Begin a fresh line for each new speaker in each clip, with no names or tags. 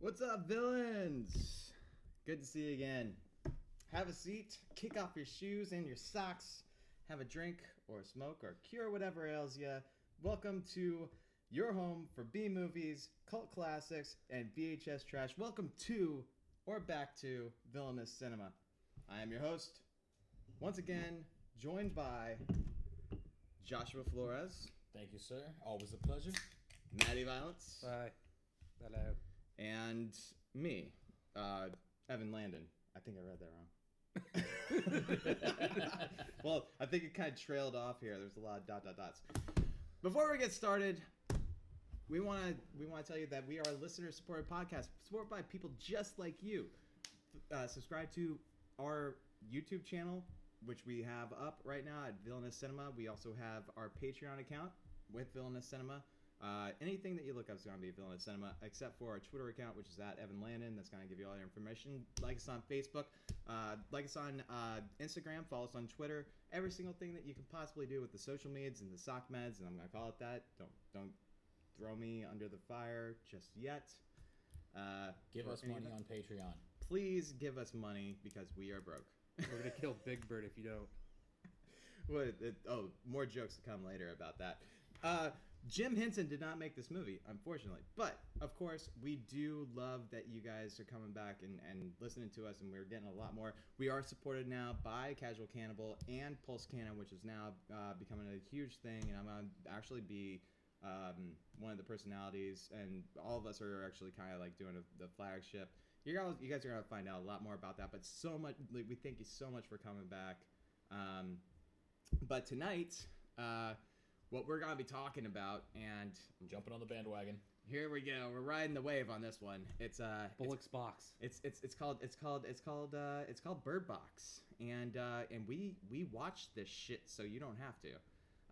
What's up, villains? Good to see you again. Have a seat, kick off your shoes and your socks, have a drink or a smoke or cure whatever ails you. Welcome to your home for B movies, cult classics, and VHS trash. Welcome to or back to Villainous Cinema. I am your host, once again, joined by Joshua Flores,
Thank you, sir. Always a pleasure.
Maddie Violence.
Hi. Hello.
and me, uh, Evan Landon. I think I read that wrong. well, I think it kind of trailed off here. There's a lot of dot dot dots. Before we get started, we want to we want to tell you that we are a listener supported podcast, supported by people just like you. Uh, subscribe to our YouTube channel, which we have up right now at Villainous Cinema. We also have our Patreon account with Villainous Cinema. Uh, anything that you look up is going to be Villainous Cinema, except for our Twitter account, which is at Evan Landon. That's going to give you all your information. Like us on Facebook, uh, like us on uh, Instagram, follow us on Twitter. Every single thing that you can possibly do with the social meds and the sock meds, and I'm going to call it that. Don't don't throw me under the fire just yet. Uh,
Give
for
us
any of
money
that
on Patreon.
please give us money because we are broke.
We're gonna kill Big Bird if you don't.
what, it, oh, more jokes to come later about that. Uh, Jim Henson did not make this movie, unfortunately. But, of course, we do love that you guys are coming back and, and listening to us, and we're getting a lot more. We are supported now by Casual Cannibal and Pulse Cannon, which is now uh, becoming a huge thing, and I'm going to actually be um, one of the personalities, and all of us are actually kind of like doing a, the flagship. You guys, you guys are gonna find out a lot more about that, but so much. Like, we thank you so much for coming back. Um, but tonight, uh, what we're gonna be talking about, and
I'm jumping on the bandwagon.
here we go, we're riding the wave on this one. It's uh, it's-
Bullock's box.
it's it's it's called it's called it's called uh, it's called Bird Box, and uh, and we we watch this shit, so you don't have to.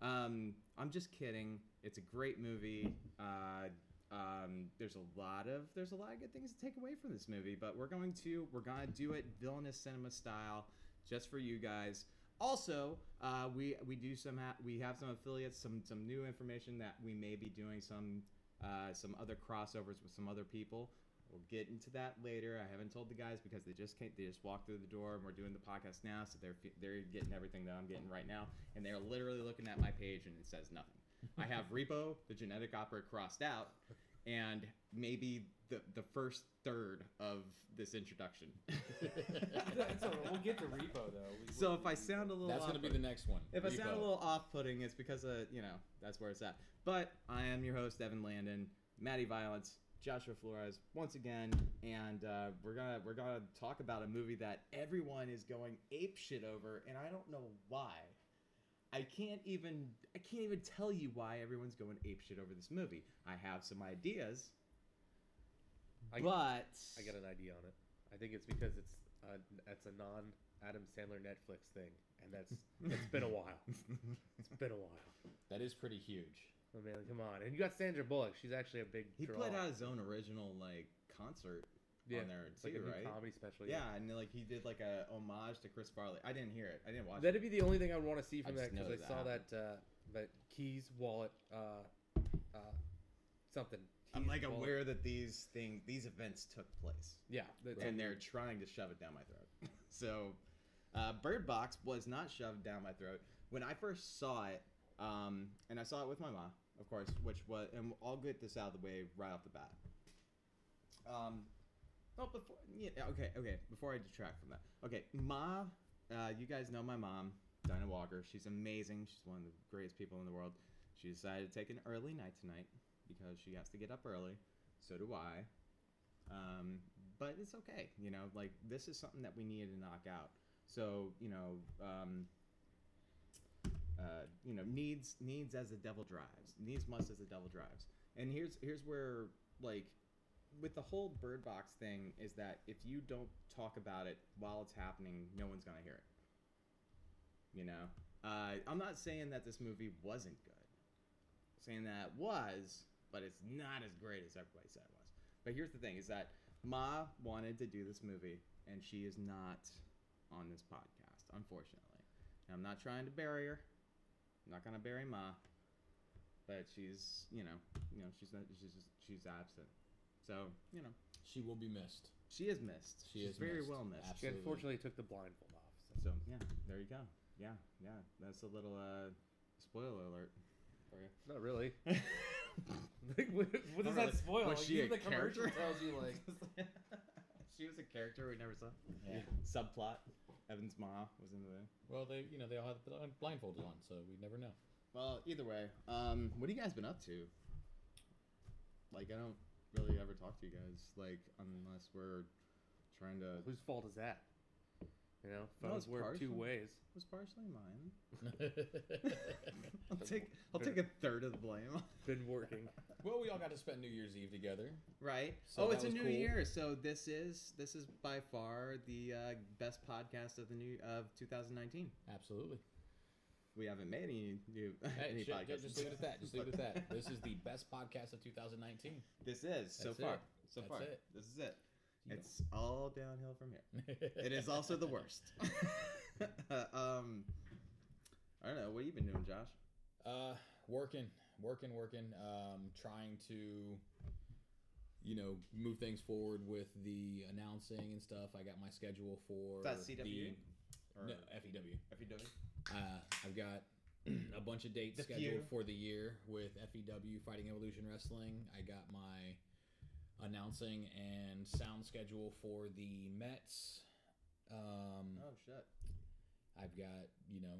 Um, I'm just kidding. It's a great movie. Uh, um, there's a lot of there's a lot of good things to take away from this movie, but we're going to we're gonna do it villainous cinema style, just for you guys. Also, uh, we we do some ha- we have some affiliates, some some new information that we may be doing some uh, some other crossovers with some other people. We'll get into that later. I haven't told the guys because they just can't. They just walked through the door and we're doing the podcast now, so they're fe- they're getting everything that I'm getting right now, and they're literally looking at my page and it says nothing. I have Repo, the genetic opera crossed out, and maybe the the first third of this introduction.
we'll get to repo though. We
so
will
if
do
I
repo.
sound a little
That's going to
off-
be the next one.
if I sound a
Repo.
little off-putting, it's because uh, you know that's where it's at. But I am your host, Evan Landon, Maddie Violence, Joshua Flores, once again, and uh, we're gonna we're gonna talk about a movie that everyone is going ape shit over, and I don't know why. I can't even I can't even tell you why everyone's going ape shit over this movie. I have some ideas,
I-
but
I got an idea on it. I think it's because it's uh, that's a non Adam Sandler Netflix thing, and that's it's been a while. It's been a while.
that is pretty huge.
Oh man, come on! And you got Sandra Bullock. She's actually a big.
he
draw.
played out his own original like concert
yeah,
on there
it's
too,
like a new
right?
comedy special.
Yeah, and then, like he did like a homage to Chris Farley. I didn't hear it. I didn't watch
that'd be
it.
the only thing I would want to see
I
from
just
that because
know
I
that
saw
happened.
that uh, that keys wallet uh, uh, something.
I'm
Keys
like
wallet.
aware that these thing these events took place,
Yeah, that's
and they're trying to shove it down my throat. so, uh, Bird Box was not shoved down my throat when I first saw it, um, and I saw it with my mom, of course, which was, and I'll get this out of the way right off the bat. Um, oh, before, yeah, okay, okay. Before I detract from that, okay, Ma, uh, you guys know my mom, Dinah Walker. She's amazing. She's one of the greatest people in the world. She decided to take an early night tonight because she has to get up early. So do I. Um, but it's okay, you know. Like this is something that we needed to knock out. So you know, um, uh, you know, needs needs as the devil drives, needs must as the devil drives. And here's here's where like with the whole bird box thing is that if you don't talk about it while it's happening, no one's gonna hear it. You know, uh, I'm not saying that this movie wasn't good, saying that it was, but it's not as great as everybody said it was. But here's the thing: is that Ma wanted to do this movie, and she is not on this podcast, unfortunately. And I'm not trying to bury her. I'm not gonna bury Ma, but she's you know you know she's not, she's just, she's absent. So you know,
She will be missed.
She is missed.
She
She's
is
very
missed.
well missed.
Abs-
She
Absolutely.
unfortunately took the blindfold off. So.
So yeah, there you go. Yeah, yeah. That's a little uh, spoiler alert for you.
Not really. like, what, what
Not
does
really.
that spoil?
Was
Like,
she
you-
a
even the commercial
character?
tells you, like-
she was a character we never saw.
Yeah.
Subplot. Evan's mom was in there.
Well, they you know they all have blind- blindfolds on, so we never know.
Well, either way, um, what have you guys been up to? Like, I don't really ever talk to you guys, like, unless we're trying to.
Whose fault is that? You know,
No,
phones
it's
work two
partial.
ways.
It was partially mine. I'll
Doesn't
take I'll take a third of the blame.
Been working.
well, we all got to spend New Year's Eve together.
right?
So
oh,
that
it's a
was
new
cool.
year, so this is this is by far the uh, best podcast of the new of 2019.
Absolutely.
We haven't made any new
Hey,
any
shit, ju-
podcasts.
just leave it at that. Just leave it at that. This is the best podcast of 2019.
This is so
That's
far.
it.
So
That's
far,
it.
this is it.
You
It's all downhill from here.
know.
it is also the worst. um, I don't know. What have you been doing, Josh?
Uh, working, working, working. Um, trying to, you know, move things forward with the announcing and stuff. I got my schedule for
Is that CW?
The, no, FEW.
if you doing?
Uh, I've got a bunch of dates
The
scheduled
few.
for the year with FEW Fighting Evolution Wrestling. I got my announcing and sound schedule for the Mets. Um,
Oh shit!
I've got you know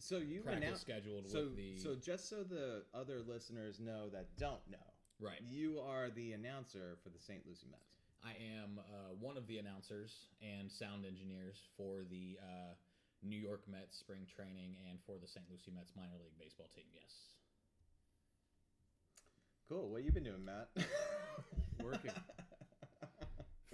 So you
practice
announced.
scheduled
So,
with the
so just so the other listeners know that don't know,
right.
you are the announcer for the St. Lucie Mets.
I am uh, one of the announcers and sound engineers for the uh, New York Mets spring training and for the St. Lucie Mets minor league baseball team. Yes.
Cool. What you been doing, Matt?
Working.
What-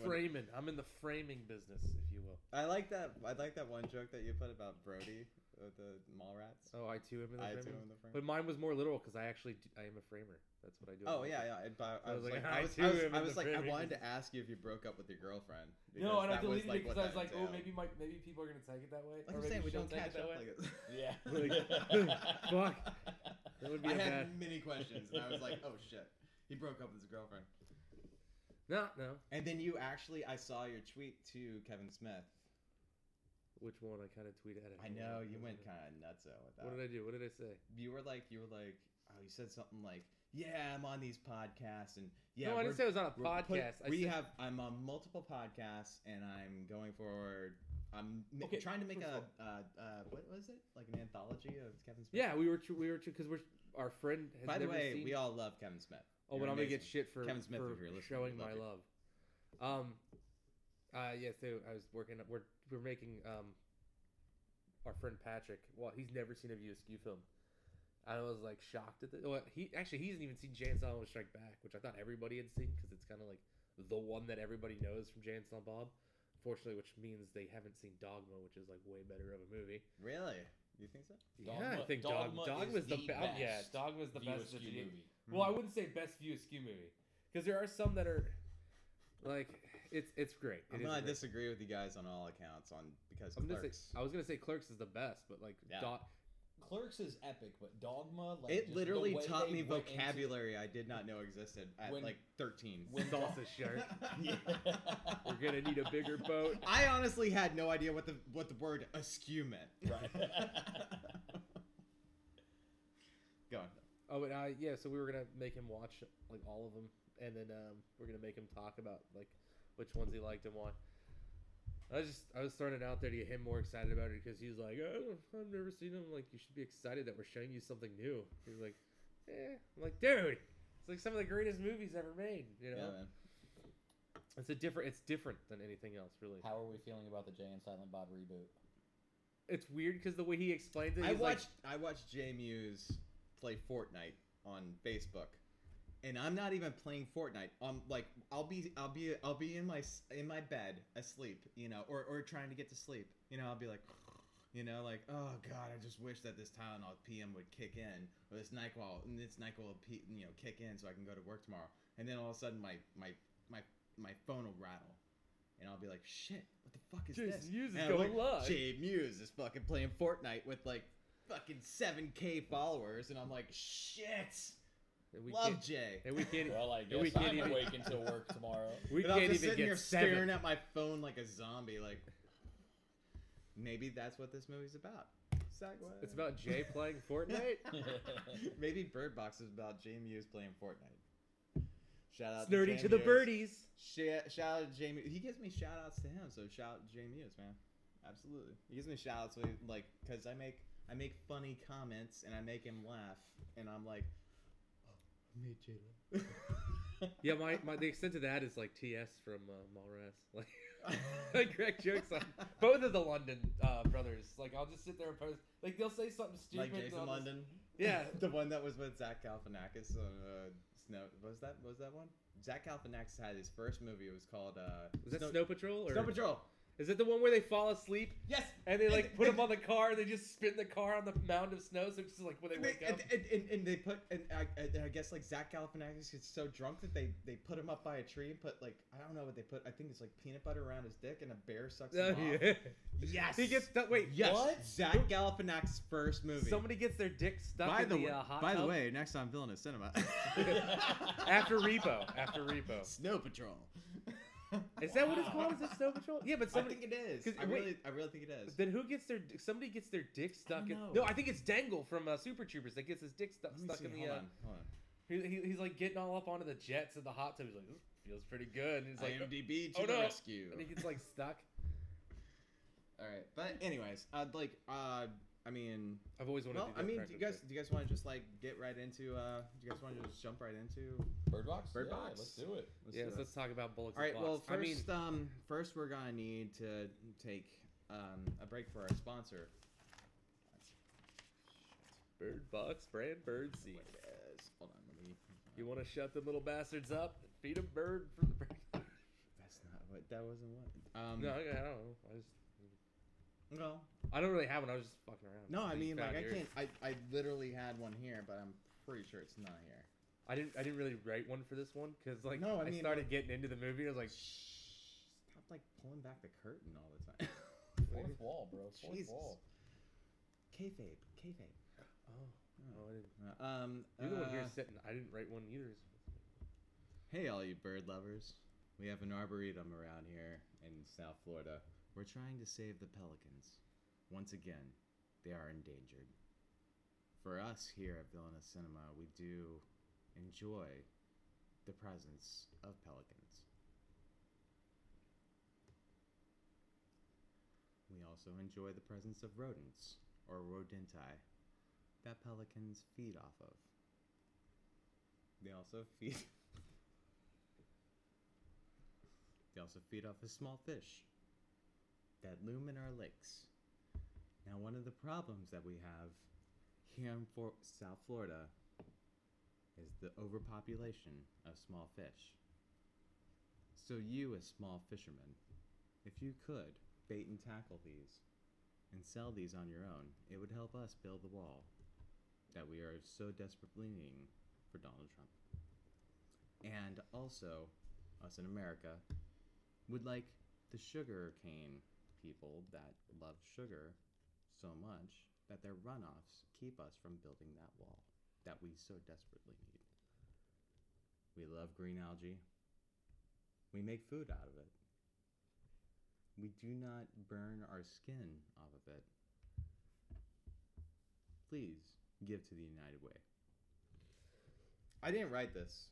Framing. I'm in the framing business, if you will.
I like that. I like that one joke that you put about Brody, uh, the mall rats.
Oh, I too am in the
I
framing.
too am the frame.
But mine was more literal because I actually do, I am a framer. That's what I do.
Oh yeah, yeah. and but I,
I
was
was
like,
like,
I
I
was,
too
I was,
am
I
in
was
the
like, I
framing
wanted to
business.
ask you if you broke up with your girlfriend.
No, and I
that was,
deleted it
what
because I was
that
like, oh,
entailed.
maybe my maybe people are gonna take it that way.
Like
or
I'm saying,
maybe
we
she'll
don't
take
catch
it that
up. Like,
way.
Yeah.
Like, fuck. That would be
I
a
had
bad.
many questions, and I was like, oh shit, he broke up with his girlfriend.
No, no.
And then you actually, I saw your tweet to Kevin Smith.
Which one? I kind of tweeted at.
I
him.
know you went kind of nutso with that.
What did I do? What did I say?
you were like you were like oh you said something like yeah i'm on these podcasts and yeah
no, I didn't
we're-
say it was on a
we're
podcast.
put-
I
we
said,
have i'm on multiple podcasts and i'm going forward i'm ma-
Okay,
trying to make
first
a
of
uh, uh, what was it like an anthology of kevin smith
Yeah, we were tr- we were because we're our friend. Has
by the
never
way
seen...
we all love kevin smith
Oh,
You're
but I'm gonna get
amazing.
shit for,
Kevin Smith,
for
if you're listening,
showing
we love
my
you.
love. Um, uh, yeah. So I was working. We're we're making um, our friend Patrick. Well, he's never seen a View Askew film. I was like shocked at the. Well, he actually he hasn't even seen Jay and Silent Bob Strike Back, which I thought everybody had seen because it's kind of like the one that everybody knows from Jay and Silent Bob. Fortunately, which means they haven't seen Dogma, which is like way better of a movie.
really you think so
yeah, I
Dogma-
think Dog,
Dogma
Dogma's
is
the,
the
be- oh, Yeah,
best
Dogma's the
View
best of the
Askew
G-
movie.
Mm-hmm. well, I
Hmm.
wouldn't say best view askew movie because there are some that are like it's it's great. It
i'm
is
gonna
great.
disagree with you guys on all accounts on because
I'm gonna
Clerks-
say I was gonna say Clerks is the best, but like
Yeah.
Dog,
Clerks is epic, but Dogma. Like, just
it
the
literally
way
taught
they
me
went into-
vocabulary I did not know existed at
When-
like 13.
when
Salsa
Dog-
shark.
Yeah.
we're gonna need a bigger boat.
I honestly had no idea what the what the word askew meant.
Right.
Go on.
Oh, and I yeah. So we were gonna make him watch like all of them, and then um, we're gonna make him talk about like which ones he liked and why. I was just I was throwing it out there to get him more excited about it because he's like, oh, I've never seen him. Like you should be excited that we're showing you something new. He's like, eh. I'm like, dude, it's like some of the greatest movies ever made. You know, it's a different. It's different than anything else, really.
How are we feeling about the Jay and Silent Bob reboot?
It's weird because the way he explains it,
I
he's like,
watched I watched Jay Muse play Fortnite on Facebook. And I'm not even playing Fortnite. I'm like I'll be I'll be I'll be in my s- in my bed asleep, you know, or or trying to get to sleep. You know, I'll be like you know, like, oh god, I just wish that this Tylenol PM would kick in, or this Nyquil, and this Nyquil will, P, you know, kick in, so I can go to work tomorrow. And then all of a sudden, my my my my phone will rattle, and I'll be like, shit, what the fuck is
Jason
this?
Mewes is
And I'm
going
like,
live.
Jay Muse is fucking playing Fortnite with like fucking seven k followers, and I'm like, shit,
and we
Love
can't,
Jay.
and we can't
Well, I
And we
guess
can't
I'm
even-
awake until work tomorrow.
we
and I'm
can't
just
even
sitting here
get
staring
seven.
at my phone like a zombie. Like, maybe that's what this movie's about. Segway.
It's about Jay playing Fortnite.
maybe Bird Box is about Jamie Hughes playing Fortnite. Shout out
Snurdy
Jamie
to the
Hughes.
birdies.
Shout, shout out to Jamie. He gives me shout outs to him, so shout out to Jamie Hughes, man. Absolutely. He gives me shout outs with like cuz I make I make funny comments and I make him laugh and I'm like oh, I made Jay laugh.
Yeah, my, my the extent of that is like TS from uh, Mallrats. Like I crack jokes on both of the London uh, brothers.
Like I'll just sit there and post. Like they'll say something stupid.
like
and I'll
Jason
just-
London.
Yeah.
the one that was with Zach Galifianakis on uh, Snow. what was that what was that one? Zach Galifianakis had his first movie. It was called uh,
Is that Snow Patrol or
Snow Patrol.
is it the one where they fall asleep
Yes.
and they like
And-
put
and-
them on the car and they just spin the car on the mound of snow? So it's just like when they
And they,
wake up.
and, and, and, and they put and I, and I guess like Zach Galifianakis gets so drunk that they they put him up by a tree and put like I don't know what they put I think it's like peanut butter around his dick and a bear sucks him
Oh,
off.
yeah.
Yes,
He gets stuck. Wait,
yes.
What?
Zach Galifianakis' first movie.
somebody gets their dick stuck in the, uh, hot tub
way, next time villain is cinema.
after Repo. After Repo.
Snow Patrol.
Is that what it's
Wow.
called? Is it Snow Patrol? Yeah, but
I
somebody.
think it is.
'cause
I
wait.
really, I really think it is.
Then who gets their somebody gets their dick stuck
don't
in?
know.
No, I think it's Dangle from uh, Super Troopers that gets his dick stu-
Let me
stuck
see,
in the.
hold
Uh,
on, hold on.
he, he- he's like getting all up onto the jets in the hot tub. He's like, this feels pretty good. And he's like,
IMDb to
oh
the
no.
rescue.
and he gets like stuck.
All right, but anyways, I'd like, uh, I mean,
I've always wanted
well,
to. Do
I
that
mean,
for
do you
acting
guys, do you guys want to just like get right into? Uh, do you guys want to just jump right into?
Bird box.
Bird
Yeah,
Box.
Let's do it.
shit. Yes, let's talk about bullets.
All right.
and
Well,
Blocks.
first, um, first we're gonna need to take um, a break for our sponsor.
I mean, bird box, brand bird seed.
Yes. Hold on, let me.
You want to shut them little bastards up and feed them bird for the breakfast?
That's not what. That wasn't what. Um,
No, I, I don't know. I just,
Well,
I don't really have one. I was just fucking around.
no. I
You
mean,
found
like, I
yours.
can't. I, I literally had one here, but I'm pretty sure it's not here.
I didn't. I didn't really write one for this one because like
No, I
I,
mean,
started getting into the movie. and I was like,
Shh. Stop like pulling back the curtain all the time.
Fourth wall, bro. Fourth
Jesus.
wall.
Kayfabe. Kayfabe.
oh,
Oh.
oh I didn't.
Um,
You're the one here
uh,
sitting. I didn't write one either.
Hey, all you bird lovers. We have an arboretum around here in South Florida. We're trying to save the pelicans. Once again, they are endangered. For us here at Villana Cinema, we do enjoy the presence of pelicans. We also enjoy the presence of rodents, or rodenti, that pelicans feed off of. They also feed. They also feed off of small fish that loom in our lakes. Now, one of the problems that we have here in For- South Florida is the overpopulation of small fish. So, you, as small fishermen, if you could bait and tackle these and sell these on your own, it would help us build the wall that we are so desperately needing for Donald Trump. And also, us in America, would like the sugar cane people that love sugar so much that their runoffs keep us from building that wall that we so desperately need. We love green algae. We make food out of it. We do not burn our skin off of it. Please give to the United Way. I didn't write this.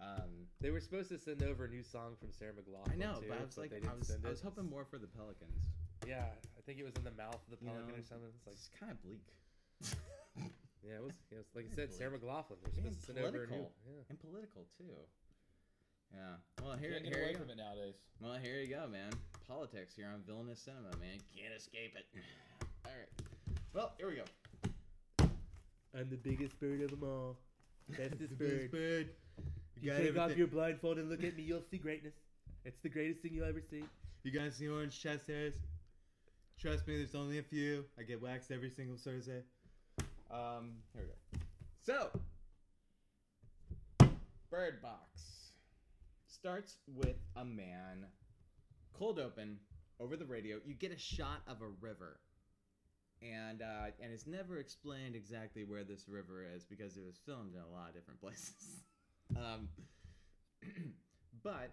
Um,
They were supposed to send over a new song from Sarah McLaughlin.
I know,
too,
but I was like,
they didn't
I was,
send
I
it.
was hoping more for the Pelicans.
Yeah, I think it was in the mouth of the
You
pelican
know,
or something. It's like,
It's kind of bleak
yeah, it was. It was like I
Very
said, Sarah McLaughlin. They're
Being
supposed to send over a new.
political.
Yeah.
and political too. Yeah. Well, here,
Can't get
here
away
you go.
from it nowadays.
Well, here you go, man. Politics here on Villainous Cinema, man. Can't escape it. All right. Well, here we go.
I'm the biggest bird of them all. Bestest bird.
You got everything.
blindfold and look at me, you'll see greatness. It's the greatest thing you'll ever see.
You guys see orange chest hairs? Trust me, there's only a few. I get waxed every single Thursday. Um, here we go. So, Bird Box starts with a man, cold open, over the radio. You get a shot of a river. and uh, and it's never explained exactly where this river is because it was filmed in a lot of different places. um, but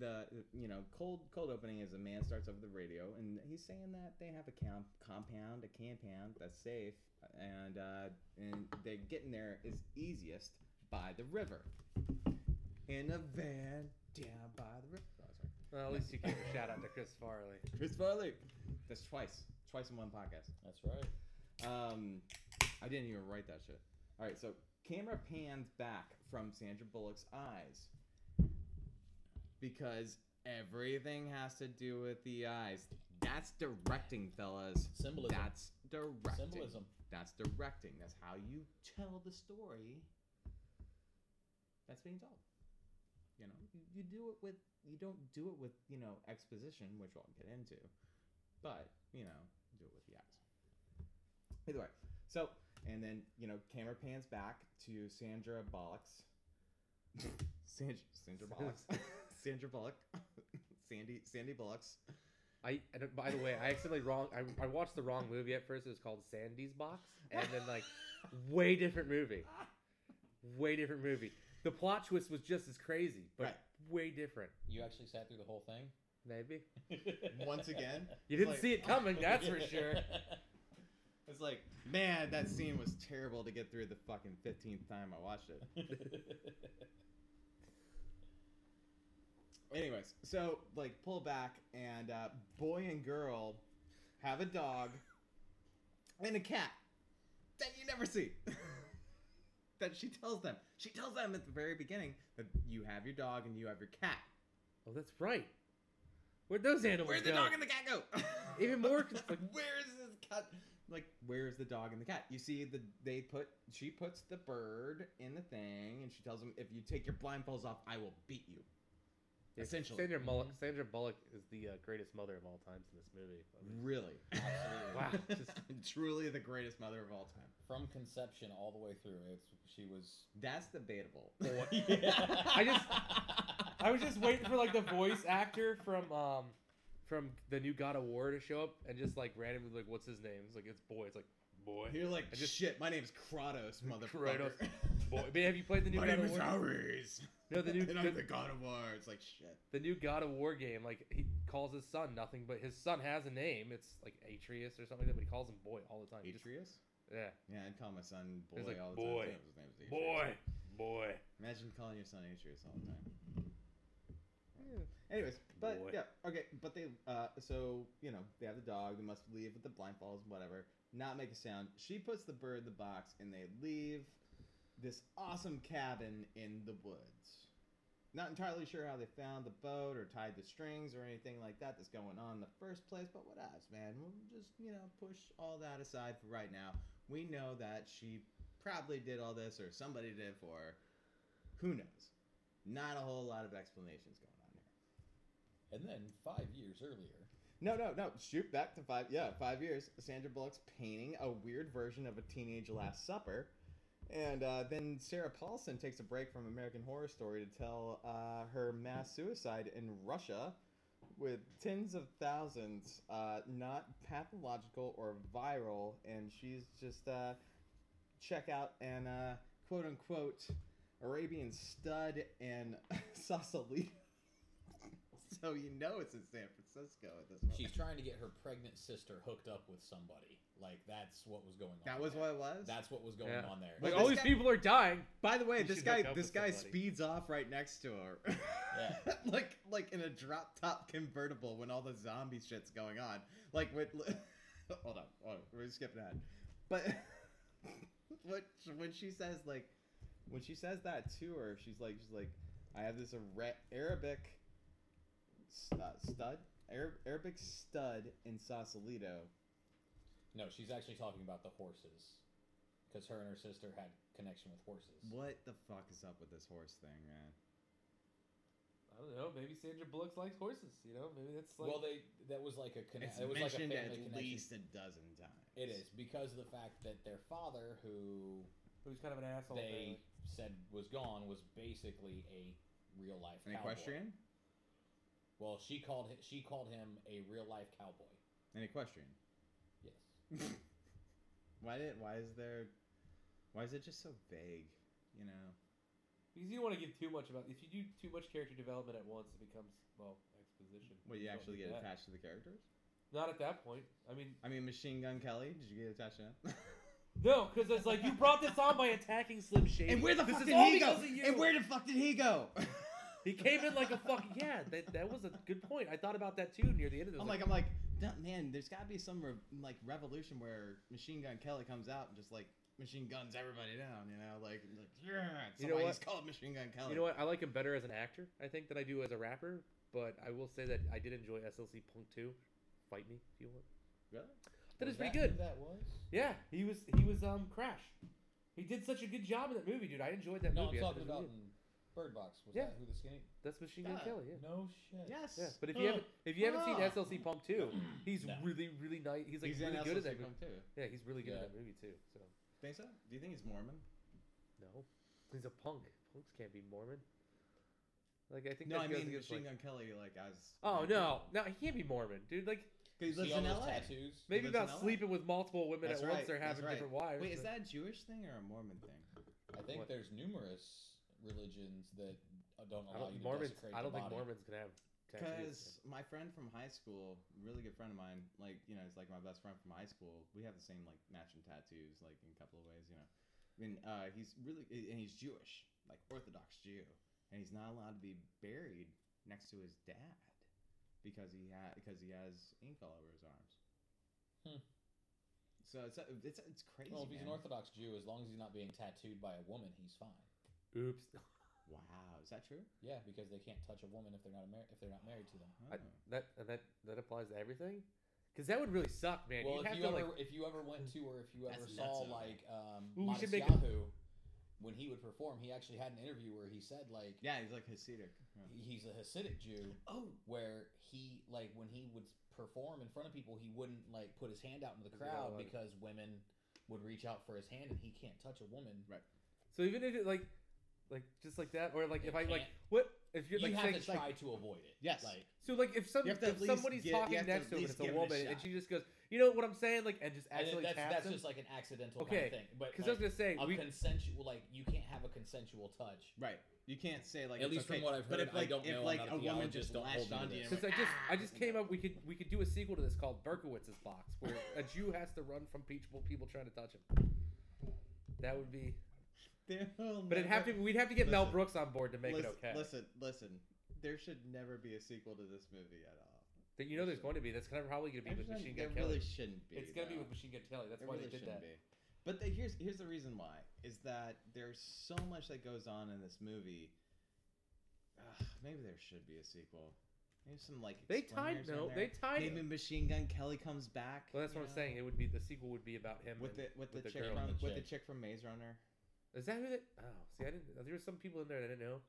the you know cold cold opening is a man starts over the radio and he's saying that they have a com- compound a compound that's safe and uh, and they getting there is easiest by the river in a van down by the river. Oh, sorry.
Well, at least you gave a shout out to Chris Farley.
Chris Farley. That's twice. Twice in one podcast.
That's right.
Um, I didn't even write that shit. All right, so camera pans back from Sandra Bullock's eyes because everything has to do with the eyes. That's directing, fellas.
Symbolism.
That's directing.
Symbolism.
That's directing. That's how you tell the story that's being told. You know, you, you do it with you don't do it with you know exposition, which I'll get into, but you know, do it with the eyes. Either way, so and then you know, camera pans back to Sandra Bullock's. Sandra, Sandra Bullock's. Sandra Bullock. Sandy Sandy Bullock's.
I and by the way, I accidentally wrong. I, I watched the wrong movie at first. It was called Sandy's Box, and then like, way different movie, way different movie. The plot twist was just as crazy, but
Right.
way different.
You actually sat through the whole thing.
Maybe
Once again,
you
It's
didn't
like-
see it coming. That's for sure.
it's like, man, that scene was terrible to get through the fucking fifteenth time I watched it. Anyways, so like pull back and uh, boy and girl have a dog and a cat that you never see. that she tells them. She tells them at the very beginning that you have your dog and you have your cat.
Oh, that's right. Where'd those animals
Where'd the
go?
dog and the cat go?
Even more con-
Like, where's this cat? Like, where's the dog and the cat? You see, the they put she puts the bird in the thing, and she tells him, "If you take your blindfolds off, I will beat you."
Yeah,
Essentially.
Sandra, Bullock, Sandra Bullock is the uh, greatest mother of all times in this movie. I mean,
Really?
Absolutely.
Wow, just-
truly the greatest mother of all time.
From conception all the way through, it's she was.
That's debatable.
I just- I was just waiting for like the voice actor from um from the new God of War to show up and just like randomly like what's his name? It's like it's boy. It's like boy.
You're like,
I just-
shit. My name's Kratos, motherfucker.
Kratos. Boy. I mean, have you played the new
my
God
name
of
is
War?
Ares.
No, the new
and I'm
the,
the god of war. It's like shit.
the new God of War game. Like he calls his son nothing, but his son has a name. It's like Atreus or something like that. But he calls him boy all the time. Just-
Atreus.
yeah,
Yeah, I'd call my son boy
He's like,
all the
"Boy,
time. too. His name's Atreus.
boy.
Imagine calling your son Atreus all the time. Anyways, but
Boy.
yeah, okay, but they uh, so you know they have the dog. They must leave with the blindfolds, whatever. Not make a sound. She puts the bird in the box, and they leave this awesome cabin in the woods. Not entirely sure how they found the boat or tied the strings or anything like that that's going on in the first place, but what else, man? We'll just, you know, push all that aside for right now. We know that she probably did all this or somebody did for her. Who knows? Not a whole lot of explanations going on here.
and then five years earlier,
No, no, no. Shoot back to five. Yeah, five years. Sandra Bullock's painting a weird version of a teenage Last Supper, and uh, then Sarah Paulson takes a break from American Horror Story to tell uh, her mass suicide in Russia, with tens of thousands, uh, not pathological or viral, and she's just uh, check out an uh, quote unquote Arabian stud and Sausalito. So you know it's in San Francisco at this point.
she's trying to get her pregnant sister hooked up with somebody. Like that's what was going on.
That was
there.
what it was.
That's what was going
Yeah.
on there.
Like
Well,
all
this
these
guy-
people are dying.
By the way,
You
this
should
guy
hook up
this
with
guy
somebody.
speeds off right next to her.
Yeah.
like like in a drop top convertible when all the zombie shit's going on. Like with hold on, hold on, we're skipping ahead. But what when she says like when she says that to her, she's like she's like I have this Ara- Arabic stud, stud Arab, Arabic stud in Sausalito.
No, she's actually talking about the horses, because her and her sister had connection with horses.
What the fuck is up with this horse thing, man?
I don't know. Maybe Sandra Bullock likes horses. You know, maybe that's like.
well, they that was like a
It's
connection. It was like a
mentioned
family
at
connection.
least a dozen times.
It is because of the fact that their father, who
who's kind of an asshole.
they
apparently.
said was gone, was basically a real life
An
cowboy.
equestrian?
Well, she called hi- she called him a real life cowboy.
An equestrian.
Yes.
Why did? Why is there? Why is it just so vague? You know.
Because you don't want to give too much about. If you do too much character development at once, it becomes well exposition.
Well, you
don't
actually
need that.
get attached to the characters.
Not at that point. I mean,
I mean, Machine Gun Kelly. Did you get attached to him?
no, because it's like you brought this on by attacking Slim Shady.
and where the
this
fuck
is
did
all
he go?
because of you.
And where the fuck did he go?
He came in like a fucking yeah. That, that was a good point. I thought about that too near the end of this.
I'm like, I'm like, "Duh, man. There's got to be some re- like revolution where Machine Gun Kelly comes out and just like machine guns everybody down. You know, like, like yeah. That's
You know
why
what?
he's called Machine Gun Kelly.
you know what? I like him better as an actor, I think, than I do as a rapper. But I will say that I did enjoy SLC Punk 2. Fight me if you want.
Really?
That
Was
is pretty
that who
good.
That was.
Yeah,
He was. He was um Crash. He did such a good job in that movie, dude. I enjoyed that
No,
movie.
I'm
I thought
talking
it was
about
really
in Bird Box. Was
Yeah.
that who the skinny?
that's Machine Gun
Yeah.
Kelly. Yeah.
No shit.
Yes.
Yeah, but if you
Huh.
haven't if you haven't seen
Huh.
SLC Punk 2, he's
No.
really really nice. He's like really good at
SLC
that. Movie.
Punk too.
Yeah, he's really good
Yeah.
at that movie too. So
Think so? Do you think he's Mormon?
no, he's a punk. Punks can't be Mormon. Like I think
No, I
that goes
mean
against,
Machine
like-
Gun Kelly, like as.
Oh no, no, he can't be Mormon, dude. Like
Because he lives
See all
in
those
L.A.
tattoos?
maybe
lives in
about
LA.
sleeping with multiple women
That's
at
right,
once or
that's
having
right.
different wives.
Wait, is
but-
that a Jewish thing or a Mormon thing?
I think
What?
there's numerous religions that uh, don't
I
allow Oh, you
don't,
to
Mormons.
desecrate
I
the
don't think
body.
Mormons can have tattoos.
Because my friend from high school, really good friend of mine, like you know, he's like my best friend from high school. We have the same like matching tattoos, like in a couple of ways, you know. I mean, uh, he's really and he's Jewish, like Orthodox Jew, and he's not allowed to be buried next to his dad because he ha- because he has ink all over his arms.
Hmm.
So it's it's it's crazy.
Well, if he's an
man.
Orthodox Jew, as long as he's not being tattooed by a woman, he's fine.
Oops.
Wow, is that true?
Yeah, because they can't touch a woman if they're not mar- if they're not married to them.
Oh.
I- That and that that applies to everything. Because that would really suck, man.
well,
You'd
if
have
you
to
ever
like
if you ever went to or if you ever
That's nuts,
saw
though.
like um,
Ooh, we
Modest
should make a-
Yahoo, when he would perform, he actually had an interview where he said like
yeah, he's like Hasidic. Yeah.
he- he's a Hasidic Jew,
Oh,
where he like when he would perform in front of people, he wouldn't like put his hand out into the
He's not allowed.
crowd because women would reach out for his hand and he can't touch a woman.
So even if it like, like just like that, or like
You
if I like
can't.
what if you're
you
like
have
saying,
to try to avoid it.
Yes.
like
so like if some
You have to at
if
least
somebody's
get- you have
talking
to
next
at
to him and
least
it's a
give it a
woman and
shot.
she just goes, you know what I'm saying, like and just
and
actually
that's
taps
that's
him.
just like an accidental
Okay,
kind of thing. But
Because I was
like,
gonna say
a
we
consensual like you can't have a consensual touch.
Right. You can't say like
At
it's
least
okay.
from what I've
But
heard,
if,
I
like,
don't
if,
know, I'm
like
not a
a woman
theologist,
just
don't
lashed
hold me to
onto you,
this.
and
because I
went,
just I
"Ah!"
just came up we could we could do a sequel to this called Berkowitz's box where a Jew has to run from people people trying to touch him. That would be,
There will
but it'd have to
never-
we'd have to get Mel
Listen.
Brooks on board to make
listen,
it okay.
Listen, listen. There should never be a sequel to this movie at all.
That you know there's
listen.
going to be that's kind of probably gonna be with
Actually,
Machine
there
Gun Kelly.
really shouldn't be.
It's gonna be
though.
with Machine Gun Kelly. That's
There
why
really
they did
shouldn't
that.
be. But the, here's here's the reason why is that there's so much that goes on in this movie. Ugh, maybe there should be a sequel. Maybe some like
They tied
explainers in
no,
there.
they tied.
Maybe Machine Gun Kelly comes back.
Well, that's
you
what I'm
know?
saying. It would be the sequel would be about him
With
and-
the with, the,
the
chick
girl.
from
The
with the chick
chick.
from Maze Runner.
Is that who that? Oh, see, I didn't. There were some people in there that I didn't know.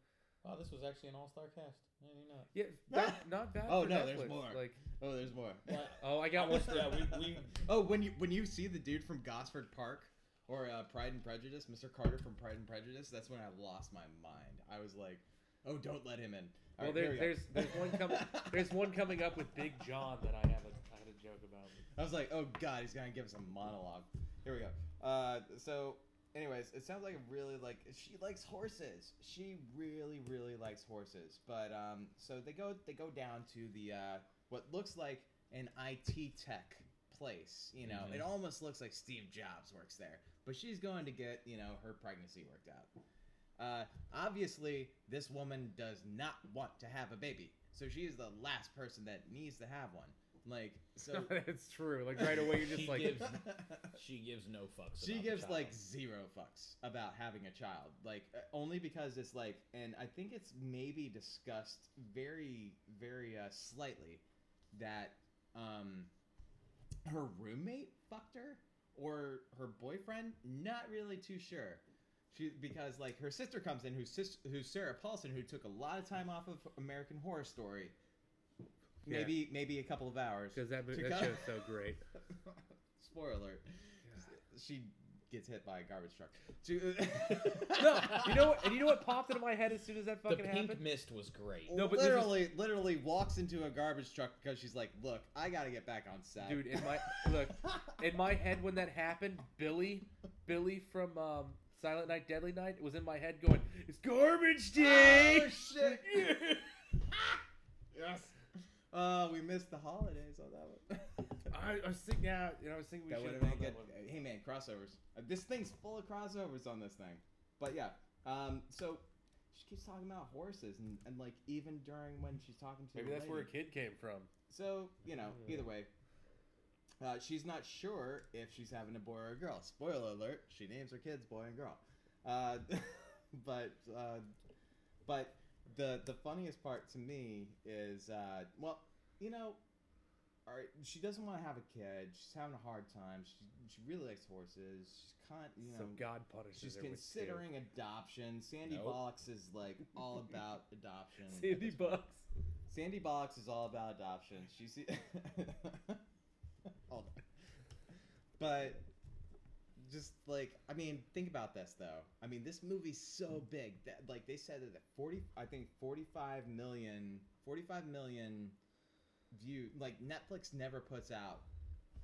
Wow, Oh, this was actually an all-star cast. I didn't know.
Yeah, that, not bad.
Oh,
for
no, there's
Netflix.
more.
Like,
Oh, there's more.
oh, I got one.
uh, yeah, we, we
Oh, when you when you see the dude from Gosford Park or uh, Pride and Prejudice, Mr. Carter from Pride and Prejudice, that's when I lost my mind. I was like, "Oh, don't let him in."
Well,
Alright,
there-
here we go.
there's- there's one coming- There's one coming up with Big John that I have a I had a joke about.
I was like, "Oh God, he's gonna give us a monologue." Here we go. Uh, so, anyways, it sounds like a really like she likes horses. She really, really likes horses. But um, so they go they go down to the uh, what looks like an IT tech place. You know,
Mhm.
it almost looks like Steve Jobs works there. But she's going to get you know her pregnancy worked out. Uh, obviously, this woman does not want to have a baby, so she is the last person that needs to have one. Like so,
That's true. Like right away, you're just
She
like,
gives- she gives no fucks.
she
about the
gives
child.
like zero fucks about having a child like uh, only because it's like and i think it's maybe discussed very very uh, slightly that um her roommate fucked her or her boyfriend not really too sure she because like her sister comes in who's sis, who's sarah paulson who took a lot of time off of american horror story
Yeah.
maybe maybe a couple of hours
because that mo-
To
that
go-
show's so great.
spoiler alert she gets hit by a garbage truck. To-
No, you know what? And you know what popped into my head as soon as that
The
fucking
pink
happened? Oh,
mist was great.
No, but this is-
literally, literally walks into a garbage truck because she's like, "Look, I gotta get back on set."
Dude, in my look in my head when that happened, Billy, Billy from um, Silent Night, Deadly Night was in my head going, "It's garbage day."
Oh, shit. yes. Uh, we missed the holidays on that one.
I, I was thinking, yeah, and I was thinking we
that would
should have
have been
done
good.
that one.
Hey man, crossovers. Uh, This thing's full of crossovers on this thing. But yeah, um, so she keeps talking about horses, and, and like even during when she's talking to
Maybe
the
that's where a
lady.
kid came from.
So you know,
Yeah.
either way, uh, she's not sure if she's having a boy or a girl. Spoiler alert: she names her kids boy and girl. Uh, but uh, but the the funniest part to me is uh, well, you know, all right, she doesn't want to have a kid. She's having a hard time. She she really likes horses. She's con you know.
so God punishes
She's
her with two.
considering adoption. Sandy
Nope.
Box is like all about adoption. at
Sandy
this point.
Bucks.
Sandy Box is all about adoption. She see, hold on, but just like I mean, think about this though. I mean, this movie's so big that like they said that forty, I think forty-five million, forty-five million view. Like Netflix never puts out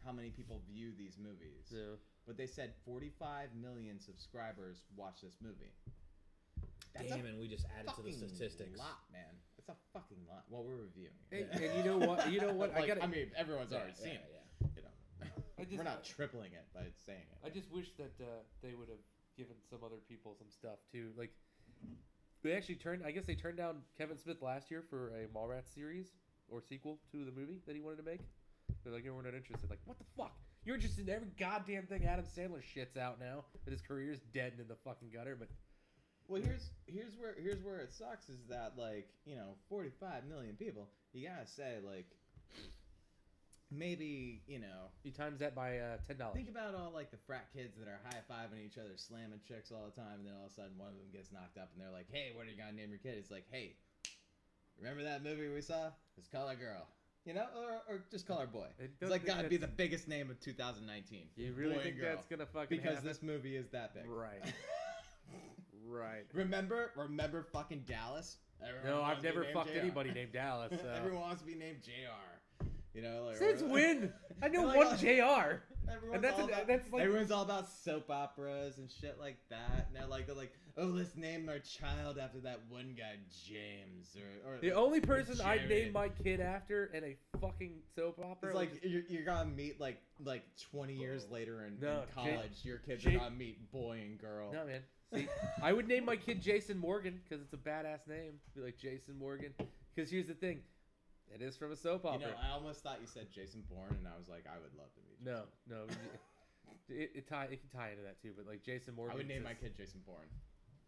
how many people view these movies,
Yeah.
but they said forty-five million subscribers watch this movie. That's a
Damn, and we just added to the
fucking
statistics.
Lot, man. It's a fucking lot. Well, we're reviewing.
Hey,
Yeah.
and you know what? You know what? I
Like,
got.
I
to
mean, everyone's
Yeah,
already
yeah,
seen it.
yeah.
You know,
I just,
we're not tripling it by saying it.
I just wish that uh, they would have given some other people some
stuff too. Like they actually turned. I guess they turned down Kevin Smith last year for a Mallrats series or sequel to the movie that he wanted to make. They're like, "No, we're not interested." Like, what the fuck? You're interested in every goddamn thing Adam Sandler shits out now that his career's dead and in the fucking gutter. But
Well, here's here's where here's where it sucks is that like you know 45 million people. You gotta say like maybe you know
you times that by uh, ten dollars.
think about all like the frat kids that are high fiving each other, slamming chicks all the time, and then all of a sudden one of them gets knocked up, and they're like, "Hey, what are you gonna name your kid?" It's like, "Hey, remember that movie we saw? Just call her girl." You know, or, or just call her boy. It's like gotta be the biggest name of 2019
You really
boy
think
and girl.
that's gonna fucking
because
happen?
this movie is that big.
Right, right.
remember, remember fucking Dallas. Everyone
No,
wants
I've
to be
never
named
fucked
JR.
anybody named Dallas. So.
Everyone wants to be named Jr. You know, like,
Since
or-
when? I know
Like,
one
uh,
Jr.
Everyone's
And that's
all
an,
about-
that's like
Everyone's all about soap operas and shit like that. And they're like, they're like, oh, let's name our child after that one guy, James. Or, or
The only person I'd
Jared.
name my kid after in a fucking soap opera.
It's
would
like
just-
you're, you're gonna meet like like 20 years later in,
No,
in
Ja-
college, your kids
Ja-
are gonna meet boy and girl.
no man. See, I would name my kid Jason Morgan because it's a badass name. Be like Jason Morgan. Because here's the thing, it is from a soap
you
opera.
know, I almost thought you said Jason Bourne, and I was like, I would love to meet.
no, no. it- It, it tie it can tie into that too, but like Jason
Jason.
Morgan.
I would name my
just-
kid Jason Bourne.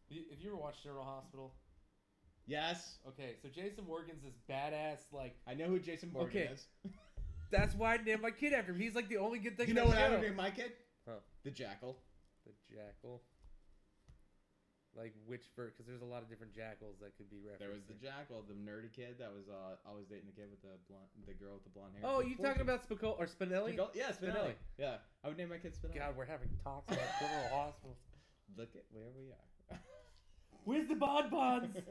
You- Have you ever watched General Hospital?
Yes,
Okay, so Jason Morgan's this badass, like,
I know who Jason Bourne
Okay.
is.
That's why I named my kid after him. He's like the only good thing.
you
in
know
that
what I
show.
would name my kid?
Huh.
The Jackal.
The jackal. Like which bird? Because there's a lot of different jackals that could be referenced.
There was the
here.
Jackal, the nerdy kid that was uh, always dating the kid with the blonde, the girl with the blonde hair.
Oh, you
Fortune.
talking about Spicoli or Spinelli?
Spinelli? Yeah, Spinelli.
Spinelli.
Yeah, I would name my kid Spinelli.
God, we're having talks about General Hospital.
Look at where we are.
where's the Bon Bons?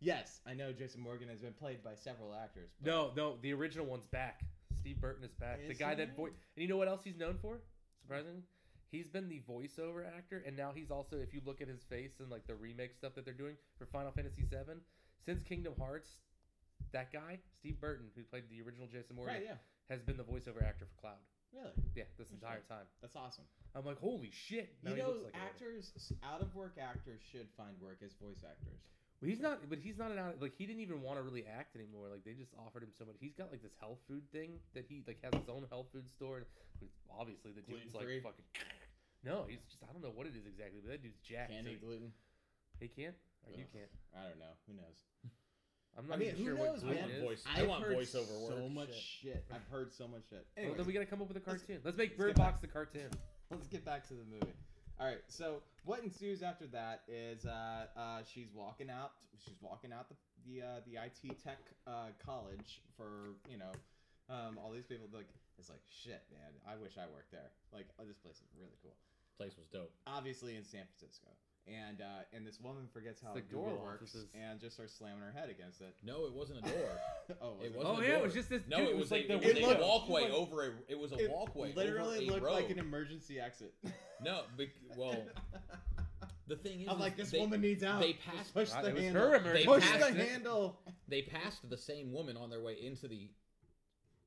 yes, I know Jason Morgan has been played by several actors. but-
No, no, the original one's back. Steve Burton is back. the
Is
guy
he?
that voice, and you know what else he's known for? Surprisingly, he's been the voiceover actor, and now he's also, if you look at his face and like the remake stuff that they're doing for Final Fantasy VII, since Kingdom Hearts, that guy Steve Burton, who played the original Jason Morgan,
right? Yeah,
has been the voiceover actor for Cloud.
really,
Yeah, this entire time.
that's awesome.
I'm like, holy shit! Now
You
he
know,
looks like a-
actors, out of work actors should find work as voice actors.
Well, he's not, but he's not an out. Like he didn't even want to really act anymore. Like they just offered him so much. He's got like this health food thing that he like has his own health food store. And but obviously the dude's like
Gluten-free?
fucking. No, he's just I don't know what it is exactly, but that dude's jacked.
Candy
so
gluten?
he, he can't. Or you
Ugh.
can't.
I don't know. Who knows?
I'm not
I mean,
even
who
sure
knows,
what
I
man?
gluten
want
is.
voice. I
I've
want
heard
voiceover work.
So much shit. I've heard so much shit.
Well,
Anyways,
then we gotta come up with a
let's-
cartoon. Let's, make
let's
Bird
get back-
Box the cartoon.
let's get back to the movie. All right. So what ensues after that is uh, uh, she's walking out. She's walking out the the, uh, the IT tech uh, college for you know Um, all these people like it's like shit, man. I wish I worked there. Like oh, this place is really cool.
Place was dope.
Obviously in San Francisco, and uh, and this woman forgets how
the
the door
Google
works
offices.
and just starts slamming her head against it.
No, it wasn't a door.
oh,
It
was
wasn't
Oh
a
yeah, it
door.
was just this.
No,
dude,
it was,
like
a,
the
it was
it
a
looked-
walkway
like-
over a. It was a
Oh, It
walkway.
Literally
over a
looked
road.
like an emergency exit.
No, bec- well, the thing is,
I'm
is
like this
they,
woman needs out.
they
Just
passed-
Push
Uh,
the
it was
handle.
her emergency.
Push
passed
the
it.
handle.
They passed the same woman on their way into the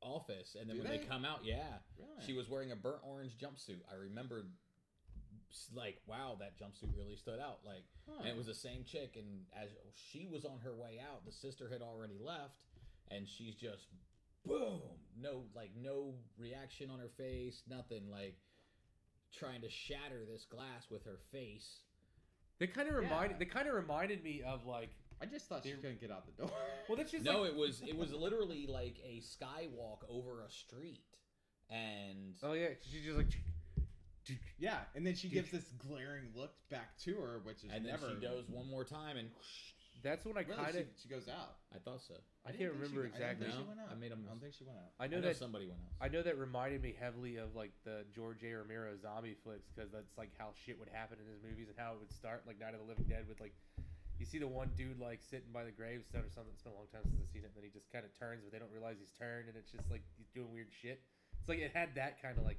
office, and then
Do
when they?
they?
come out, yeah,
Really?
she was wearing a burnt orange jumpsuit. I remembered, s- like, wow, that jumpsuit really stood out. Like,
Huh.
and it was the same chick, and as she was on her way out, the sister had already left, and she's just boom, no, like, no reaction on her face, nothing, like, trying to shatter this glass with her face.
They kind of
Yeah.
reminded. They kind of reminded me of like.
I just thought she
They-
couldn't get out the door.
Well, that's just
no,
like.
it was it was literally like a skywalk over a street, and
Oh yeah, she's just like.
yeah, and then she
Dude.
gives this glaring look back to her, which is
and then
never.
she goes one more time, and
That's when I
Really,
kind of.
she, she goes out.
I thought so.
I,
didn't think
can't
she
remember
went- I,
exactly.
don't think she
No,
went out.
I made a
I don't
mess.
think she went out.
I
I know,
know that.
somebody went else.
I know that reminded me heavily of like the George A. Romero zombie flicks because that's like how shit would happen in his movies and how it would start like Night of the Living Dead with like you see the one dude like sitting by the gravestone or something. It's been a long time since I've seen it. And then he just kind of turns, but they don't realize he's turned, and it's just like he's doing weird shit. It's like it had that kind of like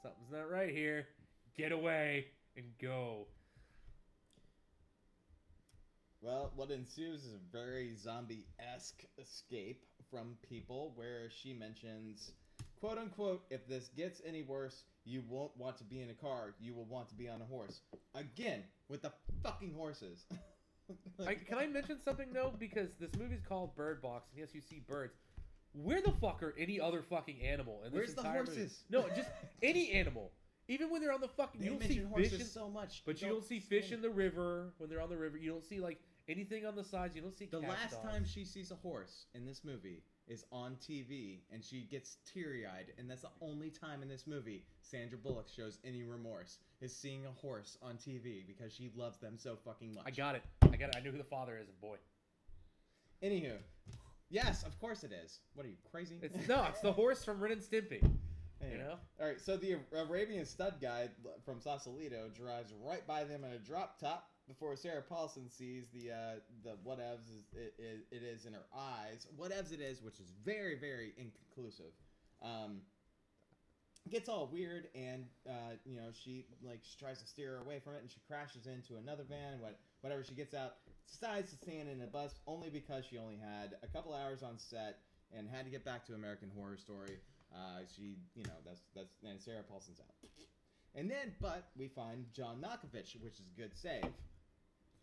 something's not right here. Get away and go.
Well, what ensues is a very zombie esque escape from people where she mentions, quote unquote, if this gets any worse, you won't want to be in a car. You will want to be on a horse. Again, with the fucking horses.
I, can I mention something though? Because this movie's called Bird Box, and yes, you see birds. Where the fuck are any other fucking animal? In this
Where's the
entire movie?
horses?
No, just any animal. Even when they're on the fucking,
They
you don't
mention
see fish.
horses
In,
so much,
but you don't see fish in the river when they're on the river. You don't see like anything on the sides. You don't see.
The
cat
last
dogs.
time she sees a horse in this movie is on TV, and she gets teary-eyed, and that's the only time in this movie Sandra Bullock shows any remorse is seeing a horse on TV because she loves them so fucking much.
I got it. I got it. I knew who the father is. Boy,
Anywho, yes, of course it is. What are you crazy?
it's no, it's the horse from Ren and Stimpy.
Anyway.
You know,
All right, so the Arabian stud guy from Sausalito drives right by them in a drop top before Sarah Paulson sees the uh, the whatevs is, it, it, it is in her eyes. Whatevs it is, which is very, very inconclusive. Um, gets all weird, and uh, you know she like she tries to steer her away from it, and she crashes into another van. What whatever she gets out, decides to stand in a bus only because she only had a couple hours on set and had to get back to American Horror Story. Uh, she, you know, that's that's and Sarah Paulson's out. And then, but we find John Malkovich, which is a good save.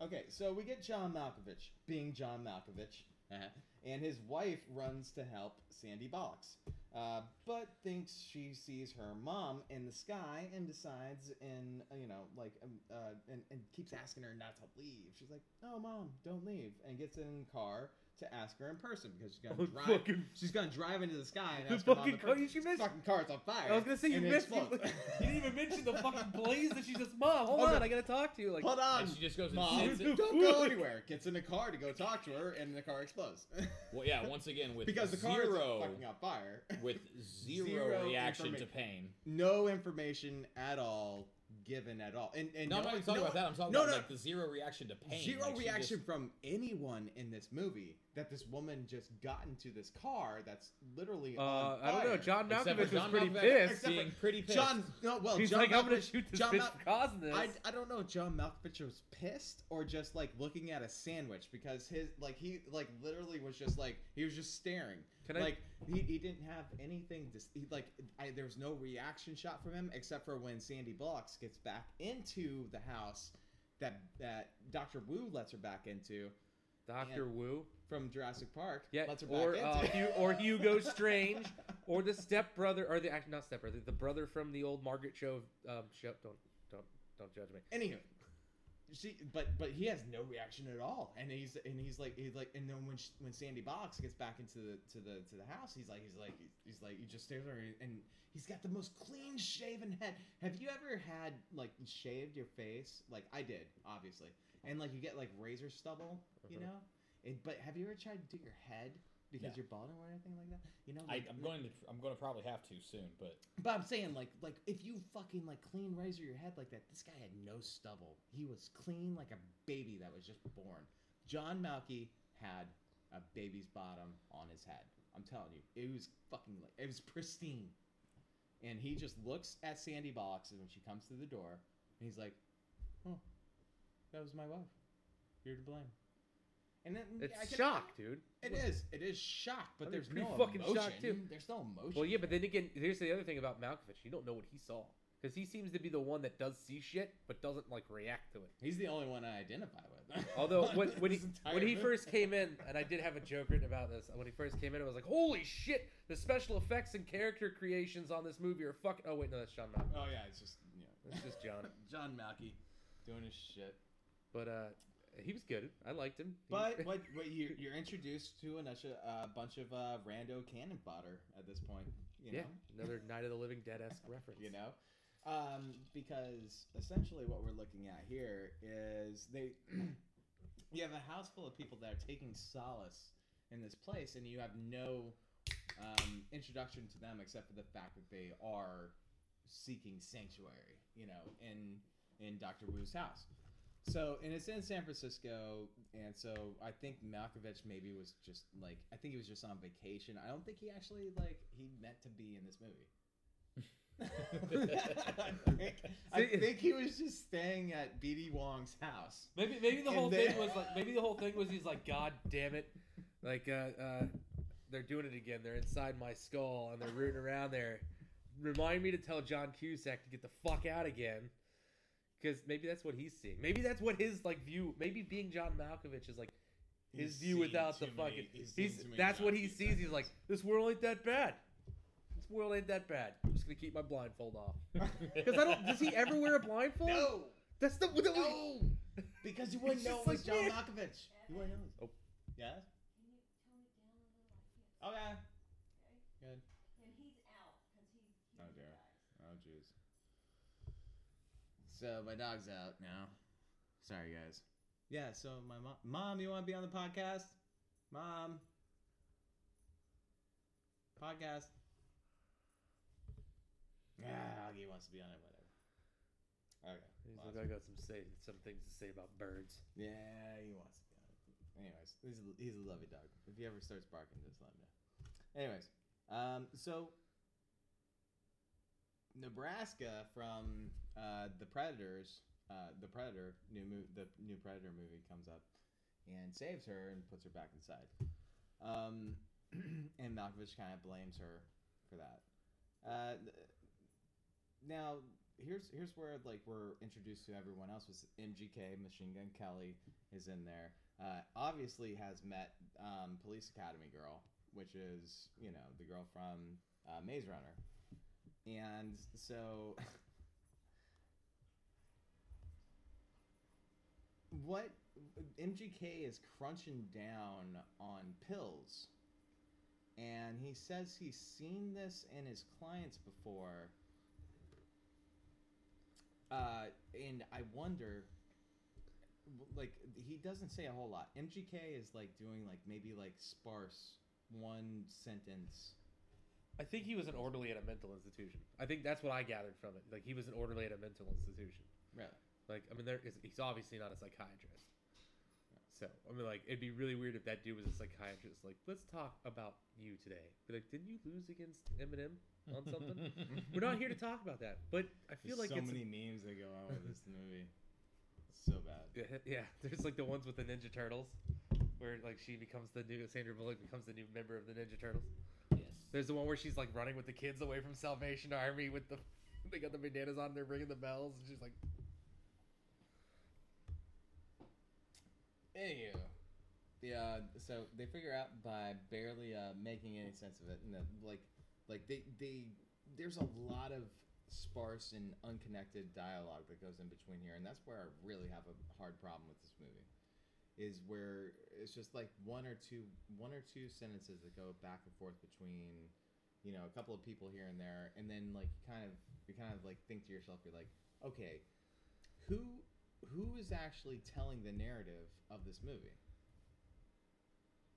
Okay, so we get John Malkovich being John Malkovich, and his wife runs to help Sandy Bollocks, uh, but thinks she sees her mom in the sky and decides, and uh, you know, like, um, uh, and, and keeps asking her not to leave. She's like, "No, mom, don't leave," and gets in the car to ask her in person because she's gonna
Oh,
drive.
fucking-
She's gonna drive into the sky and
the
ask her mom
fucking
to
car.
put-
You should
this
mention.
fucking car's on fire.
I was gonna say you
and it
missed. You,
explodes.
you didn't even mention the fucking blaze that she's just mom. Hold
Hold
on,
on.
I gotta talk to you. Like
Hold on,
and she just goes and
mom.
sits it.
Dude.
Don't go
Fuck.
anywhere. Gets in the car to go talk to her, and the car explodes.
Well, yeah, once again with
because the car is
zero
fucking on fire.
with zero,
Zero
reaction to
information.
pain.
no information at all given at all. And and
No, I'm
no,
not even talking
no-
about that. I'm talking
no,
about
no.
like the zero reaction to pain.
Zero
Like, she just-
reaction from anyone in this movie that this woman just got into this car that's literally
Uh,
on fire.
I don't know. John
Except for
Malkovich was
John
pretty
Malkovich
pissed.
Except for-
being pretty pissed.
John, no, well,
He's
John
like, I'm gonna
Malkovich-
shoot this
John
bitch
Mal-
for causing this.
I, I don't know if John Malkovich was pissed or just like looking at a sandwich because his like he like literally was just like he was just staring
Can I?
like he, he didn't have anything to s- he, like I, there was no reaction shot from him except for when Sandy Blocks gets back into the house that that Dr. Wu lets her back into
Doctor Wu,
from Jurassic Park
yeah,
lets her
or
back
uh,
into
Hu- or Hugo Strange, or the stepbrother, or the act not stepbrother, the brother from the old Margaret show. Um, show don't don't don't judge me.
Anywho, she but but he has no reaction at all, and he's and he's like he's like and then when she, when Sandy Box gets back into the to the to the house, he's like he's like he's like he just stares at her and he's got the most clean shaven head. Have you ever had like shaved your face? Like I did, obviously, and like you get like razor stubble, you
Uh-huh.
know. And, but have you ever tried to do your head because
Yeah.
you're balding or anything like that. You know,
I,
like,
I'm
like-
going to. I'm going to probably have to soon, but
But I'm saying, like, like if you fucking like clean razor your head like that, this guy had no stubble. He was clean like a baby that was just born. John Malky had a baby's bottom on his head. I'm telling you, it was fucking like it was pristine. And he just looks at Sandy Box when she comes through the door, and he's like, "Oh, that was my wife. You're to blame." And then
It's
I can-
shock, dude.
It is. It is shock, but
I'd be
there's
pretty
no
fucking
emotion.
shocked, too.
There's no emotion.
Well, yeah, but
there.
then again, here's the other thing about Malkovich. You don't know what he saw because he seems to be the one that does see shit but doesn't like react to it.
He's the only one I identify with.
Although when, when he
This entire
when he
movie.
first came in, and I did have a joke written about this. When he first came in, I was like, "Holy shit! The special effects and character creations on this movie are fucking." Oh wait, no, that's John Malkovich.
oh yeah, it's just you know,
That's just John.
John Malky doing his shit.
But uh, he was good. I liked him. He was-
But what, what you you're introduced to a bunch of, uh, bunch of uh, rando cannon fodder at this point. You know?
yeah, another Night of the Living Dead esque reference.
you know um, because essentially what we're looking at here is they you have a house full of people that are taking solace in this place and you have no um, introduction to them except for the fact that they are seeking sanctuary you know in in dr wu's house so and it's in san francisco and so i think malkovich maybe was just like i think he was just on vacation i don't think he actually like he meant to be in this movie I, think, I
See-
think he was just staying at BD Wong's house.
Maybe maybe the
And
whole
then-
thing was like maybe the whole thing was he's like God
damn it. Like, uh, uh, they're doing it again. They're inside my skull and they're rooting around there. Remind me to tell John Cusack to get the fuck out again. Because maybe that's what he's seeing. Maybe that's what his, like, view. Maybe being John Malkovich is, like, his
He's
view
seen
without the
too many-
fucking.
he's
He's,
seen too many
that's
John
what he
Cusack
sees. He's like,
films.
this world ain't that bad. This world ain't that bad. I'm just going to keep my blindfold off. Because I don't. Does he ever wear a blindfold?
No,
That's the. what the-
no, because you wouldn't
It's
know
just
it was
like
John
weird.
Malkovich. You wouldn't know.
Oh.
yeah. Oh,
Can you tone it down a little? I can't.
Okay.
And he's out because he. he
Oh, dear.
dies.
Oh jeez. So my dog's out now. Sorry guys. Yeah. So my mom, mom, you want to be on the podcast? Mom. Podcast. Ah, he wants to be on it. Whatever. Okay.
He's
well, that's
like, I got some, say, some things to say about birds.
Yeah, he wants to be on it. Anyways, he's a, he's a lovely dog. If he ever starts barking, just let him know. Anyways, um, so Nebraska from uh, the Predators, uh, the Predator new mo- the new Predator movie comes up and saves her and puts her back inside. Um, and Malkovich kind of blames her for that. Uh, th- now here's here's where like we're introduced to everyone else was MGK Machine Gun Kelly is in there. Uh, obviously has met um, Police Academy girl, which is you know the girl from uh, Maze Runner, and so what MGK is crunching down on pills, and he says he's seen this in his clients before. Uh, and I wonder, w- like, he doesn't say a whole lot. MGK is like doing like maybe like sparse one sentence.
I think he was an orderly at a mental institution. I think that's what I gathered from it. Like he was an orderly at a mental institution.
Really?
Like I mean, there is, he's obviously not a psychiatrist. So I mean, like it'd be really weird if that dude was a psychiatrist. Like, let's talk about you today. Be like, didn't you lose against Eminem on something? We're not here to talk about that. But I feel like
so
it's
many memes that go on with this movie. It's so bad.
yeah, yeah. There's like the ones with the Ninja Turtles, where like she becomes the new Sandra Bullock becomes the new member of the Ninja Turtles.
yes.
There's the one where she's like running with the kids away from Salvation Army with the they got the bandanas on, they're ringing the bells, and she's like,
Anywho. The, uh, so they figure out by barely uh, making any sense of it, and that, like, like they they there's a lot of sparse and unconnected dialogue that goes in between here, and that's where I really have a hard problem with this movie, is where it's just like one or two one or two sentences that go back and forth between, you know, a couple of people here and there, and then like you kind of you kind of like think to yourself, you're like, okay, who who is actually telling the narrative of this movie?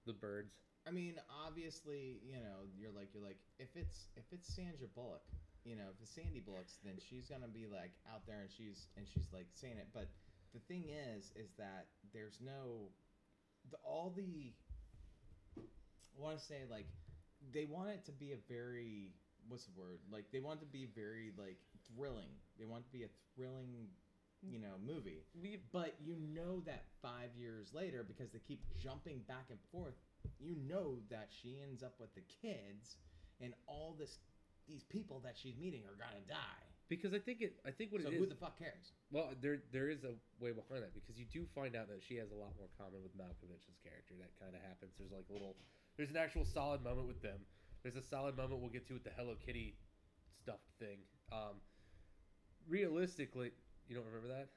the birds.
I mean, obviously, you know, you're like you're like if it's if it's Sandra Bullock, you know, if it's Sandy Bullock's, then she's gonna be like out there and she's and she's like saying it. But the thing is, is that there's no the, all the. I want to say like they want it to be a very what's the word like they want it to be very like thrilling. They want it to be a thrilling, you know, movie.
We
But you know that five years later, because they keep jumping back and forth, you know that she ends up with the kids, and all this these people that she's meeting are gonna die.
because I think it I think what
so
it is
who the fuck cares?
well there there is a way behind that because you do find out that she has a lot more common with Malkovich's character that kind of happens. There's like little there's an actual solid moment with them. There's a solid moment we'll get to with the Hello Kitty stuffed thing. Um, realistically, you don't remember that?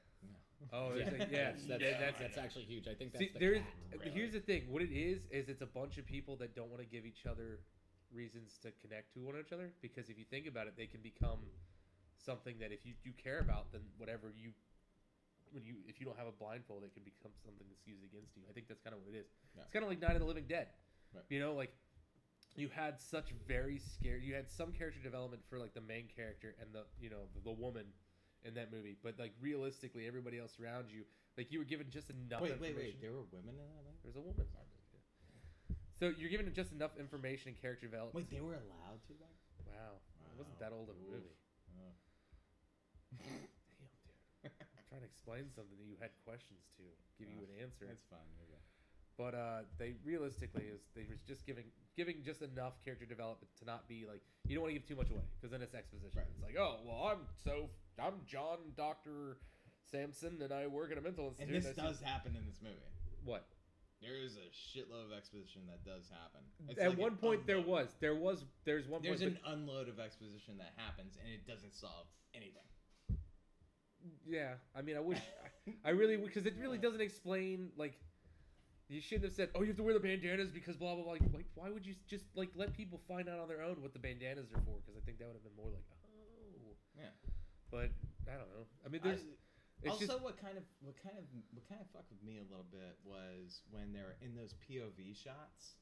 Oh, there's a- yeah,
that's,
that-
that's,
that's-
that's actually huge. I think that's
See,
the
there's
cat,
uh,
really.
here's the thing. What it is is it's a bunch of people that don't want to give each other reasons to connect to one another because if you think about it, they can become something that if you do care about, then whatever you when you if you don't have a blindfold, it can become something that's used against you. I think that's kind of what it is.
Yeah.
It's kind of like Night of the Living Dead.
Right.
You know, like you had such very scary. You had some character development for like the main character and the you know the, the woman in that movie, but like realistically, everybody else around you, like you were given just enough.
wait, wait,
information.
wait. There were women in that. movie?
There's a woman. So you're given just enough information and character development.
Wait, they were allowed to back.
Wow. It wasn't that old of a
Oof.
movie.
Oh.
Damn, dude. I'm trying to explain something that you had questions to, give you
Uh,
an answer.
That's fine. there you go.
But uh, they realistically is they was just giving giving just enough character development to not be like you don't want to give too much away because then it's exposition.
Right.
It's like oh well I'm so I'm John Doctor Samson and I work at a mental institute.
And this
I see-
does happen in this movie.
what
There is a shitload of exposition that does happen. It's
at
like an
one point there
unload.
was there was there's one
There's
point
an unload of exposition that happens, and it doesn't solve anything.
but- yeah I mean I wish I really because it really doesn't explain like you shouldn't have said oh you have to wear the bandanas because blah blah blah like why would you just like let people find out on their own what the bandanas are for because I think that would have been more like oh
Yeah.
but I don't know I mean there's it's
also,
just
what kind of what kind of what kind of fucked with me a little bit was when they were in those POV shots,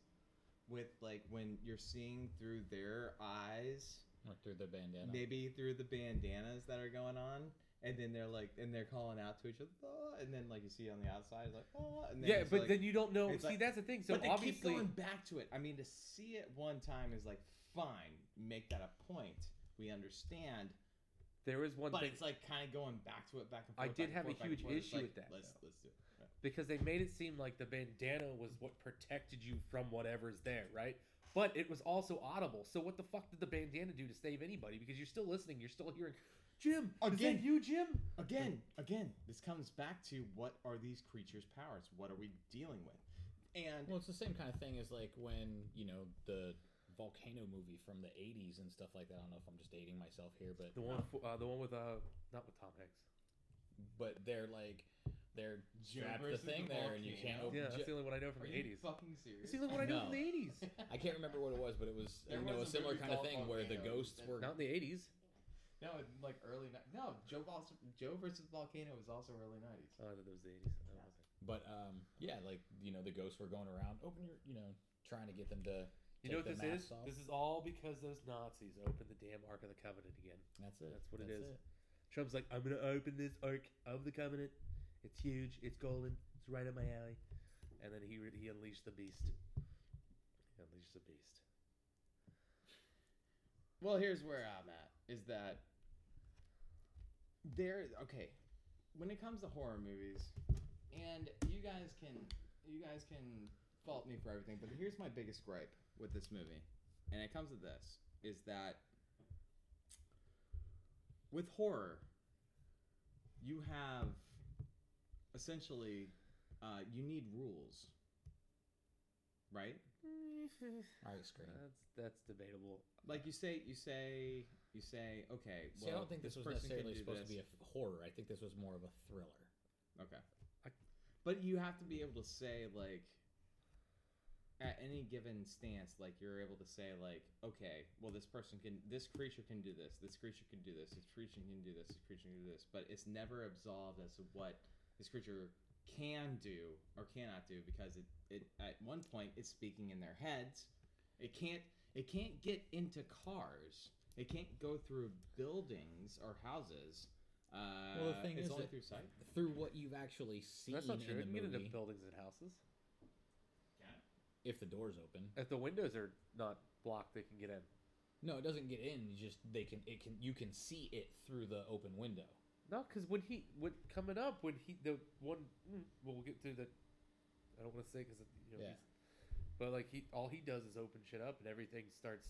with like when you're seeing through their eyes,
Or through the bandana.
maybe through the bandanas that are going on, and then they're like and they're calling out to each other, "Ah," and then like you see on the outside like oh, and then
yeah
it's
but
like-
then you don't know
it's
see
like-
that's the thing so
but they keep
obviously
going back to it. I mean, to see it one time is like fine, make that a point. We understand,
there was one
but
thing
it's like kind of going back to it, back and
I
forth. back
did
and
have a
forth, back and
huge
forth. It's
issue
like,
with that,
Let's
though.
let's do it. Right.
because they made it seem like the bandana was what protected you from whatever's there, right? But it was also audible. So what the fuck did the bandana do to save anybody? Because you're still listening, you're still hearing, Jim. Again,
Again.
is that you, Jim?
Again, again, this comes back to what are these creatures' powers? What are we dealing with? And
Well, it's the same kind of thing as like when you know the volcano movie from the '80s and stuff like that. I don't know if I'm just dating myself here, but
The one, f- uh, the one with uh, not with Tom Hanks.
but they're like they're
Joe
strapped the
versus the
thing there, and you can't
volcano?
open.
Yeah, that's
ju-
the only one I know
are
from the
you
'80s.
fucking serious?
It's the only one I know from the
No.
'80s.
I can't remember what it was, but it was
There
you know
was a
a similar
movie
kind of
called
thing where the
Volcano
ghosts
that-
were.
Not in the '80s.
No, in, like early ni- no. Joe Vol- Joe versus Volcano was also early nineties.
Oh, I thought that was the '80s. I don't know.
But um, yeah, like you know the ghosts were going around, open your, you know, trying to get them to. Take
You know what
the
this is?
masks off.
This is all because those Nazis opened the damn Ark of the Covenant again.
That's it.
That's what it is. Trump's like, I'm gonna open this Ark of the Covenant. It's huge. It's golden. It's right up my alley. And then he re- he unleashed the beast. He unleashed the beast.
Well, here's where I'm at is that there okay, when it comes to horror movies, and you guys can you guys can fault me for everything, but here's my biggest gripe with this movie. And it comes to this is that with horror, you have essentially uh, you need rules. Right?
All right, screen.
That's that's debatable.
like you say you say you say okay
See,
well
I don't think this, was
person can
necessarily
do
supposed
this.
to be a f- horror. I think this was more of a thriller.
okay
I-
but you have to be able to say like at any given stance like you're able to say like okay well this person can this creature can do this this creature can do this this creature can do this this creature can do this but it's never absolved as to what this creature can do or cannot do because it, it at one point it's speaking in their heads. It can't it can't get into cars. It can't go through buildings or houses. Uh,
Well, the thing
it's
is
only
that-
through sight.
through what you've actually seen
That's not true. It
in
can
the
get into
movie.
buildings and houses.
If the door's open,
If the windows are not blocked, they can get in.
no, it doesn't get in. You just they can it can you can see it through the open window.
No, because when he when coming up when he the one mm, well we'll get to the I don't want to say because you know
Yeah.
he's, but like he all he does is open shit up and everything starts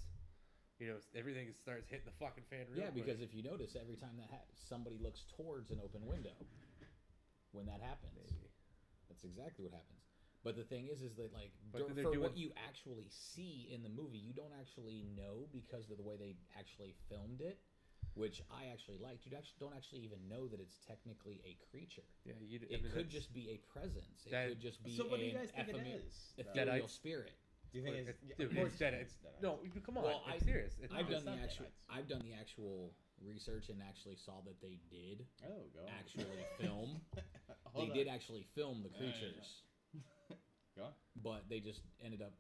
you know everything starts hitting the fucking fan real
yeah,
quick.
because if you notice, every time that ha- somebody looks towards an open window, when that happens,
Maybe.
that's exactly what happens. But the thing is, is that like
But
dur-
then they're
for
doing-
what you actually see in the movie, you don't actually know because of the way they actually filmed it, which I actually liked. You actually don't actually even know that it's technically a creature.
yeah you
It could just be a presence. It
that-
could just be
So what do you
an
guys think
epheme-
it is? though?
Dead
ethereal
Eyes?
spirit.
Do you think it's, yeah,
dude
of course
it's dead
it
it's
is. Dead Eyes.
no come on
Well,
I'm
I-
serious it's
I've
No,
done
it's not
the
Dead
actual.
Eyes.
I've done the actual research and actually saw that they did
Oh, go on.
actually film.
Hold
they
on.
did actually film the
Yeah, yeah, yeah.
creatures,
Go on.
but they just ended up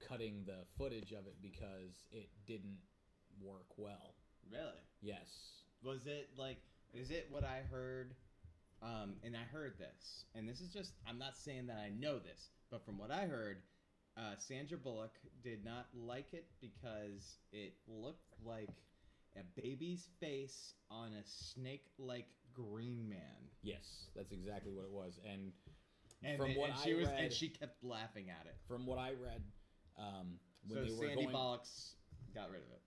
cutting the footage of it because it didn't work well.
Really?
Yes.
Was it like? Is it what I heard? Um, and I heard this, and this is just. I'm not saying that I know this, but from what I heard, uh, Sandra Bullock did not like it because it looked like a baby's face on a snake-like green man.
Yes, that's exactly what it was. And
And,
From
it-
what
and she
I
was, and
read-
she kept laughing at it.
from what I read, um, when they
so
were
Sandy
going,
Bullock's got rid of it.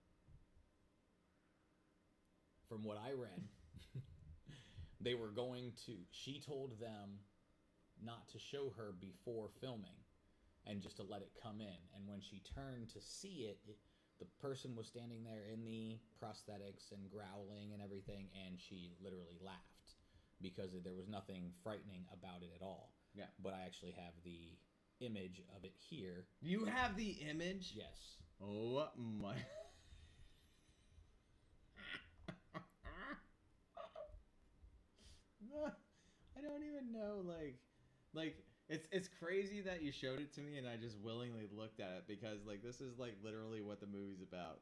from what I read, they were going to. She told them not to show her before filming, and just to let it come in. And when she turned to see it, it the person was standing there in the prosthetics and growling and everything, and she literally laughed because there was nothing frightening about it at all.
Yeah.
But I actually have the image of it here.
You have the image.
Yes.
Oh my. I don't even know like like it's it's crazy that you showed it to me and I just willingly looked at it because like this is like literally what the movie's about.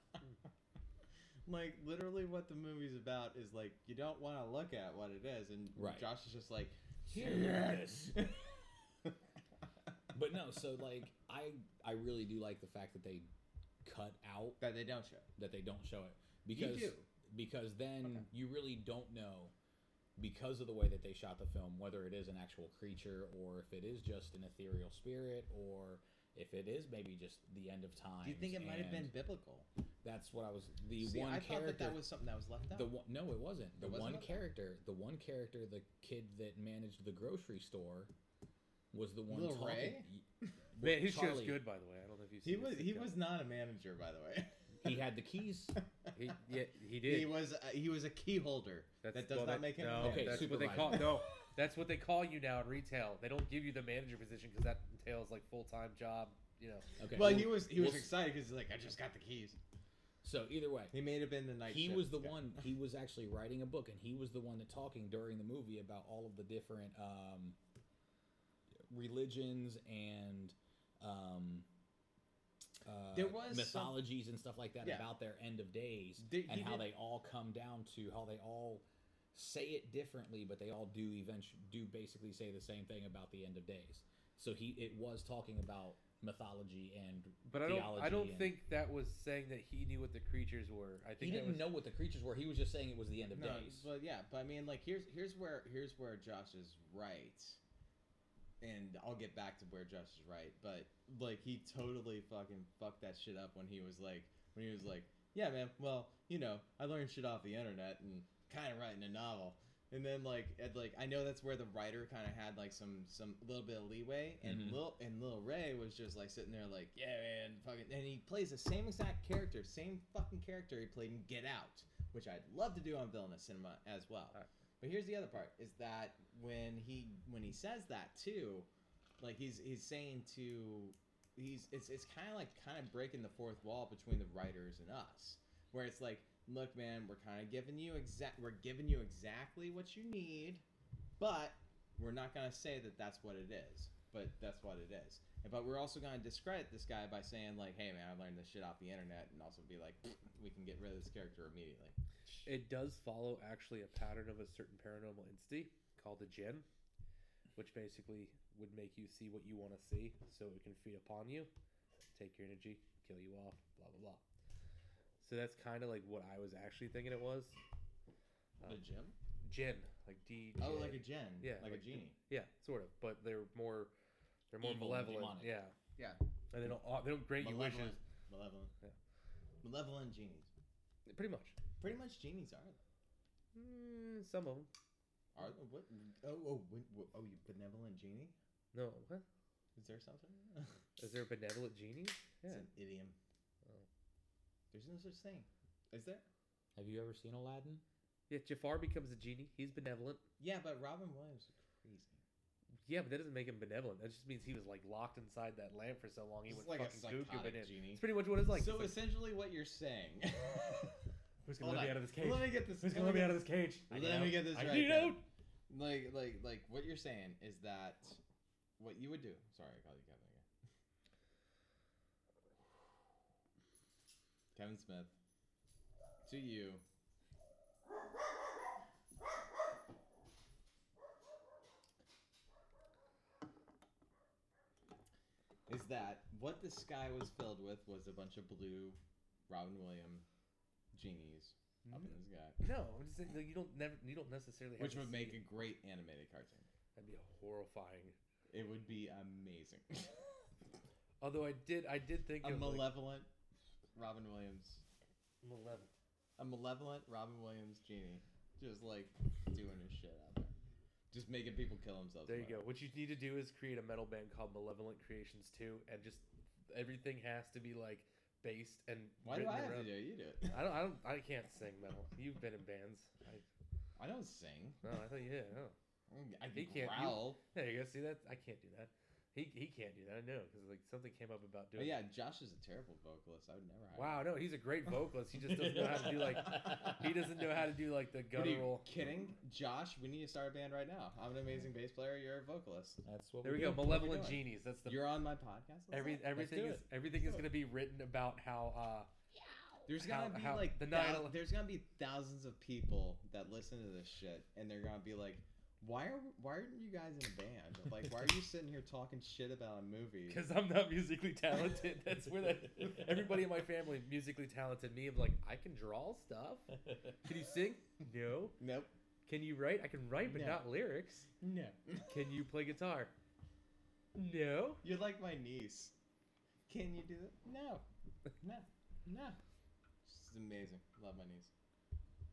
like literally what the movie's about is like you don't want to look at what it is and
Right.
Josh is just like
Yes. But no, so like I I really do like the fact that they cut out
that they don't show.
that they don't show it
You
because
do.
because then
Okay.
you really don't know because of the way that they shot the film whether it is an actual creature or if it is just an ethereal spirit or if it is maybe just the end of time.
Do you think it might have been
and
biblical?
That's what I was the
See,
one
I thought
character
that that was something that was left out.
the one, no, it wasn't. The
It wasn't
one
up there?
character, the one character, the kid that managed the grocery store, was the one
Little
talking.
Ray?
man his show's
Charlie.
good by the way I don't know if you've
he
seen
was
his
he
sitcom.
was not a manager, by the way.
He had the keys.
he yeah he did
He was uh, he was a key holder. that does
well,
not make him.
no,
a
Okay,
manager.
that's what they
supervisor.
call Oh, no that's what they call you now in retail they don't give you the manager position because that entails like full time job you know
Okay.
well, he was he was
we'll s-
excited because he's like, I just got the keys.
so either way,
He may have been the night.
he
shift
was the
guy.
one. He was actually writing a book, and he was the one that talking during the movie about all of the different um, religions and um, uh,
There was some-
mythologies and stuff like that
Yeah.
about their end of days
Did-
and
he
how
did-
they all come down to how they all say it differently, but they all do eventually do basically say the same thing about the end of days. So he it was talking about mythology and
But I don't. I
theology
don't
and-
think that was saying that he knew what the creatures were. I
he
think that
didn't
was,
know what the creatures were. He was just saying it was the end of
No,
days.
but yeah, but I mean, like here's here's where here's where Josh is right, and I'll get back to where Josh is right. But like he totally fucking fucked that shit up when he was like when he was like, yeah, man. Well, you know, I learned shit off the internet and kind of writing a novel. And then like at, like I know that's where the writer kind of had like some some little bit of leeway, and
Mhm.
Lil and Lil Ray was just like sitting there like yeah man fucking and he plays the same exact character, same fucking character he played in Get Out, which I'd love to do on villainous cinema as well.
Alright.
But here's the other part is that when he when he says that too, like he's he's saying to he's it's it's kind of like kind of breaking the fourth wall between the writers and us, where it's like, look, man, we're kind of giving you exact we're giving you exactly what you need. But we're not going to say that that's what it is, but that's what it is. But we're also going to discredit this guy by saying, like, hey, man, I learned this shit off the internet, and also be like, we can get rid of this character immediately.
It does follow actually a pattern of a certain paranormal entity called a jinn, which basically would make you see what you want to see so it can feed upon you, take your energy, kill you off, blah, blah, blah. So that's kind of like what I was actually thinking it was. Um,
The gym?
Jinn, like D.
Oh, like a gen.
Oh. Yeah,
Like,
like
a
the-
genie.
yeah, sort of, but they're more, they're more
Evil and
malevolent.
demonic.
Yeah,
Yeah.
and they don't they don't grant you wishes.
Malevolent. Malevolent.
Yeah.
Malevolent genies.
Pretty much,
Pretty much genies are.
mm, some of them.
Are what? Oh, oh, when, wh- oh, you benevolent genie?
No, what?
Is there something?
Is there benevolent genies? Yeah.
It's an idiom.
Oh.
There's no such thing. Is there?
Have you ever seen Aladdin?
Yeah, Jafar becomes a genie. He's benevolent.
Yeah, but Robin Williams is crazy.
Yeah, but that doesn't make him benevolent. That just means he was like locked inside that lamp for so long he
He's
went
like a
fucking Goku
psychotic
bananas.
genie.
It's pretty much what it's like.
so
It's like,
essentially, what you're saying.
who's
Hold on.
of this
let me get this.
Who's
let me get-
of this cage? I
Let
know.
me get this
I
right.
need
then.
out.
Like, like, like, what you're saying is that what you would do. Sorry, I called you Kevin again. Kevin Smith, to you. Is that what the sky was filled with? Was a bunch of blue Robin Williams genies up in the sky,
No, I'm just saying like, you don't never you don't necessarily. Mm-hmm. Have
which
to
would
see
make a
it.
great animated cartoon.
that'd be horrifying.
It would be amazing.
Although I did I did think
a
of like,
malevolent Robin Williams.
malevolent.
A malevolent Robin Williams genie. Just like doing his shit out there. Just making people kill themselves.
There you go. What you need to do is create a metal band called Malevolent Creations 2 and just everything has to be like based and
Why do
written
I have
around-
to do it? You do it.
I don't I don't I can't sing metal. You've been in bands.
I
I,
don't sing. Mm,
no, I thought you did. No.
I
He
can
can't- you-
growl.
There you go. See that? I can't do that. He he can't do that. I know because like something came up about
But
doing.
Oh, yeah, Josh is a terrible vocalist. I would never hire
Wow.
him.
No, he's a great vocalist. He just doesn't know how to do like. He doesn't know how to do like the
What are you
guttural.
kidding? Josh, we need to start a band right now. I'm an amazing bass player. You're a vocalist.
That's what
There we
do.
go. Malevolent
doing?
genies. That's the.
You're on my podcast. Let's do
Every
it.
everything
do
is everything
Let's do
is
it.
gonna be written about how uh
There's
How-
gonna be
how-
like
the
thou-
9/11
there's gonna be thousands of people that listen to this shit, and they're gonna be like, "Why are why aren't you guys in a band? Like, why are you sitting here talking shit about a movie?"
because I'm not musically talented. That's where that everybody in my family musically talented. Me, I'm like I can draw stuff. Can you sing? No.
Nope.
Can you write? I can write, but
No.
not lyrics.
No.
Can you play guitar? No.
You're like my niece. Can you do that? No. No. No. She's amazing. Love my niece.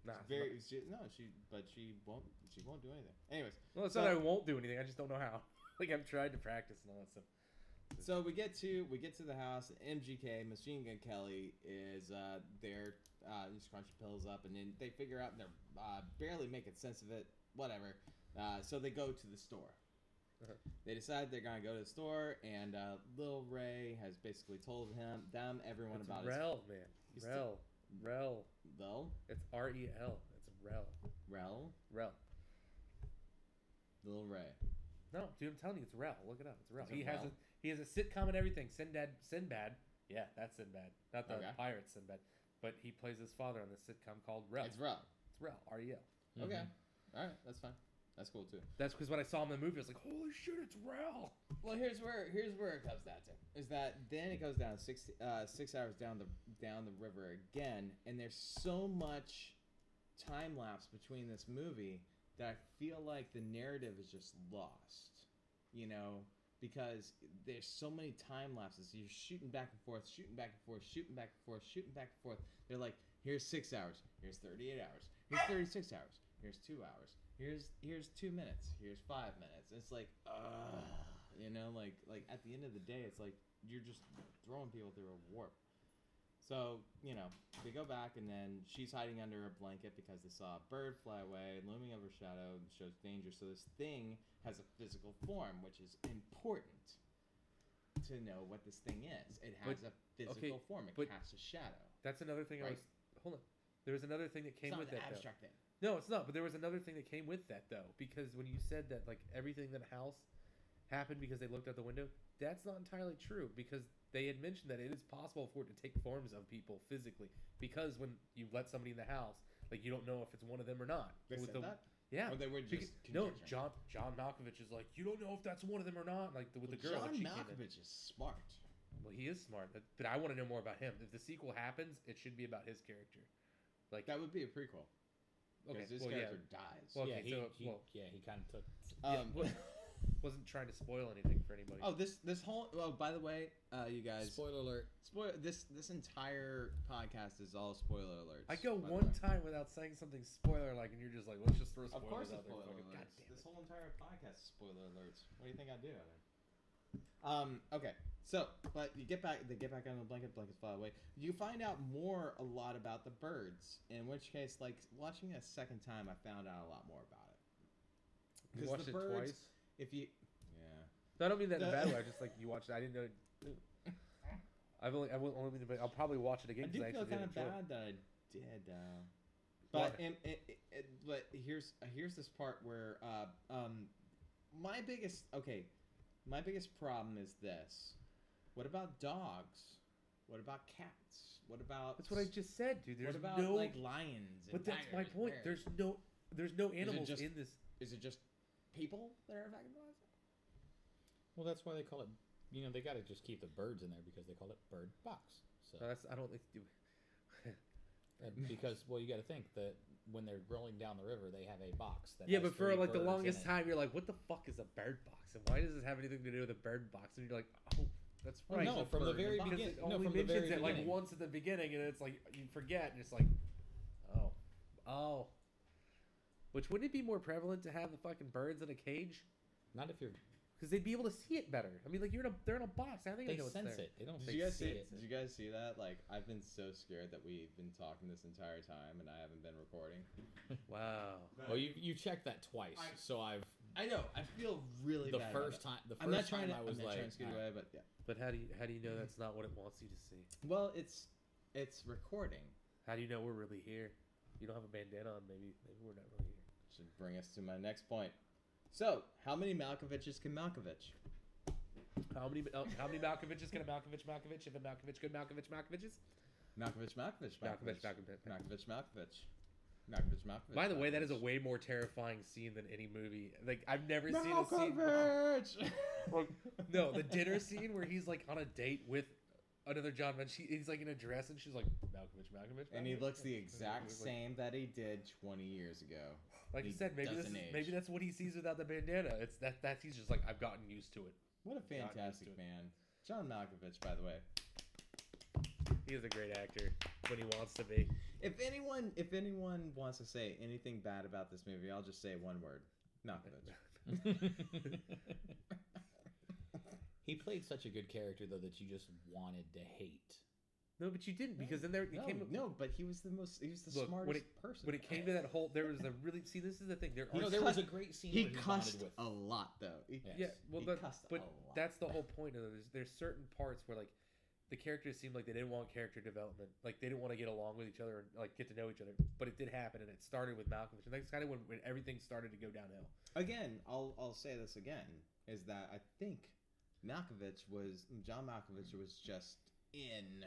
Nah,
She's very. She, no, she. But she won't. She won't do anything. Anyways.
Well, it's
So-
not I won't do anything. I just don't know how. Like I've tried to practice and all that stuff.
So we get to we get to the house. MGK Machine Gun Kelly is uh, there. Uh, he's crunching pills up, and then they figure out and they're uh, barely making sense of it. Whatever. Uh, so they go to the store.
Uh-huh.
They decide they're gonna go to the store, and uh, Lil Ray has basically told him them everyone
It's
about his
Rel, man.
He's still-
Rel. Rel.
Lil
It's R E L. It's Rel.
Rel
Rel.
Lil Ray.
No, dude, I'm telling you, it's Rel. Look it up. It's Rel.
Is it
He has
Rel?
a he has a sitcom and everything. Sinbad. Sinbad. Yeah, that's Sinbad. Not the
Okay.
pirate Sinbad. But he plays his father on this sitcom called Rel. Mm-hmm.
It's Rel.
It's Rel. R E L.
Okay. All right, that's fine. That's cool too.
That's because when I saw him in the movie, I was like, holy shit, it's Rel.
Well, here's where here's where it comes down to is that then it goes down six uh, six hours down the down the river again, and there's so much time lapse between this movie that I feel like the narrative is just lost, you know, because there's so many time lapses. You're shooting back and forth, shooting back and forth, shooting back and forth, shooting back and forth. They're like, here's six hours, here's thirty eight hours, here's thirty six hours, here's two hours, here's here's two minutes here's five minutes it's like uh you know like like at the end of the day it's like you're just throwing people through a warp so you know they go back and then she's hiding under a blanket because they saw a bird fly away looming over shadow and shows danger so this thing has a physical form which is important to know what this thing is it has
But-
a physical form it
but-
casts a shadow
That's another thing I
Right.
was. Hold on. There was another thing that
it's
came
not
with
an
that. though.
abstract thing
No, it's not. But there was another thing that came with that though, because when you said that like everything in the house happened because they looked out the window, that's not entirely true because they had mentioned that it is possible for it to take forms of people physically because when you let somebody in the house, like you don't know if it's one of them or not.
They
With
said
the-
that,
Yeah.
or they were
Because-
just
no,
conjecturing?
John John Malkovich is like you don't know if that's one of them or not. Like the, with the
Well,
girl,
John
that she came in.
Malkovich is smart.
Well, he is smart, but, but I want to know more about him. If the sequel happens, it should be about his character. Like
That would be a prequel
okay,
because this
well, yeah.
character dies.
Well,
yeah,
okay,
he,
so,
he-
well-
yeah, he kind of took.
yeah,
um,
well- wasn't trying to spoil anything for anybody.
oh, this this whole. Oh, by the way, uh, you guys,
Spoiler alert.
spoil this this entire podcast is all spoiler alerts.
I go
by the
one
way.
time without saying something spoiler like, and you're just like, let's just throw spoilers
Of course,
out
it's
there.
spoiler
fucking- God
alerts.
damn
This
it.
whole entire podcast is spoiler alerts. What do you think I do? I mean? Um. Okay. So, but you get back. They get back on the blanket. Blankets fly away. You find out more a lot about the birds. In which case, like watching it a second time, I found out a lot more about it.
You watched it twice.
If you. Yeah.
No, I don't mean that in a
The-
bad way. I just like you watched it. I didn't know. I've only, I've only been, I'll probably watch it
I
again
do
because I,
feel
actually did
kind of
enjoy
bad
it.
that I did. Uh,
Why?
but and, and, and- but here's here's this part where uh, um my biggest okay my biggest problem is this what about dogs what about cats what about
That's what I just said, dude. There's
what about
no,
like lions and
but that's my
tigers?
point.
Where?
There's no, there's no animals
just-
in this.
is it just people that are affected by it
Well, that's why they call it. You know, they got to just keep the birds in there because they call it bird box. So
No, that's, I don't think you do.
and because well, you got to think that when they're rolling down the river, they have a box that.
Yeah,
has
but for
three
like the
birds in
longest
it.
time, you're like, what the fuck is a bird box, and why does this have anything to do with a bird box? And you're like, oh, that's
Well,
right.
no,
it's a
from the
bird in a
very
box.
because
beginning.
it
No,
only
from the
mentions
very
it like
beginning.
once at the beginning, and it's like you forget, and it's like, oh, oh. Which wouldn't it be more prevalent to have the fucking birds in a cage?
Not if you're.
Because they'd be able to see it better. I mean, like you're in a they're in a box. I think
They
I know what's
sense
there.
it. They don't.
did
they
you guys see
see it.
did you guys see that like I've been so scared that we've been talking this entire time and I haven't been recording
Wow.
Well, you you checked that twice,
I-
so I've
I know I feel really
the
bad about
first
it.
time. The 1st
I'm not trying to
time I was
I'm not
like,
trying to scoot
"All right."
away but yeah
But how do you how do you know that's not what it wants you to see?
well it's it's recording
How do you know we're really here? You don't have a bandana on. Maybe maybe we're not really here.
Should bring us to my next point. So, how many Malkoviches can Malkovich?
How many oh, how many Malkoviches can a Malkovich Malkovich if a Malkovich good Malkovich Malkoviches?
Malkovich, Malkovich, Malkovich,
Malkovich Malkovich. Malkovich.
Malkovich, Malkovich, Malkovich, Malkovich.
By the way, that is a
Malkovich.
way more terrifying scene than any movie. Like I've never seen a scene.
Malkovich.
No, the dinner scene where he's like on a date with another John Munch. He, he's like in a dress and she's like Malkovich Malkovich.
And he
Malkovich."
looks the exact
Like-
same that he did 20 years ago.
Like you
He
said, maybe this is,
doesn't age.
maybe that's what he sees without the bandana. It's that that he's just like I've gotten used to it.
What a
used to
fantastic
it.
man. John Malkovich, by the way.
He is a great actor when he wants to be.
If anyone, if anyone wants to say anything bad about this movie, I'll just say one word: Malkovich.
he played such a good character though that you just wanted to hate.
No, but you didn't because then there it
No,
came
no, but he was the most. He was the
Look, when
smartest person.
when it came to that whole there was a really see this is the thing there are
You know, there was a great scene
He
where he
cussed
bonded with.
a lot, though. He-
Yeah.
yeah
Yes.
well
He
but,
cussed
but
a lot.
that's the whole point of it. There's, there's certain parts where like the characters seemed like they didn't want character development like they didn't want to get along with each other and like get to know each other but it did happen and it started with Malkovich and that's kind of when, when everything started to go downhill
Again, I'll I'll say this again is that I think Malkovich was John Malkovich was just in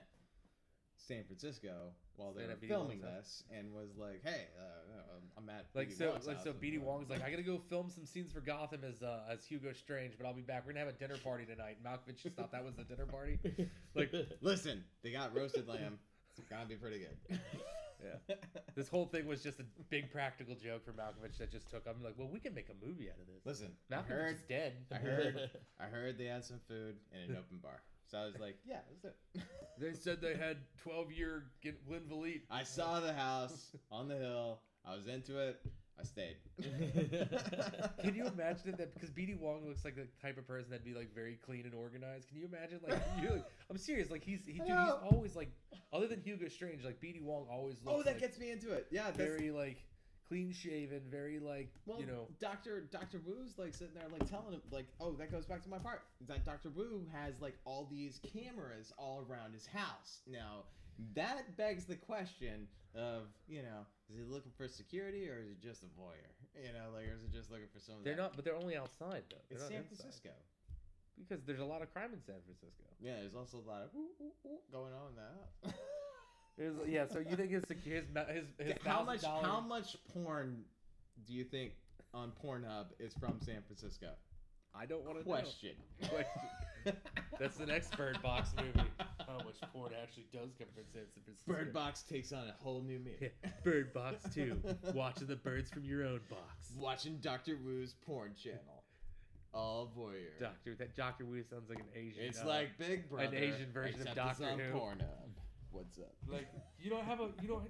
San Francisco while they
Staying
were
at B.D.
filming
Wong's
this, and was like, "Hey, uh, uh, I'm at
like
B.D.
so
Wong's
like
house
so
and,
BD
uh,
Wong's like I gotta go film some scenes for Gotham as uh, as Hugo Strange but I'll be back we're gonna have a dinner party tonight and Malkovich just thought that was the dinner party like
Listen, they got roasted lamb. It's gonna be pretty good.
Yeah. this whole thing was just a big practical joke for Malkovich that just took I'm like well we can make a movie out of this
Listen, I
Malkovich
heard
is dead
I heard I heard they had some food in an open bar, so I was like, "Yeah, let's do it."
They said they had 12 year Glenn Valete.
I saw the house on the hill. I was into it. I stayed.
Can you imagine if that? Because BD Wong looks like the type of person that'd be like very clean and organized. Can you imagine like you? Like, I'm serious. Like he's he, dude, he's
Hello.
always like other than Hugo Strange, like BD Wong always looks.
Oh, that
like,
gets me into it. Yeah, that's,
very like clean shaven, very like
well,
you know.
Doctor Doctor Wu's like sitting there, like telling him, like, "Oh, that goes back to my part. That Doctor Wu has like all these cameras all around his house now, That begs the question of you know, is he looking for security or is he just a voyeur? You know, like or is he just looking for someone?
They're not, but they're only outside though. They're
It's
not
San
inside.
Francisco.
because there's a lot of crime in San Francisco.
Yeah, there's also a lot of ooh, ooh, ooh going on in that.
There's, yeah, so you think his secu- his ma- his, his
how much?
$1,000
How much porn do you think on Pornhub is from San Francisco?
I don't want to
Question.
Question. That's the next Bird Box
movie. How much porn actually does come from San Francisco?
Bird Box takes on a whole new meaning.
Bird Box Two, watching the birds from your own box.
Watching Doctor Wu's porn channel. All voyeur.
Doctor, that Doctor Wu sounds like an Asian.
It's
uh,
like Big Brother,
Asian version of
except
Doctor
it's on
Who.
Pornhub. What's up?
Like you don't have a you don't.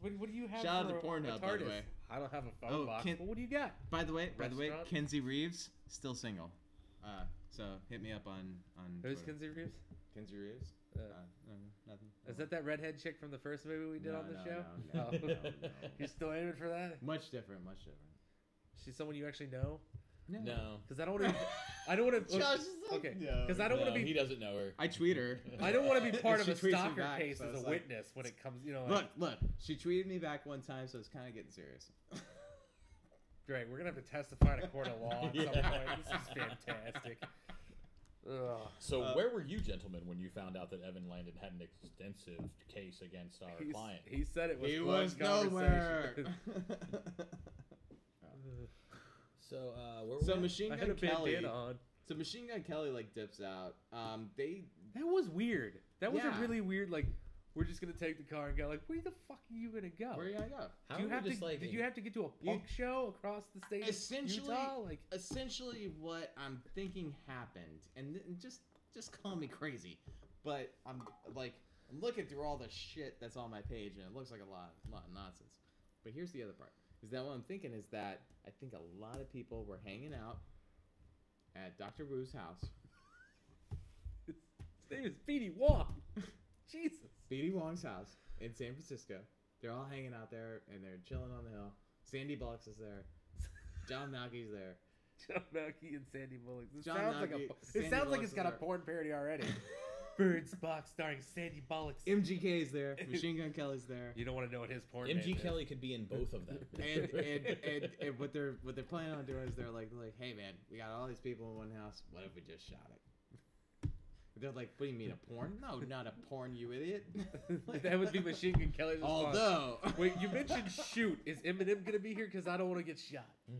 What, what do you have?
Shout out
for
to
a-
a
Pornhub, by the
TARDIS.
way.
I don't have a phone
Oh,
box.
can-
but what do you got?
By the way, by the way,
Restaurant?
Kenzie Reeves still single. Uh, so hit me up on on.
Who's
Twitter.
Kinsey Reeves?
Kenzie Reeves?
Uh,
Uh, no, nothing.
is that that redhead chick from the first movie we did
No,
on the
no,
show?
no, no,
Oh.
no, no.
You're still aiming for that?
much different? Much different.
She's someone you actually know?
No.
Because I don't want to. I don't want to.
Josh is like,
okay,
no,
'cause I don't wanna
No,
be-
He doesn't know her.
I tweet her.
I don't want to be part of
She
a
tweets me
stalker
back,
case
so
as a
it's like-
witness when it comes. You know, like,
Look, look. She tweeted me back one time, so it's kind of getting serious.
Greg, we're gonna have to testify in a court of law at some
Yeah.
point. This is fantastic. Ugh.
So
Uh,
where were you, gentlemen, when you found out that Evan Landon had an extensive case against our
He's-
client?
He said it was.
he
fun
was
conversation.
nowhere.
So uh, where
so
were we?
Machine
I had a
Gun Kelly.
bandana on.
So Machine Gun Kelly like dips out. Um, they
That was weird. That was
Yeah.
a really weird. Like, we're just gonna take the car and go. Like, where the fuck are you gonna go?
where are you gonna go?
How
Do
were
you
we
have to?
just, like,
did
in-
you have to get to a
You-
punk show across the state? of
Essentially-
Utah? like
essentially what I'm thinking happened, and, th- and just just call me crazy, but I'm like I'm looking through all the shit that's on my page, and it looks like a lot, lot of nonsense. But here's the other part: is that what I'm thinking is that I think a lot of people were hanging out at Dr. Wu's house.
his name is Petey Wong. Jesus.
BD Wong's house in San Francisco. They're all hanging out there and they're chilling on the hill. Sandy Bucks is there. John Mackey's there.
John Mackey and Sandy Bullock. This
John
sounds like
Mackey,
a. po-
Sandy
it sounds like
Bullock's
it's got a
there.
porn parody already. Birds Box starring Sandy Bullock.
MGK is there. Machine Gun Kelly's there.
You don't want to know what his porn. name
MG
is.
Kelly could be in both of them.
And, and, and and what they're what they're planning on doing is they're like like hey man we got all these people in one house what if we just shot it they're like what do you mean a porn no not a porn you idiot
that would be Machine Gun Kelly's response.
although
Wait, you mentioned shoot. Is Eminem gonna be here? Because I don't want to get shot.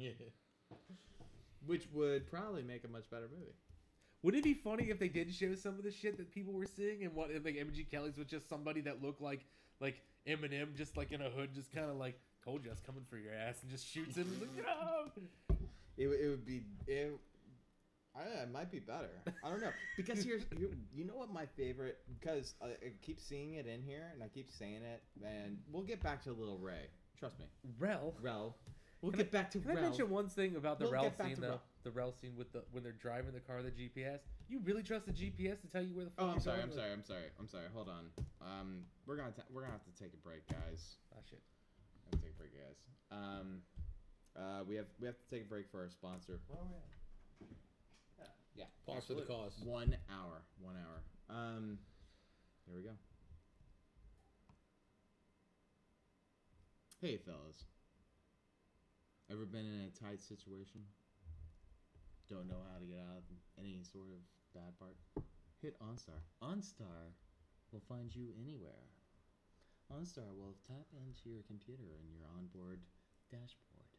which would probably make a much better movie
Would it be funny if they did show some of the shit that people were seeing and what if like MG Kelly's was just somebody that looked like like Eminem, just like in a hood, just kind of like told you I was coming for your ass and just shoots him. He's like, "No."
It, would- it would be it. I don't know, it might be better. I don't know because here's you, you know what my favorite because I, I keep seeing it in here and I keep saying it and we'll get back to Little Ray. Trust me,
Rel.
Rel. We'll
Can
get back to
Can I
Rel.
mention one thing about the
We'll
Rel
get back
scene
to
though?
Rel.
The Rel scene with the when they're driving the car, the GPS. You really trust the GPS to tell you where the fuck?
Oh, I'm
you're
sorry.
going?
I'm
Like-
sorry. I'm sorry. I'm sorry. Hold on. Um, we're gonna ta- we're gonna have to take a break, guys.
Ah, shit.
Have to take a break, guys. Um, uh, we have we have to take a break for our sponsor. Where are we at? Yeah,
Foster the
absolutely.
cause.
One hour. One hour. Um, here we go. Hey, fellas. Ever been in a tight situation? Don't know how to get out of any sort of bad part? Hit OnStar. OnStar will find you anywhere. OnStar will tap into your computer and your onboard dashboard,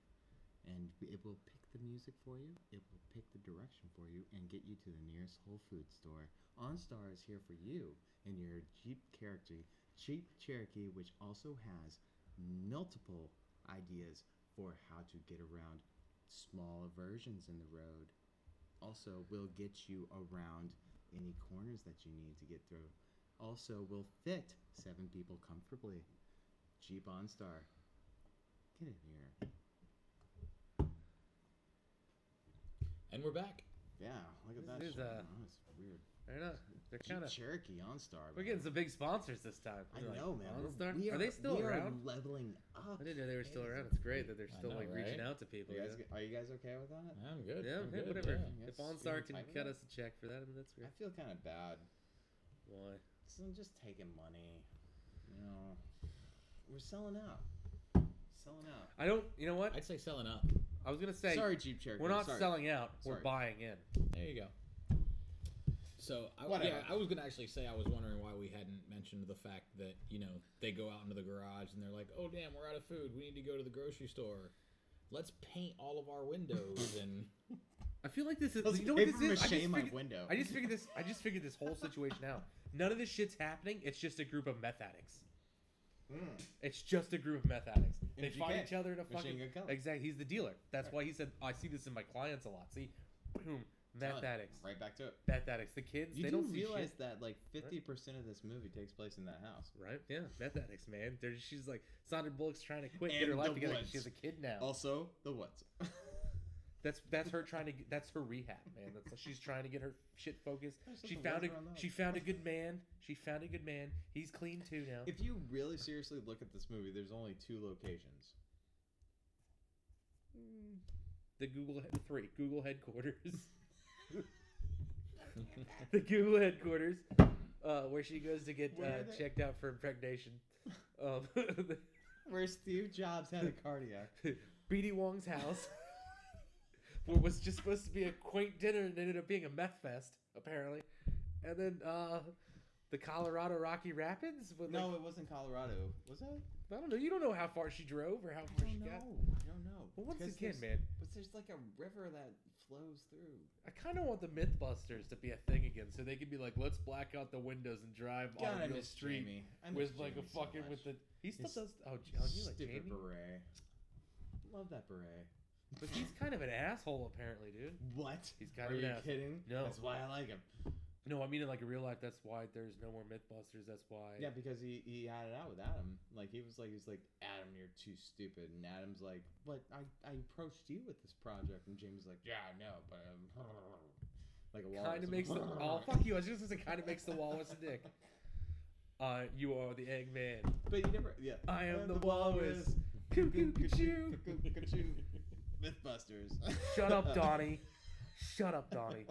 and it will pick the music for you, it will pick the direction for you, and get you to the nearest Whole Food store. OnStar is here for you and your Jeep Cherokee, Jeep Cherokee, which also has multiple ideas for how to get around small aversions in the road. Also, will get you around any corners that you need to get through. Also, will fit seven people comfortably. Jeep OnStar. Get in here.
and we're back.
Yeah, look
This
at that.
is,
shit.
uh,
Oh, it's weird.
They're not. They're
Jeep
kind of.
Cherokee OnStar.
We're
man.
getting some big sponsors this time.
I
Like,
know, man. We're-
OnStar?
we
are, they still
we
around?
Are leveling up.
I didn't know they were still
It is
around. It's great that they're
I
still
know,
like reaching
right?
out to people.
You
Yeah,
guys, g- are you guys okay with that?
I'm good.
yeah,
I'm
hey,
good,
whatever.
yeah.
yeah.
If
Yes,
OnStar can
even tighter.
cut us a check for that, I mean that's
I
great.
feel kind of bad.
Why?
i I'm just taking money. No. We're selling out. Selling out.
I don't. You know what?
I'd say selling up.
I was gonna say
Sorry, Jeep Cherokee.
we're not
Sorry.
selling out. We're
Sorry.
buying in.
There you go. So I, yeah,
Whatever.
I was gonna actually say I was wondering why we hadn't mentioned the fact that you know they go out into the garage and they're like, oh damn, we're out of food. We need to go to the grocery store. Let's paint all of our windows and
I feel like this is.
Let's
You know what this
paper
is? I
mache
just,
my
figured,
window.
I just figured this. I just figured this whole situation out. None of this shit's happening. It's just a group of meth addicts.
Mm.
It's just a group of meth addicts. They
if you
find
can,
each other in a
machine
fucking.
gun kelly.
Exactly. He's the dealer. That's why he said, "I see this in my clients a lot." See, boom, meth
Done.
addicts,
Right back to it.
meth addicts. The kids,
You
they
do
don't see
realize
shit.
that like 50% of this movie takes place in that house.
Right? Yeah, meth addicts, man. They're just, she's like Sandra Bullock's trying to quit, get
And
her life
the
together. 'cause
woods.
She has a kid now.
Also, the woods.
That's that's her trying to. get- That's her rehab, man. That's she's trying to get her shit focused.
That's what
She
the
found a
words around that.
she found a good man. She found a good man. He's clean too now.
If you really seriously look at this movie, there's only two locations.
Mm. The Google head- three Google headquarters. the Google headquarters, uh, where she goes to get
Where are
uh,
they?
checked out for impregnation. Um,
Where Steve Jobs had a cardiac.
BD Wong's house, what was just supposed to be a quaint dinner and ended up being a meth fest, apparently. And then uh, the Colorado Rocky Rapids. With
No, it wasn't Colorado. Was it?
like, I don't know. You don't know how far she drove or how far she got.
I don't know.
Well, once
Because
again,
there's-
man,
But there's like a river that flows through.
I kind of want the MythBusters to be a thing again, so they could be like, let's black out the windows and drive on
God, I
the
miss
street
Jamie. I miss
with like
Jamie
a fucking
so
with the. He still
His
does. Oh, J- oh you like
stupid
Jamie?
beret. Love that beret.
But he's kind of an asshole, apparently, dude.
what?
He's kind
Are
of an
you
asshole.
kidding?
No.
That's why I like him.
No, I mean in like real life. That's why there's no more MythBusters. That's why.
Yeah, because he he had it out with Adam. Like he was like he's like Adam, you're too stupid, and Adam's like, but I I approached you with this project, and Jamie's like, yeah, I know, but um, like a wall
Kind of makes the oh fuck you! I was just gonna say kind of makes the walrus a dick. Uh, you are the Eggman.
But you never yeah.
I am
I'm
the walrus. Coo coo coo.
Cuckoo, cuckoo. Mythbusters.
Shut up, Donnie. Shut up, Donnie.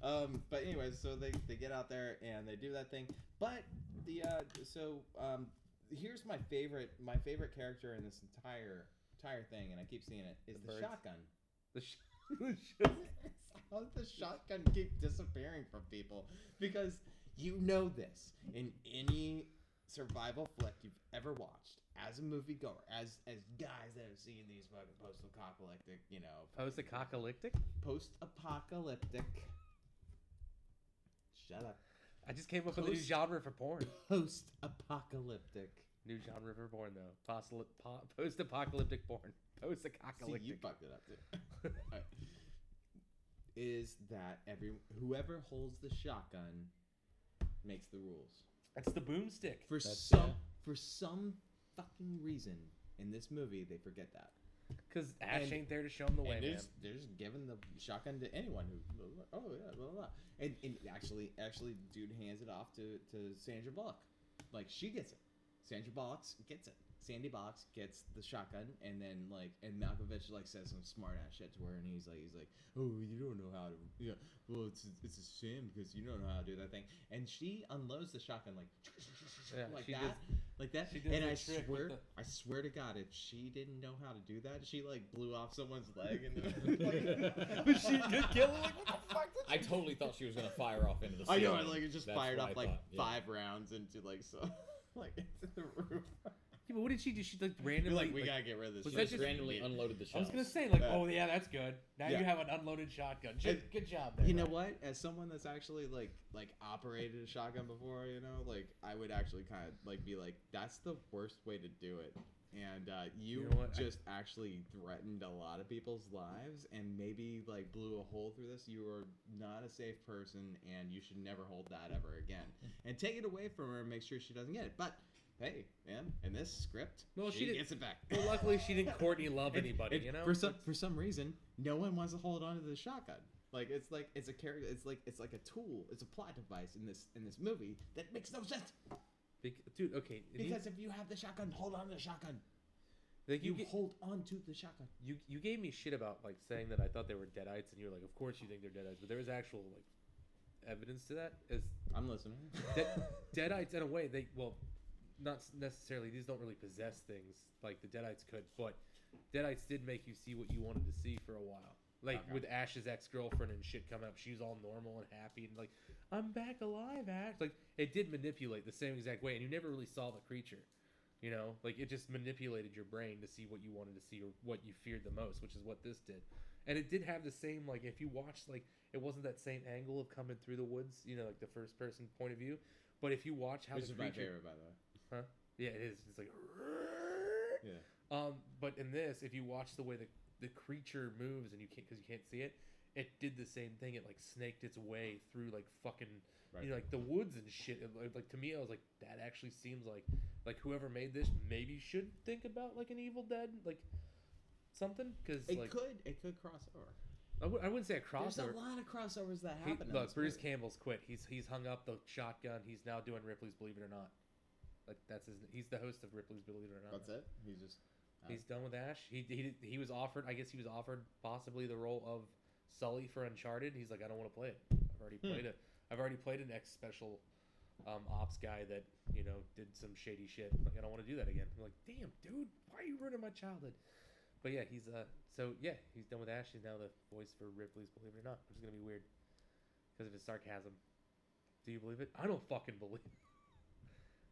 Um, but anyways, so they, they get out there and they do that thing. But the uh, so um, here's my favorite my favorite character in this entire entire thing, and I keep seeing it is
The
the,
birds.
shotgun.
The sh- the sh-
How does the shotgun keep disappearing from people? Because you know this in any survival flick you've ever watched as a moviegoer, as as guys that have seen these fucking post-apocalyptic, you know,
Post-apocalyptic.
post-apocalyptic. Shut up.
I just came up with a new
Post-
genre for porn.
Post-apocalyptic.
New genre for porn though. Postali- po- post-apocalyptic porn.
See, you
Post-apocalyptic.
fucked it up too. Alright. Is that every whoever holds the shotgun makes the rules
That's the boomstick.
for
That's
some
it.
for some fucking reason in this movie they forget that.
Cause Ash
And-
ain't there to show him the way,
and
man.
they're just, they're just giving the shotgun to anyone who, oh yeah, blah blah. blah. And, and actually, actually, dude hands it off to to Sandra Bullock, like she gets it. Sandra Bullock gets it. Sandy Box gets the shotgun, and then like, and Malkovich like says some smart ass shit to her, and he's like, he's like, oh, you don't know how to, yeah, well, it's it's a shame because you don't know how to do that thing, and she unloads the shotgun like,
Yeah,
like
she
that,
does-
like that,
she does
and
that
I
trick with
swear,
the-
I swear to God, if she didn't know how to do that, she like blew off someone's leg and like,
But she did kill him. Like, what the fuck?
I totally thought she was gonna fire off into the.
I know, I
ceiling.
like it just
That's
fired
what
off
I
like
thought, yeah.
five rounds into like so, like into the roof.
Yeah, but what did she do? She like
You're
randomly.
like, we gotta get rid of this.
was
She
that
shit.
just,
just-
randomly unloaded the shells.
I was gonna say like,
Uh,
oh yeah, that's good. Now
yeah.
you have an unloaded shotgun. Good,
And-
good job. There,
You know
Ryan.
what? As someone that's actually like like operated a shotgun before, you know, like I would actually kind of like be like, that's the worst way to do it. And uh, you,
You know what? I-
just actually threatened a lot of people's lives, and maybe like blew a hole through this. You are not a safe person, and you should never hold that ever again. And take it away from her, and make sure she doesn't get it. But hey, man, in this script,
Well, she
she,
did-
gets it back.
Well, luckily she didn't Courtney love
It-
anybody.
it-
you know.
for some for some reason, no one wants to hold on to the shotgun. Like it's like it's a character. It's like it's like a tool. It's a plot device in this in this movie that makes no sense.
Bec- dude, okay. it needs-
Because if you have the shotgun, hold on to the shotgun.
like
You,
you, ga-
hold on to the shotgun.
you you gave me shit about like saying that I thought they were deadites, and you were like, of course you think they're deadites, but there was actual like evidence to that is
I'm listening.
That- Deadites, in a way, they well, not s- necessarily. These don't really possess things like the Deadites could, but Deadites did make you see what you wanted to see for a while. Like
Okay.
with Ash's ex girlfriend and shit coming up, she was all normal and happy and like, I'm back alive, Ash. Like it did manipulate the same exact way, and you never really saw the creature. You know, like it just manipulated your brain to see what you wanted to see or what you feared the most, which is what this did. And it did have the same like if you watched like it wasn't that same angle of coming through the woods, you know, like the first person point of view. But if you watch how
Which
the
is my
creature,
favorite, by the way.
yeah, it is. It's like,
Yeah.
um, but in this, if you watch the way the the creature moves and you can't because you can't see it, it did the same thing. It like snaked its way through like fucking,
Right.
you know, like the woods and shit. It, like- like to me, I was like, that actually seems like like whoever made this maybe should think about like an Evil Dead like something because
It
like
could it could cross over.
I w- I wouldn't say a crossover.
There's a lot of crossovers that
He,
happen. in
look,
this
Bruce
movie.
Campbell's quit. He's he's hung up the shotgun. He's now doing Ripley's Believe It or Not. Like that's his. He's the host of Ripley's Believe It or Not.
That's it. He's just
He's done with Ash. He, he he was offered. I guess he was offered possibly the role of Sully for Uncharted. He's like, I don't want to play it. I've already
Hmm.
played it. I've already played an ex special um, ops guy that you know did some shady shit. Like I don't want to do that again. I'm like, damn, dude, why are you ruining my childhood? But yeah, he's uh so yeah, he's done with Ash. He's now the voice for Ripley's Believe It or Not, which is gonna be weird because of his sarcasm. Do you believe it? I don't fucking believe. it.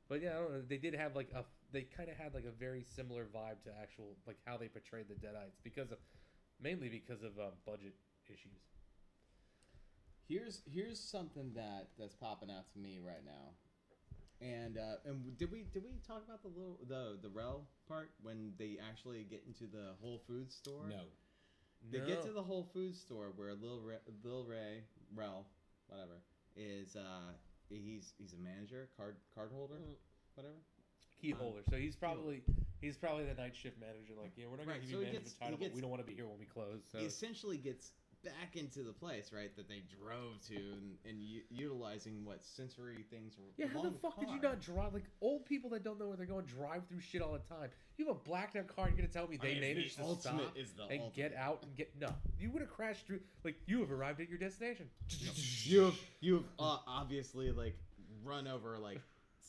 But yeah, I don't know. They did have like a they kind of had like a very similar vibe to actual like how they portrayed the Deadites because of mainly because of um, budget issues.
Here's here's something that that's popping out to me right now, and uh, and did we did we talk about the little the the rel part when they actually get into the Whole Foods store?
No.
They
No.
get to the Whole Foods store where Lil Ray, Lil Ray Rel, whatever, is uh he's he's a manager, card card holder, whatever.
key holder. So he's probably he's probably the night shift manager. Like, yeah, we're not gonna
Right,
give
so
you
he
management
gets- he
title,
gets-
but we don't want to be here when we close. So
He essentially gets back into the place right that they drove to and, and u- utilizing what sensory things were.
yeah, how the
along with
fuck did you
car.
not drive? Like old people that don't know where they're going drive through shit all the time. You have a blacked out car. You're gonna tell me
I
they
mean,
managed
the
to
ultimate
stop
is the
and
ultimate.
get out and get no. You would have crashed through. Like you have arrived at your destination.
you have you have uh, obviously like run over like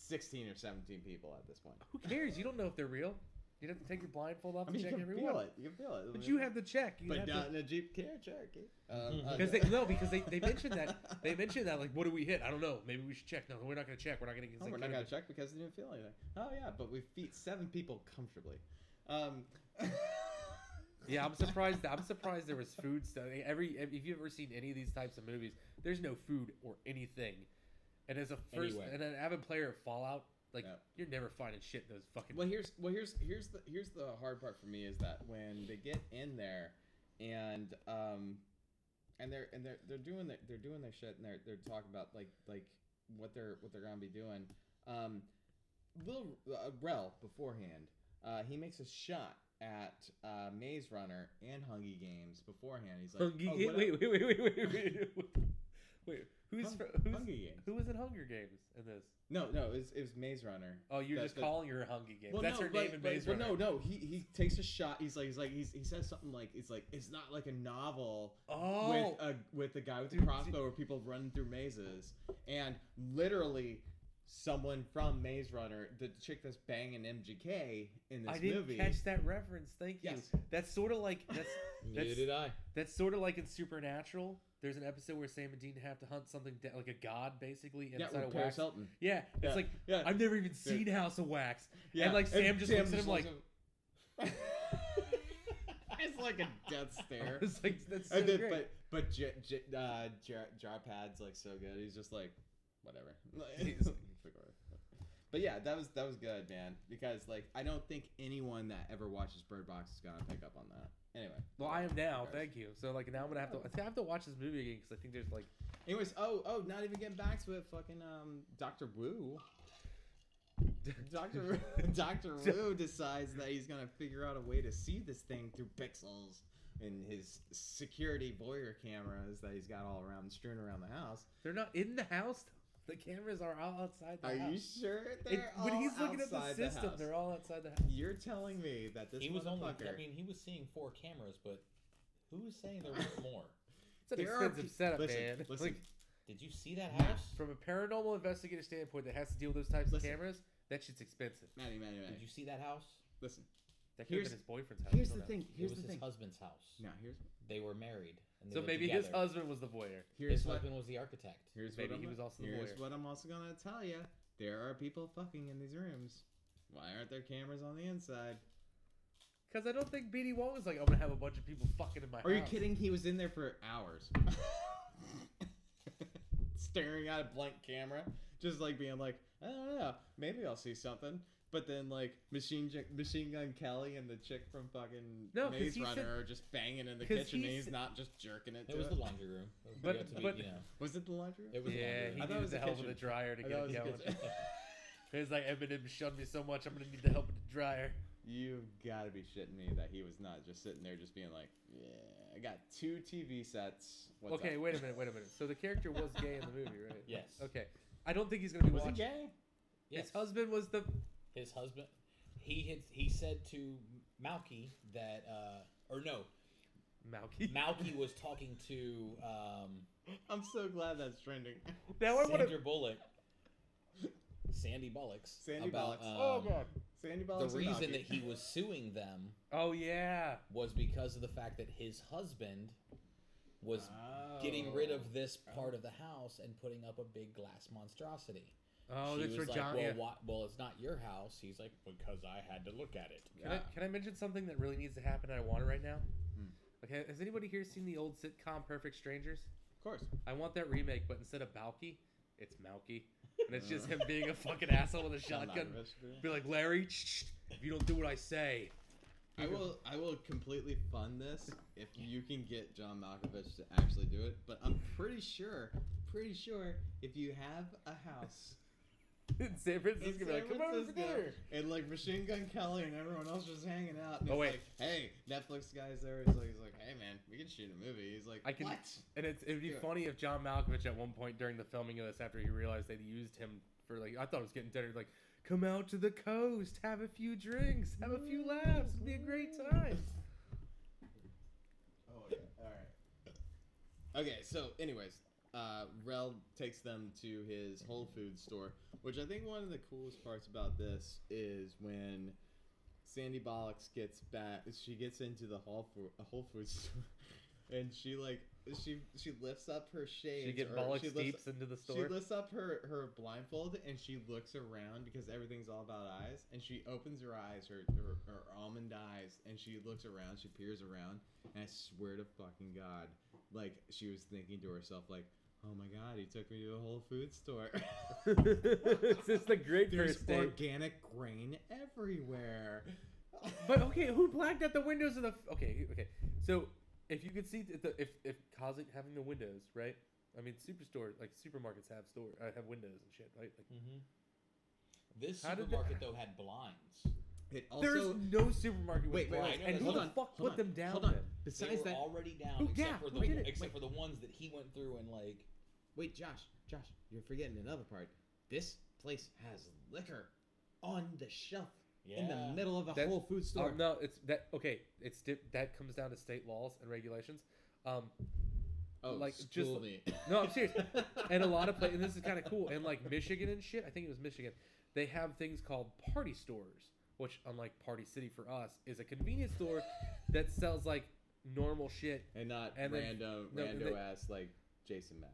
16 or 17 people at this point
Who cares? You don't know if they're real. You have to take your blindfold
i
off and
mean you
check
can
everyone.
feel it you can feel it
But you have the check. You
but
have
not
to, Mm-hmm.
in a jeep Grand cherokee Um,
because they
okay.
no because they, they mentioned that they mentioned that like what do we hit? I don't know. Maybe we should check. No, we're not gonna check. We're not gonna.
Oh, we're not gonna check because they didn't feel anything. Oh yeah, but we feed seven people comfortably. Um,
Yeah, I'm surprised. I'm surprised there was food stuff. Every if you've ever seen any of these types of movies, there's no food or anything. And as a first
Anyway.
and an avid player of Fallout, like
Yeah.
you're never finding shit in those fucking.
Well, here's well here's here's the here's the hard part for me is that when they get in there and um and they're and they're they're doing their, they're doing their shit and they're they're talking about like like what they're what they're gonna be doing. Um, little uh, Rel beforehand, uh, he makes a shot at uh, Maze Runner and Hungry Games beforehand. He's like,
Hungry
"Oh,
Ga-
what up?"
wait, wait, wait, wait, wait, wait, wait, wait. Who's
Hung-
fr- who's
Hungry Games.
who was in Hunger Games in this?
No, no, it was, it was Maze Runner.
Oh, you're
That-
just
that-
calling her a Hungry Games. That's her name in Maze
but
Runner.
no, no, he he takes a shot. He's like, he's like, he's, he says something like, it's like, it's not like a novel
Oh,
with a with the guy with the
Dude,
crossbow where people running through mazes, and literally someone from Maze Runner, the chick that's banging MGK in this
I didn't
movie.
catch that reference. Thank you.
Yes.
That's sort of like that's
Neither
That's-
did I.
That's sort of like in Supernatural. There's an episode where Sam and Dean have to hunt something da- like a god, basically,
yeah,
inside
with
a
Paris
wax.
Hilton.
Yeah, it's
Yeah.
like
Yeah,
I've never even seen House of Wax.
yeah.
like, Sam just looks at him like-
at him. it's like a death
I
stare.
was like, that's so
and then,
great.
but but J- J- uh, Jar- Jarpad's like so good. He's just like whatever.
He's-
but yeah, that was that was good, man. Because like I don't think anyone that ever watches Bird Box is gonna pick up on that. Anyway.
well, I am now.
Guys.
Thank you. So like now I'm gonna have to. I think I have to watch this movie again because I think there's like
Anyways, oh oh, not even getting back to it. Fucking um, Doctor Wu. Doctor Doctor Wu decides that he's gonna figure out a way to see this thing through pixels in his security voyeur cameras that he's got all around strewn around the house.
they're not in the house. The cameras are all outside. The
Are
house.
you sure
It-
they're all
when he's looking at the
outside
system,
house?
they're all outside the house.
You're telling me that this
He was only.
motherfucker.
I mean, he was seeing four cameras, but who's saying there was more?
It's an
There are
expensive
pe-
setup,
listen,
man.
listen.
Like,
Did you see that house?
From a paranormal investigative standpoint that has to deal with those types
Listen.
of cameras, that shit's expensive.
Maddie, Maddie,
Did
Maddie.
you see that house?
Listen.
That could
Here's-
have been his boyfriend's house.
Here's
you
the
don't know.
thing. Here's
it was
the thing.
his husband's house.
No, here's
They were married. And they
So
lived
maybe his
together.
husband was the voyeur.
here's
his
what
husband was the architect.
here's
maybe
what
he
I'm,
was also the
here's
voyeur.
what I'm also gonna tell you. There are people fucking in these rooms. Why aren't there cameras on the inside?
Because I don't think BD Wong was like, I'm gonna have a bunch of people fucking in my
Are you
house."
kidding? He was in there for hours. Staring at a blank camera, just like being like, I don't know, maybe I'll see something. But then like machine Ju- machine gun Kelly and the chick from fucking
No, 'cause
Maze
he
Runner
said-
are just banging in the
'cause
kitchen.
he
and he's
said-
not just jerking it.
It
to
was
it.
the laundry room. We
But-
got to be-
but-
you know,
was it the laundry? room?
it was
Yeah,
the
he
I
laundry
thought it
room.
needed
was
the
the
help with the
kitchen.
dryer to
I
get
thought
it
it
going.
was the kitchen.
It's like Eminem shoved me so much, I'm gonna need the help with the dryer.
You gotta be shitting me that he was not just sitting there just being like, yeah, I got two TV sets. What's
okay,
up?"
wait a minute, wait a minute. So the character was gay in the movie, right?
Yes.
Okay. I don't think he's gonna be
Was he
watching.
gay?
Yes.
His husband was the
his husband he had he said to Malky that uh or no
Malky.
Malky was talking to um
I'm so glad that's trending.
now I want
Sandra
to.
Bullock Sandy Bullocks
Sandy
about,
Bullocks.
um,
Oh god.
Sandy
the
Bullock's a
reason
Nazi.
that he was suing them
Oh yeah.
was because of the fact that his husband was getting rid of this part of the house and putting up a big glass monstrosity.
Oh,
she
that's
was
for
like,
John.
well,
yeah.
why, well, it's not your house. He's like, because I had to look at it.
Can, I, can I mention something that really needs to happen? I want it right now.
Hmm.
Okay, has anybody here seen the old sitcom Perfect Strangers?
Of course.
I want that remake, but instead of Balky, it's Malky, and it's just him being a fucking asshole with a shotgun. Be like Larry, shh, shh, if you don't do what I say,
I will. I will completely fund this if you can get John Malkovich to actually do it. But I'm pretty sure, pretty sure, if you have a house
in San
in
Francisco, be
San
like, come over for
Francisco,
dinner.
and like Machine Gun Kelly and everyone else just hanging out, and it's
Oh, wait.
like, hey, Netflix guy's there. He's like, he's like, hey man, we can shoot a movie. He's like,
I can-
what?
And it's, it'd be
Yeah.
funny if John Malkovich at one point during the filming of this, after he realized they'd used him for like, I thought it was getting dinner, like, come out to the coast, have a few drinks, have a few laughs, it'll be a great time.
Oh yeah. All right. Okay. So, anyways, uh, Rel takes them to his Whole Foods store, which I think one of the coolest parts about this is when Sandy Bollocks gets back. She gets into the Whole Fo- Whole Foods store, and she like she she lifts up her shades.
She get
or
bollocks
lifts-
deeps into the
she
store.
lifts up her, her blindfold and she looks around because everything's all about eyes. And she opens her eyes, her, her, her almond eyes, and she looks around. She peers around, and I swear to fucking god, like she was thinking to herself, like, "Oh my god, he took me to a Whole Foods store."
it's just a great
There's
first date.
organic grain everywhere.
But okay, who blacked out the windows of the? Okay, okay. So if you could see th- the, if if Cosmic having the windows, right? I mean, superstore like supermarkets have store uh, have windows and shit, right? Like,
Mm-hmm. This
How did that-
supermarket though had blinds.
it also
there's no supermarket with
wait, wait,
blinds,
wait,
I know
and
that-
who
hold
the
on,
fuck
hold
put
on,
them down?
Hold on.
then?
They
Besides
were
that,
already down,
Who-
except
Oh, yeah,
for
who
the
did it?
except
Wait.
for the ones that he went through and like.
wait, Josh, Josh, you're forgetting another part. This place has liquor on the shelf.
Yeah.
in the middle of a
That's-
Whole food store.
Um, no, it's that okay. It's di- that comes down to state laws and regulations. Um,
oh,
like,
school
just-
me.
no, I'm serious. and a lot of places, and this is kind of cool. And like Michigan and shit, I think it was Michigan. They have things called party stores, which, unlike Party City for us, is a convenience store that sells like normal shit.
and not
And then-
random,
no,
rando
they-
ass like Jason Masks.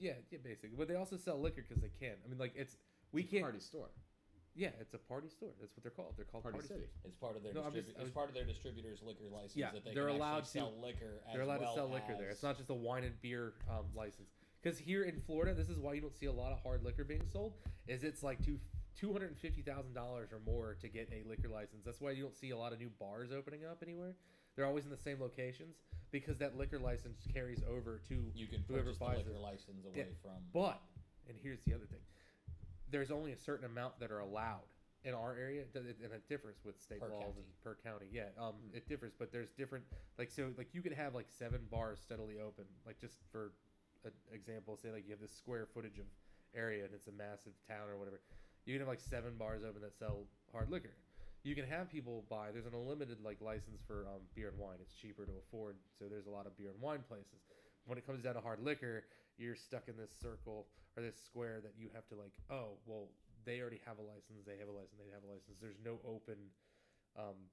Yeah, yeah, basically. But they also sell liquor because they can. I mean, like it's we
It's a
can't.
party store,
Yeah, it's a party store. That's what they're called. They're called
party,
party,
city.
stores.
It's part of their
No, I'm
distribu-
just-
it's
I was-
part of their distributor's liquor license
Yeah,
that they
they're
can
allowed to-
actually sell liquor. As
They're allowed
well
to sell liquor there.
as-
It's not just a wine and beer um, license. Because here in Florida, this is why you don't see a lot of hard liquor being sold. Is it's like two two hundred and fifty thousand dollars or more to get a liquor license. That's why you don't see a lot of new bars opening up anywhere. They're always in the same locations because that liquor license carries over to.
you can
whoever
purchase the
buys
liquor
it.
license away
Yeah.
from.
But and here's the other thing: there's only a certain amount that are allowed in our area, it does- and it differs with state
Per
laws
county.
and per county. Yeah, um,
Hmm.
it differs, but there's different like so like you could have like seven bars steadily open, like just for an example, say like you have this square footage of area and it's a massive town or whatever. You can have like seven bars open that sell hard liquor. You can have people buy. There's an unlimited like license for um, beer and wine. It's cheaper to afford, so there's a lot of beer and wine places. when it comes down to hard liquor, you're stuck in this circle or this square that you have to like, oh, well, they already have a license, they have a license, they have a license. There's no open um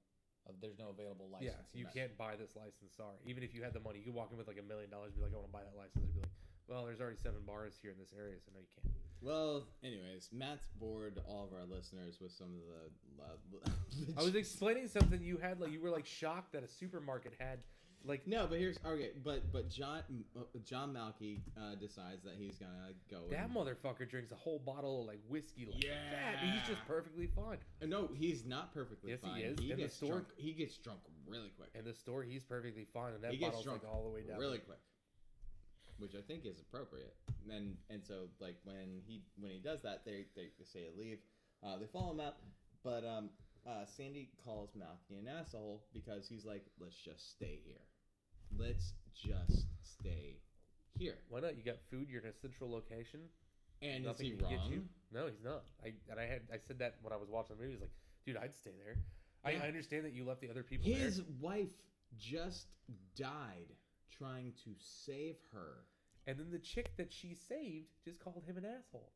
Uh, there's no available license.
yeah,
in
you
that.
can't buy this license, sorry. Even if you had the money, you could walk in with like a million dollars and be like, I want to buy that license. They'd be like, well, there's already seven bars here in this area, so no, you can't.
Well, anyways, Matt's bored all of our listeners with some of the.
I was explaining something you had like you were like shocked that a supermarket had like
No, but here's okay. But but John uh, John Malky uh, decides that he's gonna go.
That
and-
motherfucker drinks a whole bottle of like whiskey like that. and He's just
Yeah.
perfectly fine.
no, he's not perfectly
Yes, he
fine.
is. In the
gets
store-
drunk. He gets drunk really quick,
In the store, he's perfectly fine, and that
He gets
bottle's
drunk
like all the way down.
really quick, which I think is appropriate. And and so like when he when he does that, they they, they say leave. Uh, they follow him up, but um, uh, Sandy calls Malky an asshole because he's like, let's just stay here. Let's just stay here.
Why not? You got food. You're in a central location.
And
Nothing
is
can
he
get you.
wrong?
No, he's not. I and I had I said that when I was watching the movie. He's like, dude, I'd stay there. I,
Yeah.
I understand that you left the other people
His
there.
wife just died trying to save her.
And then the chick that she saved just called him an asshole.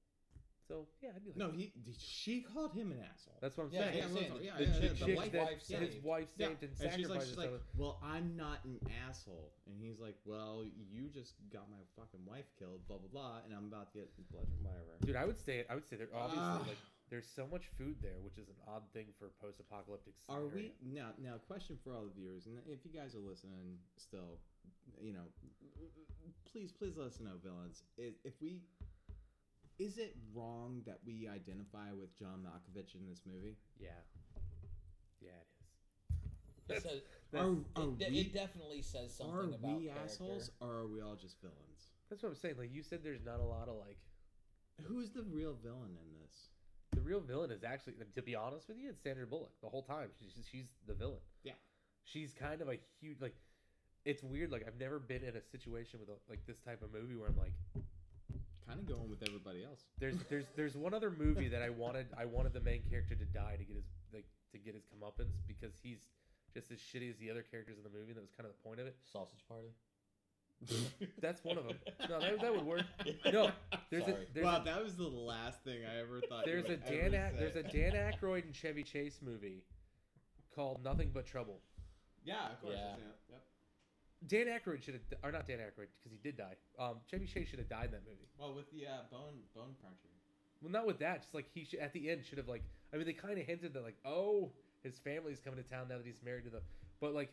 So yeah, I'd be like,
No, he she called him an asshole.
That's what I'm
Yeah,
saying.
yeah, I'm saying
yeah,
the
yeah,
chick,
yeah, the
chick
wife-
that
wife
his
saved.
wife
Yeah.
saved and
and she's like,
sacrificed.
she's like,
herself.
well, I'm not an asshole, and he's like, well, you just got my fucking wife killed, blah blah blah, and I'm about to get bludgeoned, whatever.
Dude, I would stay. I would stay there. Obviously,
Ah.
like there's so much food there, which is an odd thing for a post-apocalyptic.
Are
Scenario.
we now? Now, question for all the viewers, and if you guys are listening still, you know, please, please let us know, villains. If, if we, is it wrong that we identify with John Malkovich in this movie?
Yeah. Yeah, it
It, says,
is.
Are,
That's-
are
it, de-
we,
it definitely says something
are
about
we
character.
assholes, or are we all just villains?
that's what I'm saying. Like you said, there's not a lot of like
Who's the real villain in this?
the real villain is actually. To be honest with you, it's Sandra Bullock the whole time. She's she's the villain.
Yeah.
She's kind of a huge like. It's weird. Like I've never been in a situation with a, like this type of movie where I'm like,
Kind of going with everybody else.
there's there's there's one other movie that I wanted I wanted the main character to die to get his like to get his comeuppance because he's just as shitty as the other characters in the movie. That was kind of the point of it.
Sausage party.
That's one of them. No, that, that would work. No, there's
Sorry.
a there's
wow,
a,
that was the last thing I ever thought. you
there's a
would
Dan
ever
a- there's
say.
a Dan Aykroyd and Chevy Chase movie called Nothing But Trouble.
yeah, of course.
Yeah.
Yep.
Dan Aykroyd should have or not Dan Aykroyd because he did die. Um, Chevy Chase should have died in that movie.
Well, with the uh, bone bone cruncher.
Well, not with that. Just like he should, at the end should have like. I mean, they kind of hinted that like, oh, his family's coming to town now that he's married to the. But like,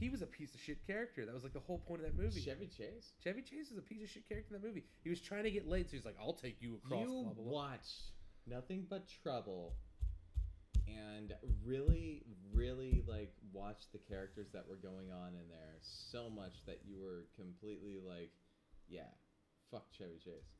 he was a piece of shit character. That was like the whole point of that movie.
Chevy Chase.
Chevy Chase was a piece of shit character in that movie. He was trying to get laid, so he's like, "I'll take you across."
you
blah, blah, blah.
watched nothing but trouble, and really, really like watched the characters that were going on in there so much that you were completely like, yeah, fuck Chevy Chase.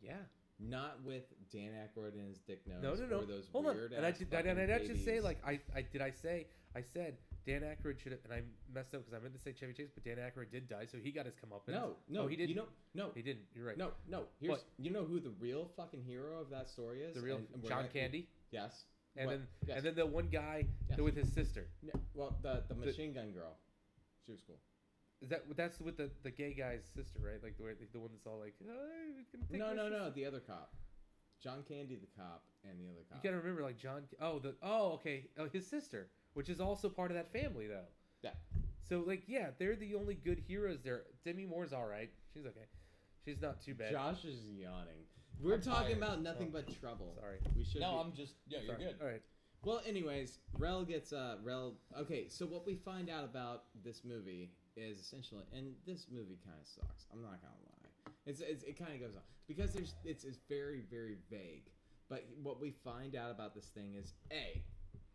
Yeah.
Not with Dan Aykroyd and his dick nose.
No, no, no.
Or those
Hold on.
weird
And I
ass
did. I, and I
fucking
not just say
babies.
like I, I did. I say I said Dan Aykroyd should have, and I messed up because I meant to say Chevy Chase, but Dan Aykroyd did die, so he got his comeuppance.
No, no,
Oh, he
he didn't.
didn't.
You know, no,
he didn't. You're right.
no, no. Here's you know who the real fucking hero of that story is.
the real
And- and we're
John
not-
Candy,
Yes.
and
What?
then
Yes.
and then the one guy
Yes.
with his sister.
No, well, the the machine gun girl. She was cool.
Is that that's with the, the gay guy's sister, right? Like the way- the one that's all like, oh, you can take
No,
my
no,
sister."
no. The other cop, John Candy, the cop, and the other
You
cop.
gotta remember, like John. Oh, the oh, okay, oh, his sister, which is also part of that family, though.
Yeah.
So like, yeah, they're the only good heroes there. Demi Moore's all right. She's okay. She's not too bad.
Josh is yawning. We're
I'm
talking
tired.
about nothing
Oh.
but trouble.
Sorry.
We should.
No,
be-
I'm just. Yeah, you're
Sorry.
good.
Uh,
All right.
Well, anyways, Rel gets uh Rel. Okay, so what we find out about this movie is essentially, and this movie kind of sucks. I'm not gonna lie. It's, it's it kind of goes on because there's it's, it's very very vague. But what we find out about this thing is a,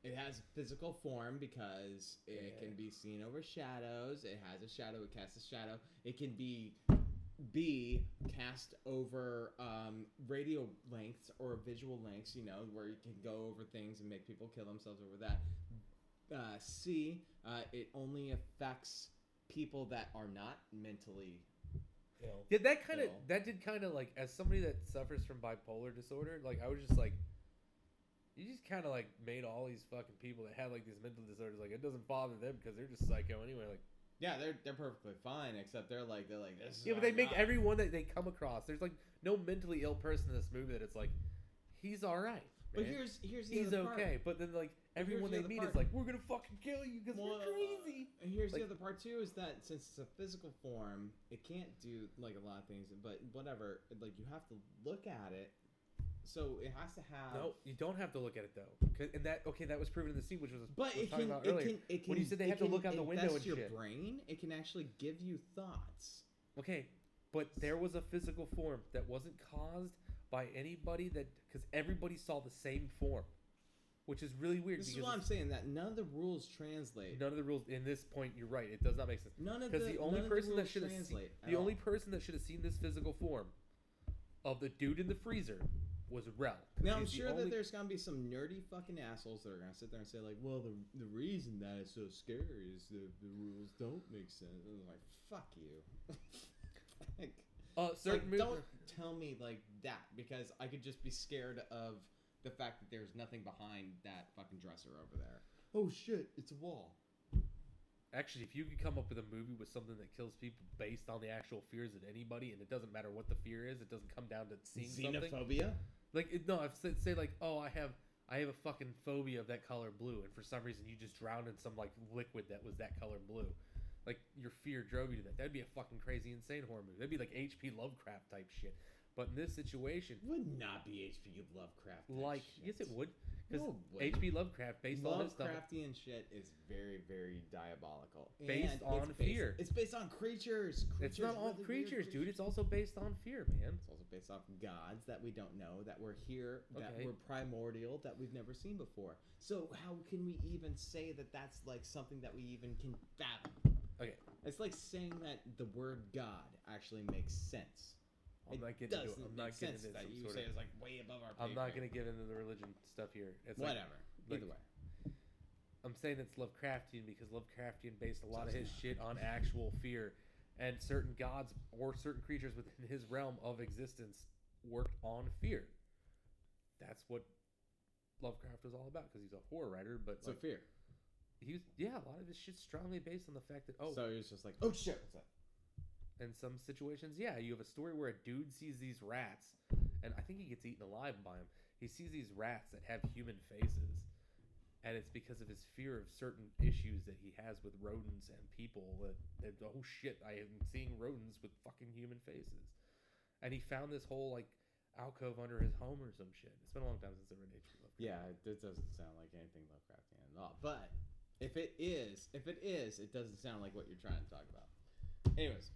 it has physical form because it
Yeah.
can be seen over shadows. It has a shadow. It casts a shadow. It can be B cast over um, radio lengths or visual lengths, you know, where you can go over things and make people kill themselves over that. Uh, C, uh, it only affects people that are not mentally.
Hill.
Did that kind of
Bill.
that did kind of like as somebody that suffers from bipolar disorder, like I was just like, you just kind of like made all these fucking people that had like these mental disorders like it doesn't bother them because they're just psycho anyway. Like
Yeah, they're they're perfectly fine, except they're like they're like this. is
Yeah, but
our
they make
guy.
everyone that they come across. There's like no mentally ill person in this movie that it's like, he's all right.
But
man.
here's here's the
he's
other part.
okay. But then like
here's
everyone
the
they
other
meet
part.
is like, we're gonna fucking kill you because
Well,
we're crazy.
and here's
Like-
the other part too is that since it's a physical form, it can't do like a lot of things. But whatever, like you have to look at it, so it has to have.
No, you don't have to look at it though. 'Cause- And that okay, that was proven in the scene, which was
But
I was
it
talking
can,
about
it
earlier.
can. It can.
When you said they
it
have to
can
look out the window
invest
and
your
shit.
brain, it can actually give you thoughts.
Okay, but there was a physical form that wasn't caused by anybody that because everybody saw the same form, which is really weird.
This is
because
why I'm
it's-
saying that none of the rules translate.
none of the rules in this point. You're right; it does not make sense.
None of the,
'Cause the only
none
person
of the
that
rules
should have seen-
translate. at
The
all.
only person that should have seen this physical form of the dude in the freezer was Rel. 'cause
Now I'm
he's the
sure
only-
that there's gonna be some nerdy fucking assholes that are gonna sit there and say like, well, the the reason that it's so scary is the the rules don't make sense. And I'm like, fuck you. like,
uh,
like,
certain mov-
don't tell me like that because I could just be scared of the fact that there's nothing behind that fucking dresser over there. Oh shit, it's a wall.
Actually, if you could come up with a movie with something that kills people based on the actual fears of anybody, and it doesn't matter what the fear is, it doesn't come down to seeing something.
Xenophobia.
Like it, no, I've said say like, oh, I have I have a fucking phobia of that color blue, and for some reason you just drowned in some like liquid that was that color blue. Like your fear drove you to that. That'd be a fucking crazy, insane horror movie. That'd be like H.P. Lovecraft type shit. But in this situation,
Would not be H.P. Lovecraft. type
like
shit.
yes, it would because
No way.
H.P. Lovecraft based on his stuff.
Lovecraftian shit is very, very diabolical.
Based
And
on
it's based,
fear.
It's based on creatures. creatures
It's not
really
all
weird
creatures, dude. It's also based on fear, man.
It's also based off gods that we don't know, that were here, that
Okay.
were primordial, that we've never seen before. So how can we even say that that's like something that we even can fathom?
Okay.
It's like saying that the word God actually makes sense.
I'm
It
not getting
doesn't
into it. I'm
make
not getting
sense
into
that
some
you
sort
say
of-
it's like way above our.
I'm
pay
not
grade.
gonna get into the religion stuff here. It's like,
Whatever.
like-
Either way.
I'm saying it's Lovecraftian because Lovecraftian based a lot of
it's
his
not.
shit on actual fear, and certain gods or certain creatures within his realm of existence worked on fear. That's what Lovecraft was all about because he's a horror writer, but
So
like,
fear.
he was, yeah, a lot of his shit's strongly based on the fact that oh,
So it was just like, oh shit, what's that?
in some situations, yeah, you have a story where a dude sees these rats, and I think he gets eaten alive by them. He sees these rats that have human faces, and it's because of his fear of certain issues that he has with rodents and people. That, that oh shit, I am seeing rodents with fucking human faces, and he found this whole like alcove under his home or some shit. It's been a long time since I read H.P. Lovecraft.
Yeah, it- it doesn't sound like anything Lovecraftian at all. But if it is, if it is, it doesn't sound like what you're trying to talk about. Anyways,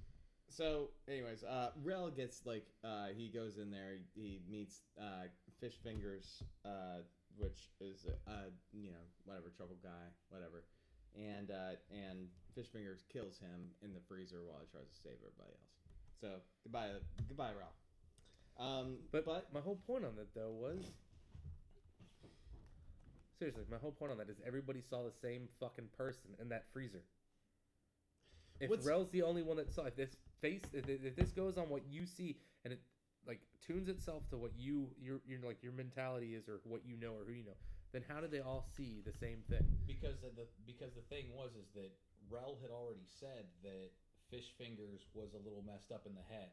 so anyways, uh, Rel gets like uh, he goes in there, he, he meets uh, Fish Fingers, uh, which is a, a you know whatever trouble guy, whatever, and uh, and Fish Fingers kills him in the freezer while he tries to save everybody else. So goodbye, goodbye, Rel. Um,
But, my whole point on that though was seriously, my whole point on that is everybody saw the same fucking person in that freezer. If
What's-
Rel's the only one that saw if this face, if, if this goes on what you see and it like tunes itself to what you your your like your mentality is or what you know or who you know, then how did they all see the same thing?
because of the because the thing was is that Rel had already said that Fish Fingers was a little messed up in the head.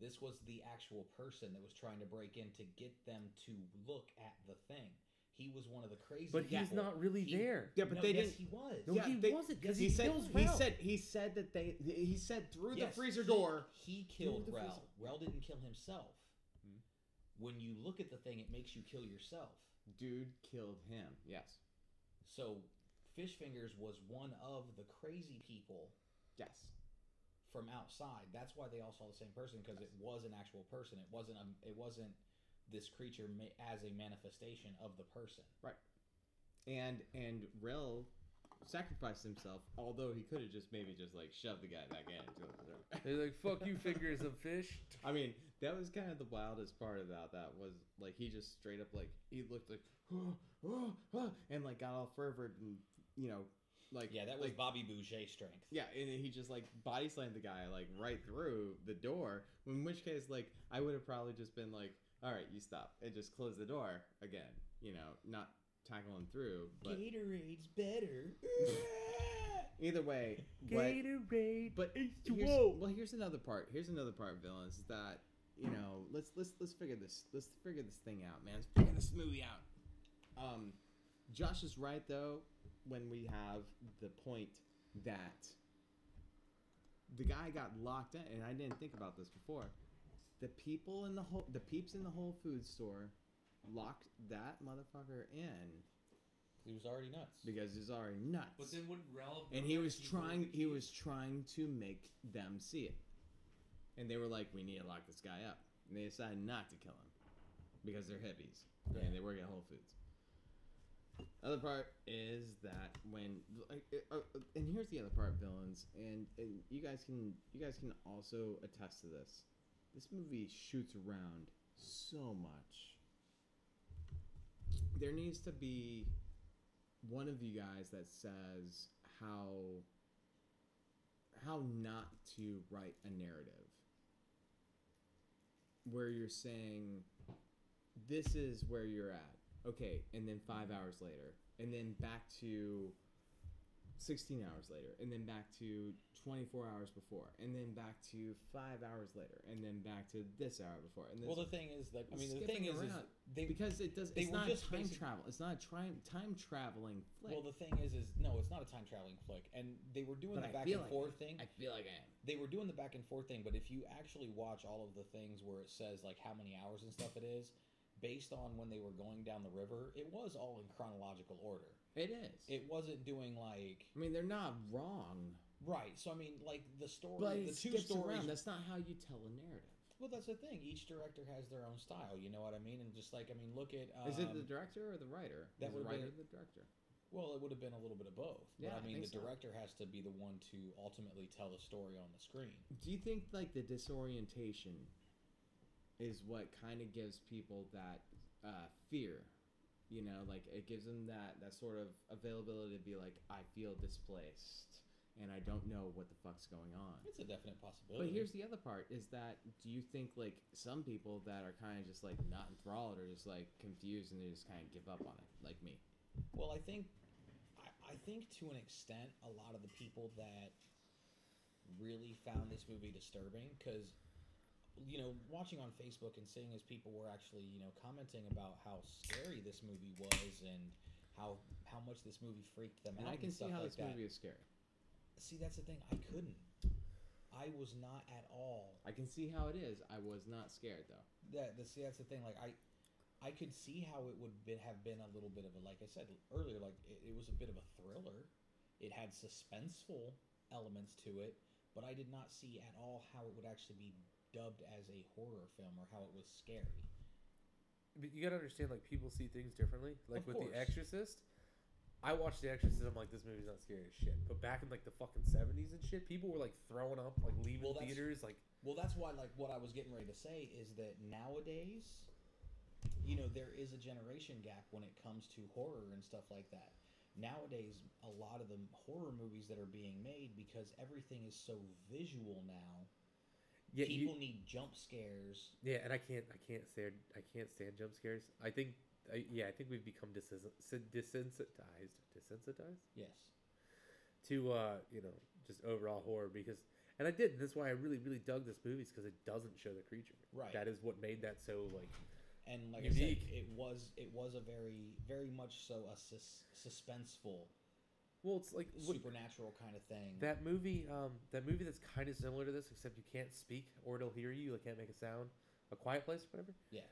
This was the actual person that was trying to break in to get them to look at the thing. He was one of the crazy.
But he's
people.
not really
He-
there.
yeah, but
No,
they didn't.
yes, He was.
No,
Yeah,
he
they-
wasn't because
he,
he,
said
kills
he
Rel.
said he said that they he said through
Yes,
the freezer
he-
door.
He killed
the
Rel.
freezer-
Rel didn't kill himself.
Hmm.
When you look at the thing, it makes you kill yourself.
Dude killed him. Yes.
So, Fish Fingers was one of the crazy people
Yes.
from outside. That's why they all saw the same person because it was an actual person. It wasn't a, it wasn't this creature ma- as a manifestation of the person.
And and Rel sacrificed himself, although he could have just maybe just like shoved the guy back in. Into the room.
They're like, "Fuck you, fingers of fish."
I mean, that was kind of the wildest part about that was like he just straight up like he looked like oh, oh, oh, and like got all fervent and you know like
Yeah, that was
like,
Bobby Boucher strength.
Yeah, and he just like body slammed the guy like right through the door. In which case, like I would have probably just been like, "All right, you stop," and just close the door again. You know, not tackle him through. But
Gatorade's better.
either way, what,
Gatorade.
but here's,
H2O.
well, here's another part. Here's another part, villains, is that you know, let's let's let's figure this let's figure this thing out, man. Let's figure this movie out. Um, Josh is right though when we have the point that the guy got locked in, and I didn't think about this before. The people in the whole, the peeps in the Whole Foods store, locked that motherfucker in
he was already nuts.
because he's already nuts
But then wouldn't Ralph?
and
know
he
that
was
wouldn't
trying
be
he
in?
was trying to make them see it and they were like we need to lock this guy up and they decided not to kill him because they're hippies
Yeah.
and they work at whole foods other part is that when like, uh, uh, and here's the other part villains and, and you guys can you guys can also attest to this this movie shoots around so much there needs to be one of you guys that says how how not to write a narrative where you're saying this is where you're at okay and then five hours later and then back to 16 hours later and then back to 24 hours before and then back to five hours later and then back to this hour before and this
Well, the thing is that I mean, the
Skipping
thing is, is
around.
they
because it does
they
it's
were
not
just
time
basic-
travel it's not a tri- time traveling flick
well, the thing is, is no, it's not a time traveling flick, and they were doing
But I
the back
feel
and
like
forth thing.
i feel like i am
they were doing the back and forth thing, but if you actually watch all of the things where it says like how many hours and stuff it is, based on when they were going down the river, it was all in chronological order.
It is.
It wasn't doing like
I mean, they're not wrong,
right. So I mean, like the story,
but it
the two
skips
stories.
around. That's not how you tell a narrative.
well, that's the thing. Each director has their own style. You know what I mean? And just like I mean, look at um,
is it the director or the writer? Is
that
the
would've
writer
been-
or the director?
Well, it would have been a little bit of both.
Yeah,
but
I
I mean,
think so.
the director has to be the one to ultimately tell the story on the screen.
Do you think like the disorientation is what kind of gives people that uh, fear? You know, like it gives them that that sort of availability to be like, I feel displaced and I don't know what the fuck's going on.
It's a definite
But
possibility.
here's the other part: is that do you think like some people that are kind of just like not enthralled or just like confused and they just kind of give up on it, like me?
well, I think, I, I think to an extent, a lot of the people that really found this movie disturbing because, you know, watching on Facebook and seeing as people were actually, you know, commenting about how scary this movie was and how how much this movie freaked them
And I
out
can
and
see
stuff
how
like
this
that.
movie is scary.
See, that's the thing. I couldn't. I was not at all
I can see how it is. I was not scared though.
that the, see that's the thing like i i could see how it would be, have been a little bit of a like i said earlier like it, it was a bit of a thriller it had suspenseful elements to it but i did not see at all how it would actually be dubbed as a horror film or how it was scary
But you gotta understand, like people see things differently. Like
Of
with
course.
The Exorcist, I watched The Exorcist. I'm like, this movie's not scary as shit. But back in like the fucking seventies and shit, people were like throwing up, like leaving
Well, that's-
theaters. Like,
well that's why like what i was getting ready to say is that nowadays you know there is a generation gap when it comes to horror and stuff like that nowadays a lot of the horror movies that are being made because everything is so visual now
yeah, you-
people need jump scares.
yeah, and I can't, I can't stand, I can't stand jump scares. I think, I, yeah, I think we've become desensi- desensitized, desensitized.
Yes.
to uh, you know just overall horror because and I did and that's why I really really dug this movie is because it doesn't show the creature.
Right.
That is what made that so like
And like I
Unique.
said, it was it was a very very much so a sus- suspenseful
well it's like what,
supernatural kind of thing.
that movie um that movie that's kind of similar to this except you can't speak or it'll hear you like can't make a sound a quiet place whatever
Yeah.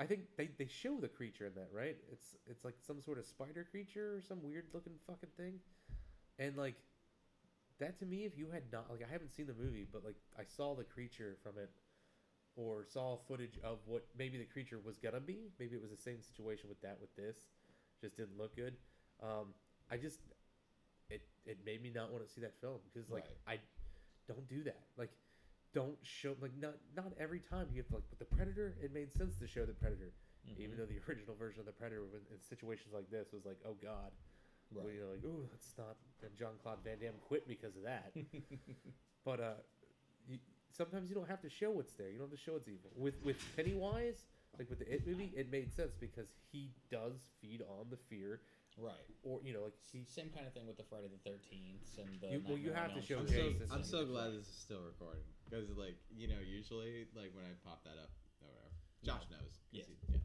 I think they, they show the creature in that right it's it's like some sort of spider creature or some weird looking fucking thing and like that to me if you had not like I haven't seen the movie but like I saw the creature from it or saw footage of what maybe the creature was gonna be. Maybe it was the same situation with that with this, just didn't look good. Um, I just it it made me not want to see that film because like I don't do that. Like don't show like not not every time you have to like with the predator. It made sense to show the predator,
Mm-hmm.
even though the original version of the predator was, in situations like this was like oh god,
right.
well, you know like oh that's not. And John Claude Van Damme quit because of that. But uh, you, sometimes you don't have to show what's there. You don't have to show it's evil. With with Pennywise, like with the It movie, it made sense because he does feed on the fear,
Right.
or you know, like he.
Same kind of thing with the Friday the Thirteenth and the.
You- well, you
Nightmare on
have to
Elm
show
I'm
Street.
so,
Jason.
I'm so glad this is still recording because, like, you know, usually, like when I pop that up, or whatever, Josh knows. 'cause
Yes.
he- yeah.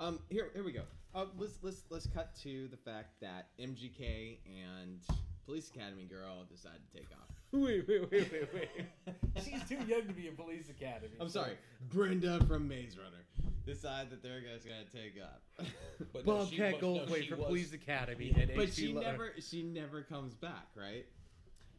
Um. Here, here we go. Uh, let's let's let's cut to the fact that MGK and Police Academy girl decide to take off.
Wait, wait, wait, wait, wait.
She's too young to be in police academy.
I'm
so-
sorry, Brenda from Maze Runner decide that they're just gonna take off.
But no, she was-
Bobcat
no,
Goldthwait
she
from
was-
Police Academy
Yeah.
and
but
H.P.
she
Lovecraft.
never she never comes back, right?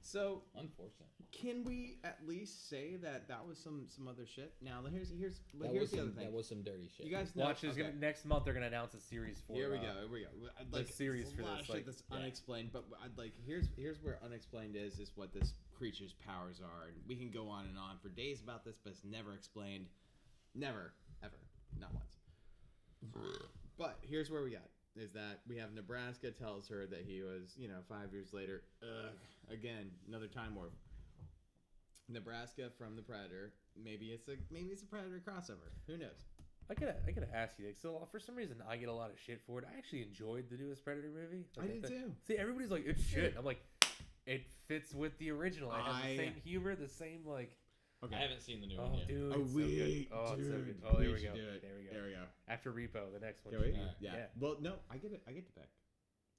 So
Unfortunate.
can we at least say that that was some some other shit? Now here's here's but
That
here's
was
the
some,
other
That
thing.
was some dirty shit.
You guys know,
Watch, there's
okay.
gonna, next month they're gonna announce a series for.
Here we
uh,
go. Here we go. We- I'd
the
like
series
a
for
lot
this,
Of shit
like-
that's
yeah.
unexplained, but I'd like here's here's where unexplained is is what this creature's powers are, and we can go on and on for days about this, but it's never explained, never ever, not once. But here's where we got is that we have Nebraska tells her that he was you know five years later, ugh, again another time warp. Nebraska from the Predator. Maybe it's a maybe it's a Predator crossover. Who knows?
I gotta, I gotta ask you, like, so uh, for some reason I get a lot of shit for it. I actually enjoyed the newest Predator movie.
I
Like,
did
thought-
too.
See, everybody's like, it's shit. I'm like, it fits with the original. It has
I-
the same humor, the same like.
I haven't seen the new one
Oh,
yet.
dude,
Oh,
it's so
we,
good. Oh, it's so
dude,
good. Oh, there
we
we
should
go.
do it.
There we go.
There we go.
After Repo, the next one.
Can we?
should be-
Yeah.
Yeah.
Well, no, I get it. I get to pick.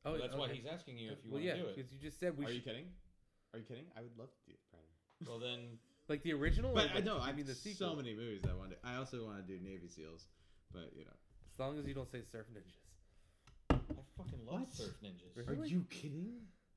Oh,
Well, that's why
okay.
he's asking you if you
well,
want to
yeah,
do it.
because you just said we
Are you
should,
kidding? Are you kidding? I would love to do the Predator.
Well then,
like the original.
But
or
I
the-
know
you
I
mean the sequel.
so many movies I want to. I also want to do Navy SEALs, but you know.
As long as you don't say Surf Ninjas,
I fucking love
What?
Surf Ninjas.
Really?
Are you kidding,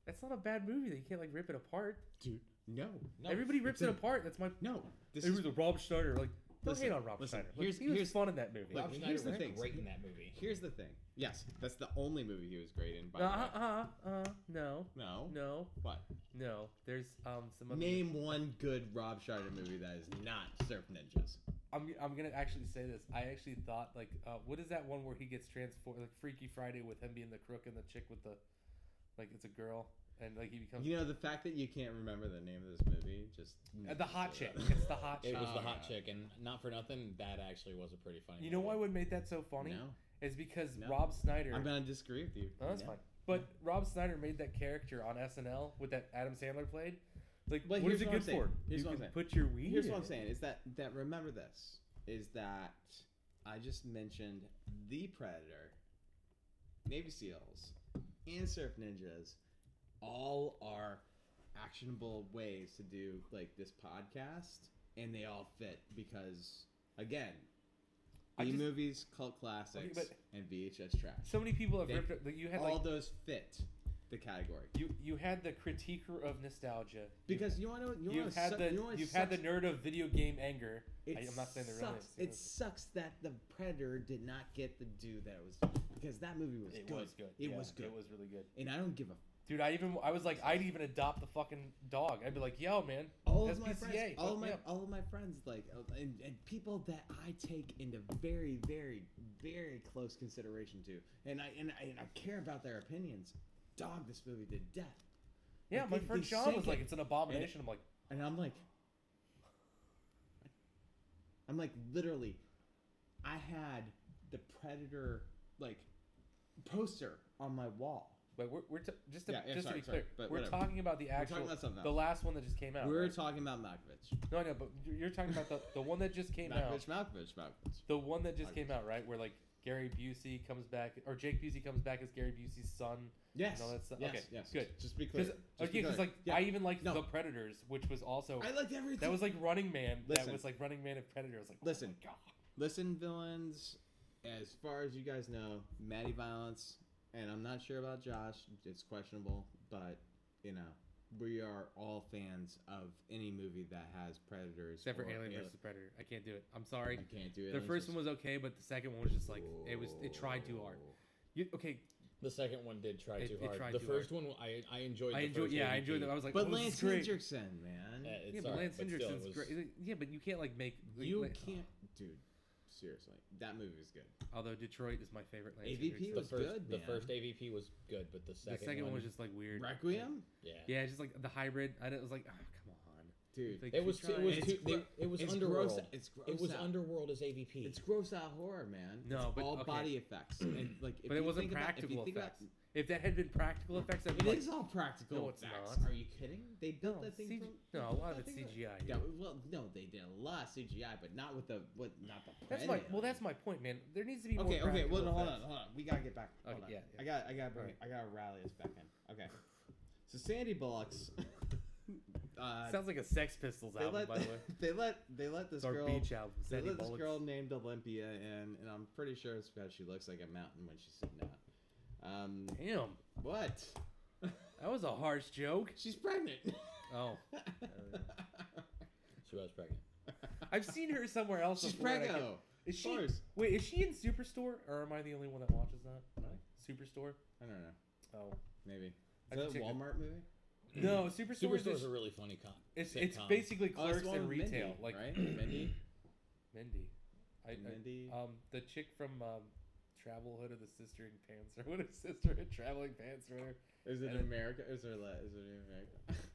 that's not a bad movie. That you can't like rip it apart.
dude? No,
No,
Everybody rips
it's
it
a-
apart. That's my.
no. This
it
is
was a Rob Schneider. Like, don't
Listen,
hate on Rob
listen,
Schneider. Like,
here's-
he was
here's-
fun in that movie.
Look,
Rob Schneider
here's
was
the thing.
great in that movie.
here's the thing. Yes, that's the only movie he was great in. By
uh,
the way.
uh, uh, uh, no,
No,
no,
What?
no. There's um some other.
Name one good Rob Schneider movie that is not Surf Ninjas.
I'm, I'm gonna actually say this. I actually thought like, uh, what is that one where he gets transformed, like Freaky Friday, with him being the crook and the chick with the, like it's a girl and like he becomes
You know the fact that you can't remember the name of this movie just
Mm.
Uh, the hot chick.
shit.
It's the hot
It
chick.
was the
Oh,
hot
yeah.
chick, and not for nothing, that actually was a pretty funny.
You know
movie.
why would make that so funny?
No.
Is because
No.
Rob Snyder.
I'm gonna disagree with you.
No, that's
No.
fine. But Rob Snyder made that character on SNL with that Adam Sandler played. Like,
Well,
what is
here's
it
what I'm
good
saying.
for?
Here's
you
what I'm
can
saying.
put your weed.
Here's
in
what I'm
it.
saying is that that remember this is that I just mentioned the Predator, Navy SEALs, and Surf Ninjas all are actionable ways to do like this podcast and they all fit because again
I
B
just-
movies, cult classics,
but-
and VHS trash.
So many people have
They-
ripped. up- Like, you had
all
like
those fit the category.
you you had the critiquer of nostalgia. You
Because you want to, you want
You've
to,
had the
you know what
you've had the
sucks?
nerd of video game anger.
It
I, am not saying the real name.
sucks. It sucks that the Predator did not get the dude that it was because that movie was
It
good.
was good.
It
Yeah,
was good.
It was really good.
and I don't give a.
Dude, I even I was like, I'd even adopt the fucking dog. I'd be like, Yo, man,
All of
that's
my
PCA.
friends, all
Hook
of
me
my,
up.
all of my friends, like, uh, and, and people that I take into very, very, very close consideration to, and I and I, and I care about their opinions. Dog, this movie to death,
yeah.
Like,
My
they-
friend
they
Sean
sank
was like,
it.
It's an abomination. I'm like,
and I'm like, I'm like literally, I had the Predator like poster on my wall.
Wait, we're, we're t- just to,
Yeah, yeah,
just
sorry,
to be
sorry,
clear,
but
we're
whatever.
talking about the actual,
talking about something
the
else.
last one that just came out.
We're
right?
talking about Malkovich.
no, no, but you're- you're talking about the, the one that just came out,
Malkovich, Malkovich, Malkovich.
the one that just came out, right? Where like Gary Busey comes back, or Jake Busey comes back as Gary Busey's son.
Yes.
No, that's-
yes,
okay,
Yes.
good.
Just be clear.
Because
Just be
again,
clear.
because like
yeah.
I even liked
No.
the Predators, which was also
I liked everything.
that was like Running Man.
Listen.
That was like Running Man and Predator. I was like, oh
Listen.
my God.
Listen, villains. As far as you guys know, Maddie Violence, and I'm not sure about Josh. It's questionable, but you know, we are all fans of any movie that has predators.
except for
or
Alien
ali-
versus Predator. I can't do it. I'm sorry.
You can't do it.
The first one was okay, but the second one was just like it was. It tried too hard. You, okay,
The second one did try
It-
too
it
hard.
tried
the
too
first one, I I enjoyed.
I
the
enjoyed.
first
Yeah, I
AVP.
enjoyed that. I was like,
But
oh,
Lance
this is great.
Hendrickson, man,
Uh, it's
Yeah,
all
but
right,
Lance
but still, it
Hendrickson's
was-
great. Yeah, but you can't like make like,
you
like- uh,
can't, dude. Seriously, that movie is good.
Although Detroit is my favorite. Lance
AVP It
Hendrickson.
The
was
first,
good,
the
man.
first AVP was good, but the
the
second,
second one was just like weird.
Requiem.
yeah.
Yeah, just like the hybrid. I don't- it was like, oh, come on.
dude.
Like,
It
she
was it
tried-
was
It's
too,
gro-
it, it was
it's
underworld.
Gross, it's gross.
it was
out.
underworld as AVP.
It's gross out horror, man.
No,
it's
but-
all
okay. Mm.
body effects. And, like, if
but it
you
wasn't
think about- if you
practical
think about-
effects. if that had been practical effects, I'd
It
be like,
is all practical
No, it's
effects.
not.
Are you kidding? They built
no,
that thing.
CG
from, they
no, a
built
lot of
that
it's
thing
CGI.
from-
dude.
Yeah, well, no, they did a lot of CGI, but not with the what, not the.
That's my
plan.
well. That's my point, man. There needs to be
Okay,
more.
okay. Well,
practical
no, hold on,
effects.
hold on. We gotta get back. Hold
Okay,
on.
Oh, yeah,
I got, I gotta bring,
Alright.
I gotta rally us back in. Okay. So Sandy Bullocks. uh,
Sounds like a Sex Pistols
they
album,
let,
by the way.
they let, they let this
It's our
girl.
beach album.
They
Sandy
let this
Bullock's-
girl named Olympia in, and I'm pretty sure it's because she looks like a mountain when she's sitting down. Um,
Damn,
what? Oh,
that was a harsh joke.
She's pregnant.
Oh,
she was pregnant.
I've seen her somewhere else.
She's
before, and I
preggo.
can't- Is
Of
she?
course.
Wait, is she in Superstore, or am I the only one that watches that? Superstore.
I don't know.
Oh
Maybe. Is
I
that
can
a
check it.
Walmart movie?
no, Superstore is
Superstore
just,
is a really funny con.
it's
sitcom.
it's basically
Oh, it's
clerks
the one
and
with Mindy,
retail, like
right? Mindy.
Mindy. I, I,
Mindy.
um, the chick from um, Travel Hood of the Sister in Pants, or what is Sister in Traveling Pants, or whatever.
Is it
and-
America? Is there la- is it America?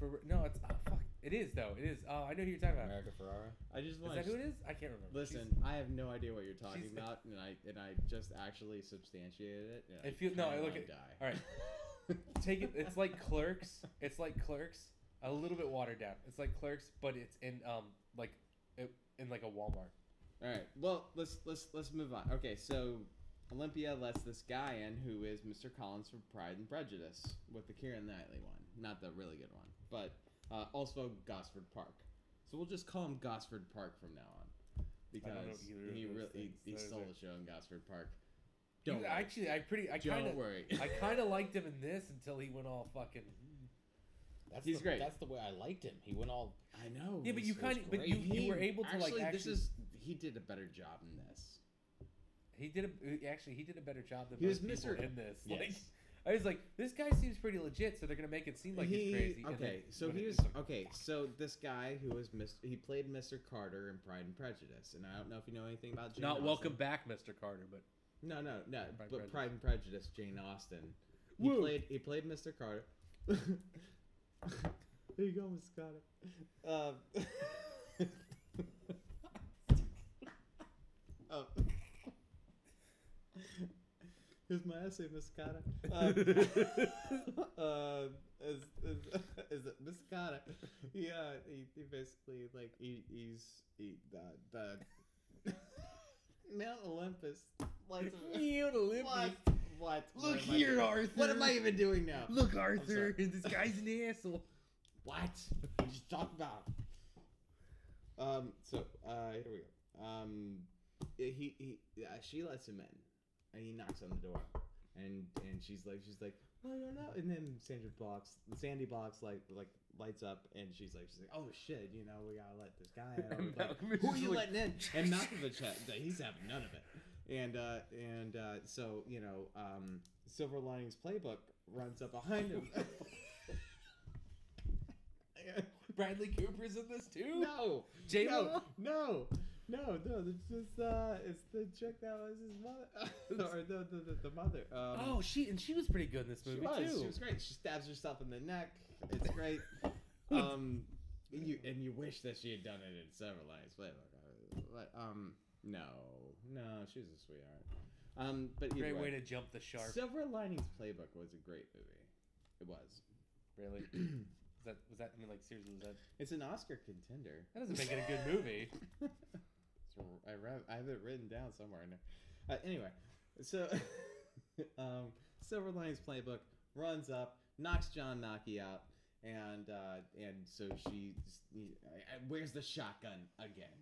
For no, it's oh, fuck. It is though. It is. Oh, I know who you're talking about.
America Ferrara.
I just
Is
want
that who
to
it is? I can't remember. She's-
listen. I have no idea what you're talking
she's-
about, and I and I just actually substantiated it. and
I feel- no,
kinda
I look
wanna
at-
die.
all right. take it. It's like Clerks. It's like Clerks, a little bit watered down. It's like Clerks, but it's in um like it, in like a Walmart.
All right. Well, let's let's let's move on. Okay, so Olympia lets this guy in who is Mr. Collins from Pride and Prejudice with the Kieran Knightley one, not the really good one, but uh, also Gosford Park. So we'll just call him Gosford Park from now on
don't know
because
either of
he
those
really he,
things.
he
Those
stole
are-
the show in Gosford Park.
You-
Don't worry.
actually, I pretty. I
don't
kind of.
worry.
I kind of liked him in this until he went all fucking.
That's
He's
the,
great.
That's the way I liked him. He went all.
I know.
Yeah, but
This
you
was
kind of. But
great.
you, you were
He-
able to
actually,
like
this
actually.
is he did a better job in this.
He did a, actually. He did a better job than
He was
most
Mr.
people in this. Like, I was like, this guy seems pretty legit, so they're gonna make it seem like he's crazy. and
Okay,
then
so
when
he
it-
was
it's like,
okay. So this guy who was Mr. He played Mr. Carter in Pride and Prejudice, and I don't know if you know anything about Jane.
Not
Austen.
welcome back, Mr. Carter, but
No, no, no.
Pride and
but
Prejudice.
Pride and Prejudice, Jane Austen. He
Woo.
played. He played Mr. Carter. there you go, Mr. Carter. Um, oh. Here's my essay, Mr. Carter. Um, uh, is, is, is it Mr. Carter? Yeah, he, he basically like he, he's he, the the Mount Olympus. Lights of- what? What? What am I doing?
Arthur.
What am I even doing now?
Look,
Arthur,
this guy's an asshole.
What? What you talk about? Um. So, uh, here we go. Um, yeah, he he. Uh, she lets him in, and he knocks on the door, and and she's like, she's like, well, I don't know. And then Sandra blocks, Sandy blocks, like like lights up, and she's like, she's like, oh shit, you know, we gotta let this guy in. I was like, Who are you letting in? And Malkovich, had- he's having none of it. And uh, and uh, so you know, um, Silver Linings Playbook runs up behind him.
Bradley Cooper's in this too.
no,
J
no,
Lo.
no, no, no. It's just uh, it's the chick that was his mother, or the the, the, the mother. Um,
Oh, she and she was pretty good in this
she
movie
was.
too.
She was great. She stabs herself in the neck. It's great. um, you and you wish that she had done it in several lines, but, but um, no, no, she was a sweetheart. Um, but either
great
way,
way to jump the shark.
Silver Linings Playbook was a great movie. It was.
really? Was that was that? I mean, like seriously, was that?
It's an Oscar contender.
That doesn't make it a good movie.
So I rev I have it written down somewhere. in there. Uh, anyway, so um, Silver Linings Playbook runs up, knocks John Naki out, and uh, and so she I- I- where's the shotgun again?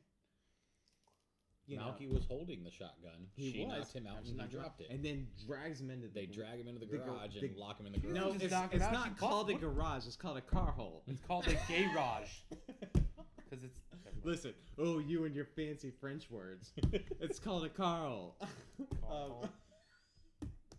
You know,
Malky was holding the shotgun.
he
she
was.
knocked him out
She
and he
knocked him out,
dropped it.
and then drags him into the
they drag him into the
They go-
garage
they-
and lock him in the garage.
No,
Just
it's,
knock him
it's
out,
not
she
called a
bust-
garage. It's called a car hole.
It's called the Gayrage because it's. never mind.
Listen, oh, you and your fancy French words. It's called a Carl.
Carl.
Um,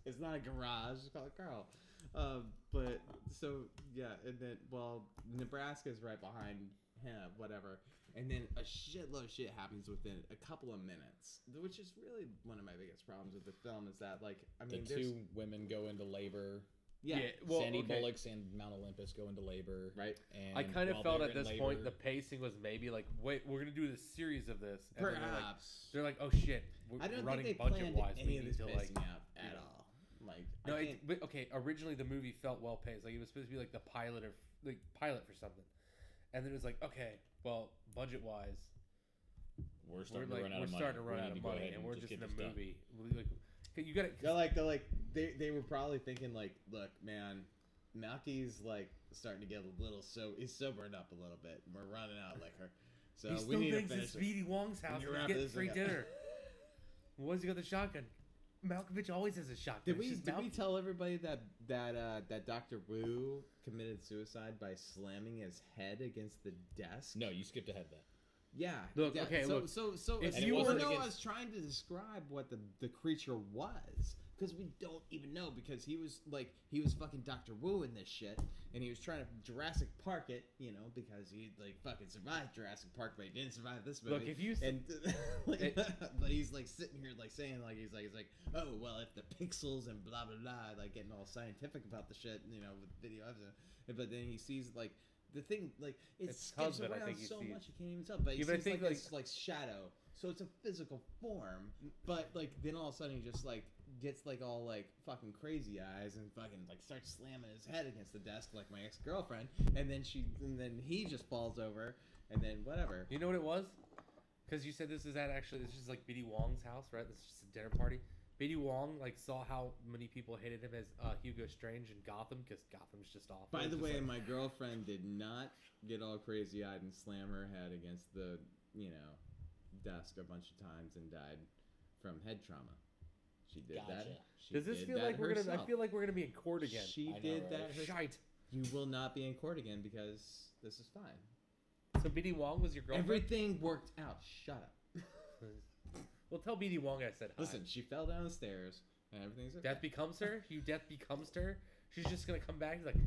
it's not a garage. It's called a Carl. Um, but so yeah, and then well, Nebraska's right behind him, whatever. And then a shitload of shit happens within a couple of minutes, which is really one of my biggest problems with the film. Is that like I mean,
the
there's,
two women go into labor.
Yeah.
well,
Sandy
okay.
Bullock's and Mount Olympus go into labor.
Right.
And
I kind of
while
felt
they're
at
in
this point the
labor-
pacing was maybe like, wait, we're gonna do this series of this. And then they're like,
Perhaps.
they're like, oh shit, we're
I don't
running
think they
budget
planned
wise.
any
We
of
need
this
to
pacing
like,
out at
yeah.
all. Like,
no,
I
it,
can't-
but, okay. Originally, the movie felt well paced. Like it was supposed to be like the pilot of like pilot for something, and then it was like, okay, well, budget wise,
we're
we're
starting
like
to run out
we're
of money.
starting to run
We
out
need
of
go
money,
ahead
and we're just,
get
in a
this done.
movie. We- Like, 'kay, you got
They're
to
like they're like they they were probably thinking like, look, man, Maki's like starting to get a little so he's sobering up a little bit. We're running out like her, so
He
we
still
need to
thinks
finish.
it's
it.
Speedy Wong's
Can
house
you
and
wrap
he's getting
this
free
up?
dinner. Why does he got the shotgun? Malkovich always has a shotgun.
Did
It's
we
just
did we
Malkovich.
tell everybody that that uh, that Doctor Wu committed suicide by slamming his head against the desk?
No, you skipped ahead that.
Yeah.
Look,
yeah,
okay,
So
look.
so so
If
if
you
you
were-
were no, I
against-
was trying to describe what the the creature was because we don't even know because he was like he was fucking Doctor Wu in this shit and he was trying to Jurassic Park it, you know, because he like fucking survived Jurassic Park but he didn't survive this movie.
Look, if you s-
and like,
It-
but he's like sitting here like saying like he's like he's like oh well if the pixels and blah blah blah like getting all scientific about the shit you know with video evidence but then he sees like the thing like it
It's
skips
husband, I
around
think he
so
sees.
much you can't even tell but
Yeah,
it
but I
seems
think,
like
like- Mm.
it's like shadow so it's a physical form but like then all of a sudden he just like gets like all like fucking crazy eyes and fucking like starts slamming his head against the desk like my ex girlfriend and then she and then he just falls over and then whatever
You know what it was? Because you said this is at actually this is like Biddy Wong's house, right? This is just a dinner party. Biddy Wong like saw how many people hated him as uh, Hugo Strange in Gotham because Gotham's just awful.
By
It's
the
just
way,
like-
my girlfriend did not get all crazy eyed and slam her head against the, you know, desk a bunch of times and died from head trauma. She did that.
Gotcha.
She
does this
did
feel
that
like we're gonna? I
herself.
feel like we're gonna be in court again.
She
I know,
did
right?
that. Her-
Shite.
you will not be in court again because this is fine.
So Biddy Wong was your girlfriend.
Everything worked out. Shut up.
well, tell Biddy Wong I said hi.
Listen, she fell down the stairs and everything's okay.
death becomes her. You death becomes her. She's just gonna come back. and be like,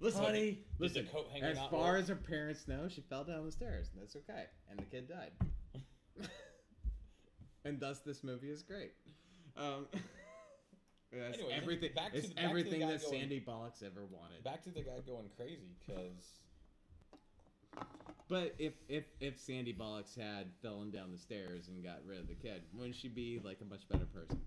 Listen,
honey,
listen.
Did the coat hanger
As
not
far
work?
as her parents know, she fell down the stairs, and that's okay. And the kid died. and thus, this movie is great. Um, that's
Anyway,
everything.
back to
it's
the- back to the
everything
guy
that
going-
Sandy Bullock's ever wanted.
Back to the guy going crazy because
But if if if Sandy Bullock's had fallen down the stairs and got rid of the kid, wouldn't she be like a much better person?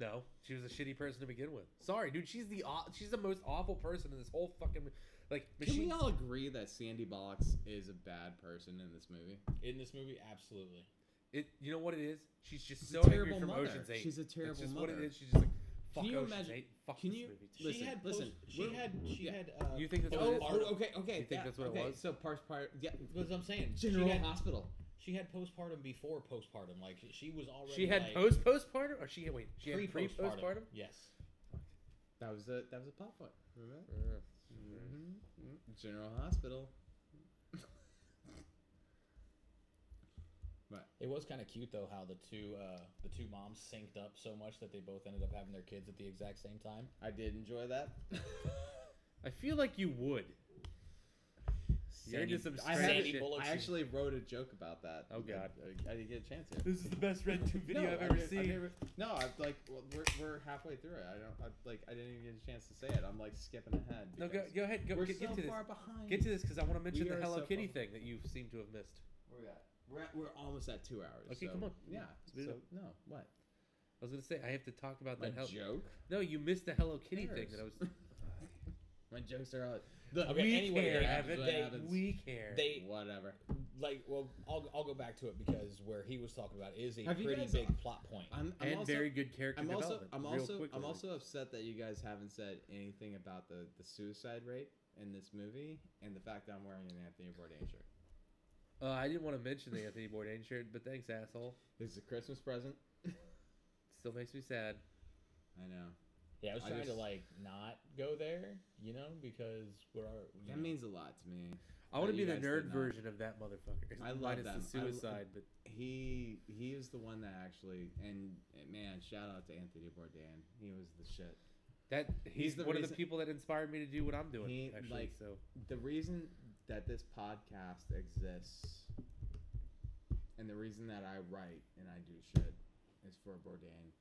No, she was a shitty person to begin with. Sorry, dude. She's the aw- she's the most awful person in this whole fucking like. But
Can
she,
we all agree that Sandy Bullock's is a bad person in this movie?
in this movie, absolutely.
it, you know what it is? She's just
She's
so
a
angry
terrible
from
mother.
Ocean's Eight.
She's a
That's
terrible
just
mother.
what it is. She's just like fuck
you
Ocean's
imagine-
Eight. Fuck
can
this
you-
movie. Too.
Listen,
she had post,
listen,
she
we're-
had she
yeah.
had uh,
you think that's
Oh,
what it is?
Art-
oh, okay, okay.
You think that's what it
okay,
was?
So part part yeah.
that's what I'm saying.
General
she had,
Hospital.
she had postpartum before postpartum. Like she was
oh,
already
she had
like,
post postpartum, or she had wait, she had pre postpartum.
Yes.
That was a that was a pop point. Remember?
Uh,
Mm-hmm. General Hospital.
It was kind of cute though how the two uh, the two moms synced up so much that they both ended up having their kids at the exact same time.
I did enjoy that.
I feel like you would. You're
Sandy-
into some
I,
strange
had,
Sandy
shit.
Bullock.
I actually wrote a joke about that. uh,
Oh, God.
I, I didn't get a chance here.
This is the best red tube video
No,
I've
I
ever
didn't- I
seen.
never- no, I like well, we're, we're halfway through it. I don't I, like I didn't even get a chance to say it. I'm like skipping ahead.
no, go,
because
go ahead. Go
we're
get,
so
get to this.
far behind.
Get to this because I want to mention
We
the
are
Hello
so
Kitty
far-
thing that you seem to have missed.
Where we at? We're, at, we're almost at two hours.
Okay,
so-
come on.
Yeah.
Speed it
so-
up.
no, what?
I was gonna say I have to talk about
My
that. Hel-
joke.
no, you missed the Hello Kitty thing
cares?
that I was.
My jokes are out. The,
Okay,
we
anyway,
care,
they-
Evan.
they-
we care.
They
Whatever.
like well, I'll, I'll go back to it because where he was talking about is a
Have you
pretty
guys-
big plot point.
I'm, I'm
and
also,
very good character
I'm also,
development.
I'm
real
also,
quickly.
I'm also upset that you guys haven't said anything about the, the suicide rate in this movie and the fact that I'm wearing an Anthony Bourdain shirt.
Uh, I didn't want to mention the Anthony Bourdain shirt, but thanks, asshole.
This is a Christmas present.
Still makes me sad.
I know.
yeah, I was
I
trying
just-
to like not go there, you know, because we're. al- you
That
know.
means a lot to me.
I want
Oh,
to be
you
the
guys did
nerd
not.
version of that motherfucker.
I love
Minus
them. I
the
lo-
suicide, but
He he is the one that actually and and man, shout out to Anthony Bourdain. He was the shit.
that he's,
the
one of the
reason-
people that inspired me to do what I'm doing.
He,
actually,
like-
so
the reason that this podcast exists and the reason that I write and I do shit is for Bourdain.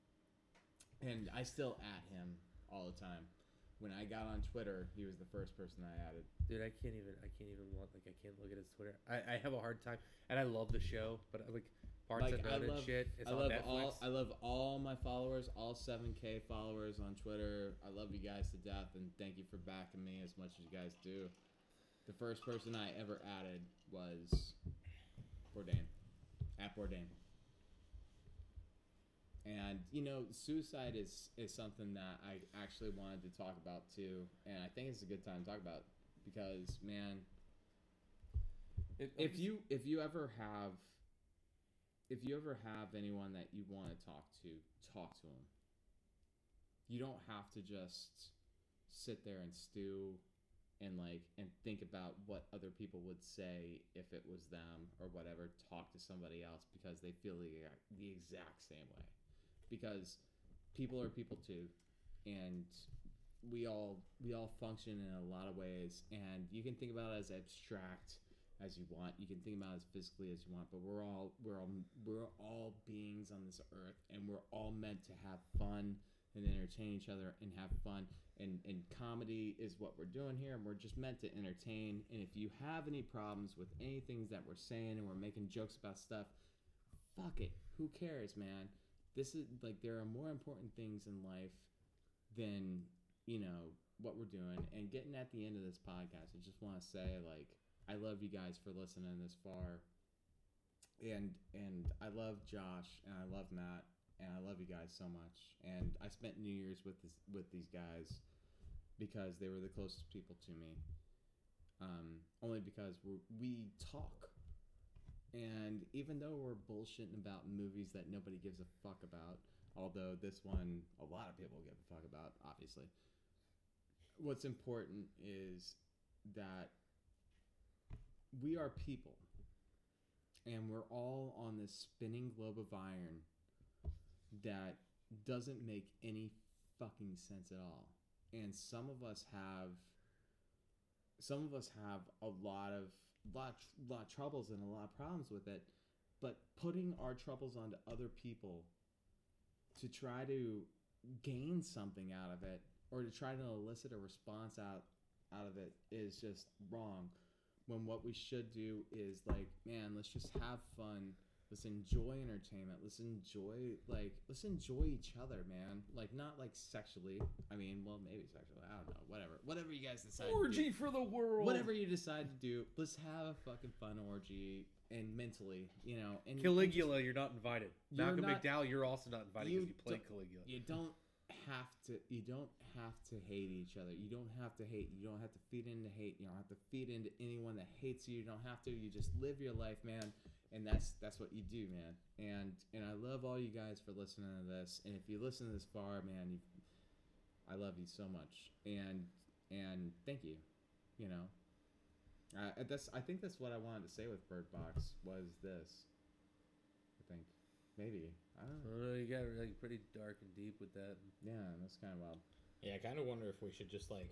And I still at him all the time. When I got on Twitter, he was the first person I added.
Dude, I can't even. I can't even want. Like, I can't look at his Twitter. I, I have a hard time, and I love the show, but uh, like parts
Like, I
about it,
love-
shit. It's
I
on
love
Netflix.
all. I love all my followers, all 7K followers on Twitter. I love you guys to death, and thank you for backing me as much as you guys do. The first person I ever added was Bourdain, at Bourdain. And you know, suicide is is something that I actually wanted to talk about too, and I think it's a good time to talk about because man,
It, I'm
if
just-
you if you ever have if you ever have anyone that you want to talk to talk to them you don't have to just sit there and stew and like and think about what other people would say if it was them or whatever talk to somebody else because they feel the, the exact same way because people are people too and we all we all function in a lot of ways and you can think about it as abstract as you want. You can think about it as physically as you want, but we're all we're all we're all beings on this earth, and we're all meant to have fun and entertain each other and have fun. And and comedy is what we're doing here, and we're just meant to entertain. And if you have any problems with anything that we're saying, and we're making jokes about stuff, fuck it. Who cares, man? This is like there are more important things in life than you know what we're doing. And getting at the end of this podcast, I just want to say like. I love you guys for listening this far. And and I love Josh and I love Matt and I love you guys so much. And I spent New Year's with this, with these guys because they were the closest people to me. Um, only because we we talk. And even though we're bullshitting about movies that nobody gives a fuck about, although this one a lot of people give a fuck about, obviously. What's important is that we are people and we're all on this spinning globe of iron that doesn't make any fucking sense at all and some of us have some of us have a lot of lot lot of troubles and a lot of problems with it but putting our troubles onto other people to try to gain something out of it or to try to elicit a response out out of it is just wrong when what we should do is like, man, let's just have fun. Let's enjoy entertainment. Let's enjoy like let's enjoy each other, man. Like not like sexually. I mean, well, maybe sexually. I don't know. Whatever. Whatever you guys decide. to do.
orgy for the world.
Whatever you decide to do, let's have a fucking fun orgy and mentally, you know. And you can just-
Caligula, you're not invited.
You're
Malcolm
not-
McDowell, you're also not invited
you
because you played
don't-
Caligula.
you don't have to you don't have to hate each other you don't have to hate you don't have to feed into hate you don't have to feed into anyone that hates you you don't have to you just live your life man and that's that's what you do man and and i love all you guys for listening to this and if you listen this far man you, i love you so much and and thank you you know uh, that's i think that's what i wanted to say with bird box was this i think maybe i don't know
I don't know. Uh, You got like pretty dark and deep with that.
yeah that's kind of wild
Yeah, I kind of wonder if we should just like,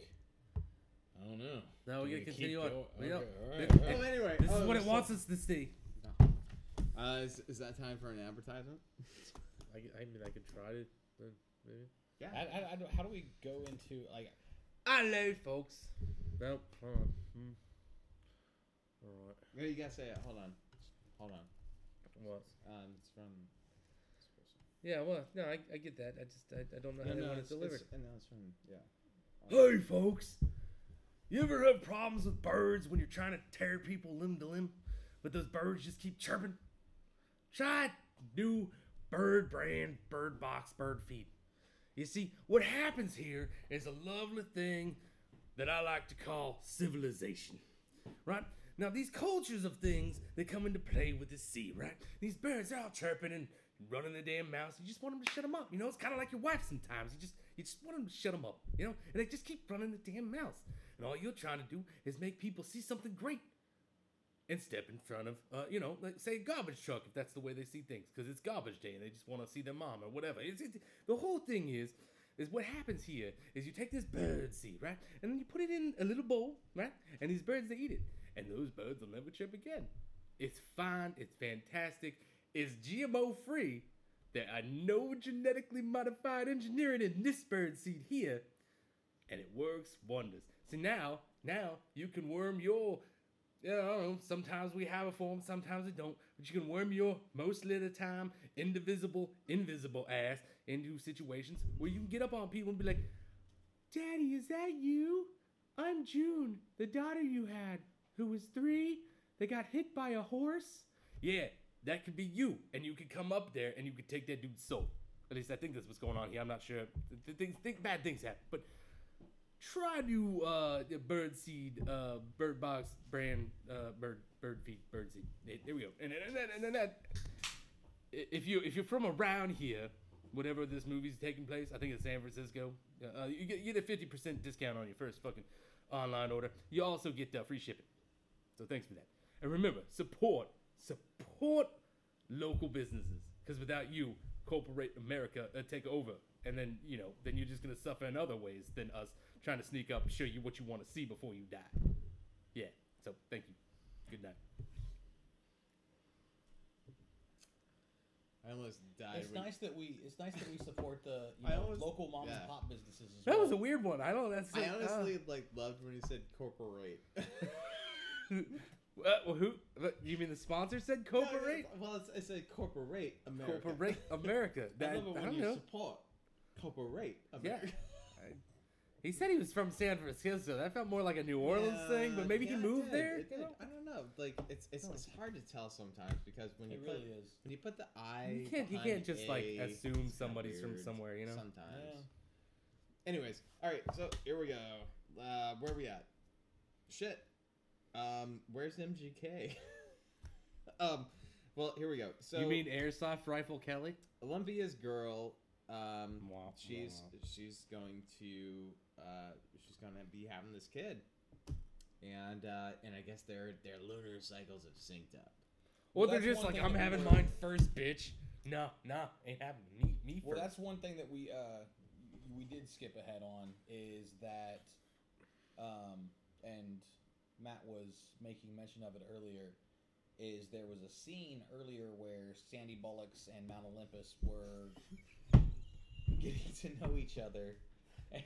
I don't know.
No, we
Do
gotta
keep
continue on.
go- Okay,
We don't-
all
Th-
right. all
Oh,
right.
anyway,
This
oh,
is what it
so-
wants us to see.
Uh, is, is that time for an advertisement?
I, I mean, I could try it. Then maybe.
I, I, I don't- how do we go into like?
Hello, folks. Nope. Hold on. Hmm. All right.
No, you gotta say it. Hold on, hold on.
What?
Um, it's from.
Yeah. Well, no, I, I get that. I just I, I don't know how
No,
they
no,
want it
it's,
delivered.
it's, no, it's from yeah.
Hey, folks. You ever have problems with birds when you're trying to tear people limb to limb, but those birds just keep chirping? Try new bird brand, bird box, bird feed. You see, what happens here is a lovely thing that I like to call civilization. Right? Now, these cultures of things that come into play with the sea, right? These birds are all chirping and running their damn mouths. You just want them to shut them up. You know, it's kind of like your wife sometimes. You just you just want them to shut them up, you know? And they just keep running the damn mouths. And all you're trying to do is make people see something great and step in front of, uh, you know, like say a garbage truck if that's the way they see things, because it's garbage day and they just want to see their mom or whatever. It's, it's, the whole thing is, is what happens here is you take this bird seed, right, and then you put it in a little bowl, right, and these birds they eat it, and those birds will never chirp again. It's fine. It's fantastic. It's GMO free. There are no genetically modified engineering in this bird seed here and it works wonders. So now, now you can worm your. You know, sometimes we have a form, sometimes we don't. But you can worm your mostly the time indivisible, invisible ass into situations where you can get up on people and be like, "Daddy, is that you? I'm June, the daughter you had, who was three. They got hit by a horse. Yeah, that could be you, and you could come up there and you could take that dude's soul. At least I think that's what's going on here. I'm not sure. Th- things, think bad things happen, but try new uh, birdseed, uh, bird box brand, uh, bird, bird feed, bird seed. There- There we go. And, and, and, then- and then that, i- if you if you're from around here, whatever this movie's taking place, I think it's San Francisco. Uh, you get you get a fifty percent discount on your first fucking online order. You also get uh, free shipping. So thanks for that. And remember, support, support local businesses. Because without you, corporate America uh, take over, and then you know, then you're just gonna suffer in other ways than us trying to sneak up, show you what you want to see before you die. Yeah. So thank you. Good night.
I almost died.
It's
when-
nice that we it's nice that we support the you
I
know,
always-
local mom
yeah.
and pop businesses. As
That
well.
was a uh, weird one. I don't. That's.
I honestly like loved when he said corporate.
Uh, well, who? but You mean the sponsor said corporate?
well, it's, it's a corporate America.
Corporate America. That,
I
I,
love it when
don't
you
know.
support corporate
Yeah.
America.
He said he was from San Francisco. That felt more like a New Orleans thing, but
Yeah,
maybe
yeah,
he
it
moved
did,
there.
it
you
did.
know?
I don't know. Like it's it's,
Oh.
it's hard to tell sometimes because when you
it
put
really is.
when you put the I
You can't. You
behind
can't just like
A, it's
assume
kinda
somebody's from
weird
somewhere. You know.
Sometimes. Anyways, all right. So here we go. Uh, where we at? Shit. Um, where's MGK? um, well, here we go. So
you mean airsoft rifle Kelly?
Olympia's girl. Um,
Womp
she's
womp.
she's going to uh, she's gonna be having this kid, and uh, and I guess their their lunar cycles have synced up.
Or
Well,
they're
that's
just
one
like,
thing
I'm
that we
having
were-
mine first, bitch. No, no, ain't happening. Me, me
Well,
first.
that's one thing that we uh, y- we did skip ahead on is that, um, and Matt was making mention of it earlier. Is there was a scene earlier where Sandy Bullocks and Mount Olympus were getting to know each other,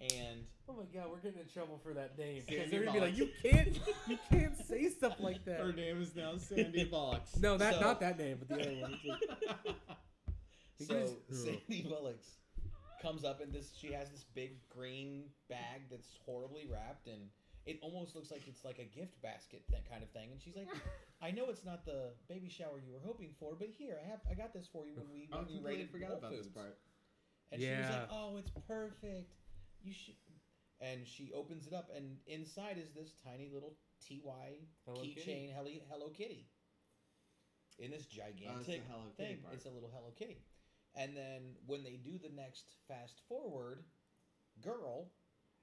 and
Oh my god, we're getting in trouble for that name.
Sandy
Because they're gonna be like,
Bullock.
you can't, you can't say stuff like that.
Her name is now Sandy Box.
No, that
So-
not that name, but the other one. He
So
just-
Sandy Bullocks comes up and this she has this big green bag that's horribly wrapped and it almost looks like it's like a gift basket that kind of thing and she's like I know it's not the baby shower you were hoping for but here I have I got this for you when we
I
when we
completely
raided
forgot
Whole
about
Foods
this part.
and she was
Yeah.
like oh it's perfect you should and she opens it up and inside is this tiny little TY
Hello Kitty.
keychain Hello, Hello Kitty in
Uh,
this gigantic
Hello Kitty
thing.
part.
It's a little Hello Kitty. And then when they do the next fast forward, girl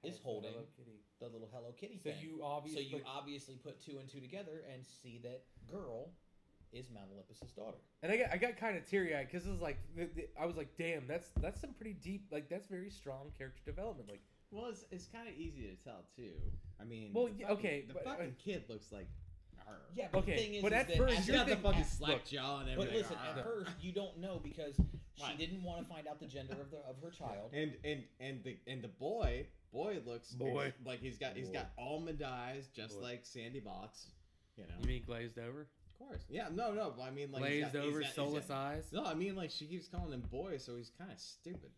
is
Hello
holding
Kitty.
the little Hello Kitty
So
thing.
you
so
obviously.
you obviously put two and two together and see that girl is Mount Olympus's daughter.
And I got, I got kind of teary eyed because it was like, the, the, I was like, damn, that's that's some pretty deep, like that's very strong character development. Like,
Well, it's, it's kind of easy to tell too. I mean,
Well,
the
yeah,
fucking-
okay,
the
but-
fucking kid looks like her.
Yeah, but
Okay,
the thing is,
but
is
at
that
first
at-
she's
you're
got the
thinking-
fucking
at-
slack
look,
jaw and
but
everything.
listen,
Ah.
at first you don't know because she
Right.
didn't want to find out the gender of the of her child.
And and and the and the boy boy looks
Boy.
like he's got he's got almond eyes just
Boy.
like Sandy Box, you know.
you mean glazed over?
of course. Yeah. No. No. but I mean like he's
glazed
got- he's
over,
got- he's
soulless
got-
eyes?
No, I mean like she keeps calling him boy, so he's kind of stupid.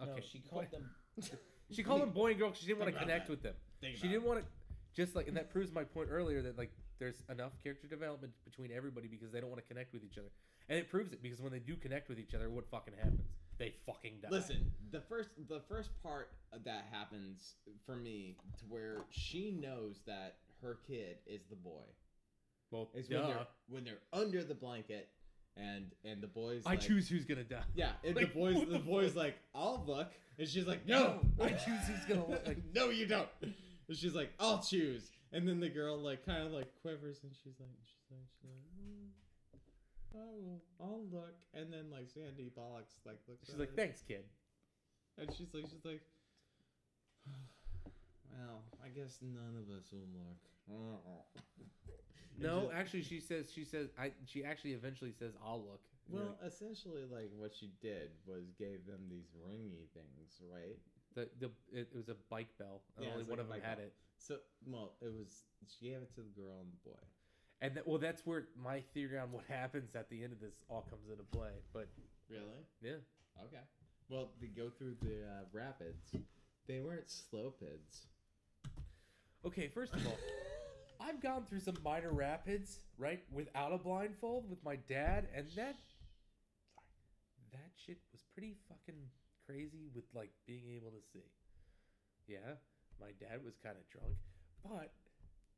Okay.
No, she called
What?
them
she called them boy and girl because she didn't want to
Think about
connect
that.
with them.
Think
She
about
didn't
it.
want to, just like, and that proves my point earlier that like there's enough character development between everybody because they don't want to connect with each other. And it proves it because when they do connect with each other, what fucking happens? They fucking die.
Listen, the first the first part that happens for me to where she knows that her kid is the boy
well,
is
duh.
when they're when they're under the blanket and and the boy's
I
like,
choose who's gonna die.
Yeah, and
Like,
the boys,
what
the,
the
boys,
fuck?
like, I'll look, and she's like, No,
No, I choose who's gonna look, like-
no, you don't. And she's like, I'll choose, and then the girl like kind of like quivers, and she's like, she's like, she's like, "Mm, I will, I'll look, and then like Sandy Bollocks like looks.
She's
at
like,
her,
thanks, kid.
and she's like, she's like, well, I guess none of us will look. And
No,
just-
actually, she says she says I. She actually eventually says I'll look. You're
Well, essentially, like what she did was gave them these ringy things, right?
like, the, the it, it was a bike bell. And
Yeah,
only
it's
one
like a
of them
bike
had
bell.
it.
So, well, it was she gave it to the girl and the boy.
And that, well, that's where my theory on what happens at the end of this all comes into play. But
Really?
yeah,
Okay. Well, they go through the uh, rapids. They weren't slopids.
okay. First of all, I've gone through some minor rapids right without a blindfold with my dad, and that that shit was pretty fucking crazy with like being able to see. Yeah, my dad was kind of drunk, but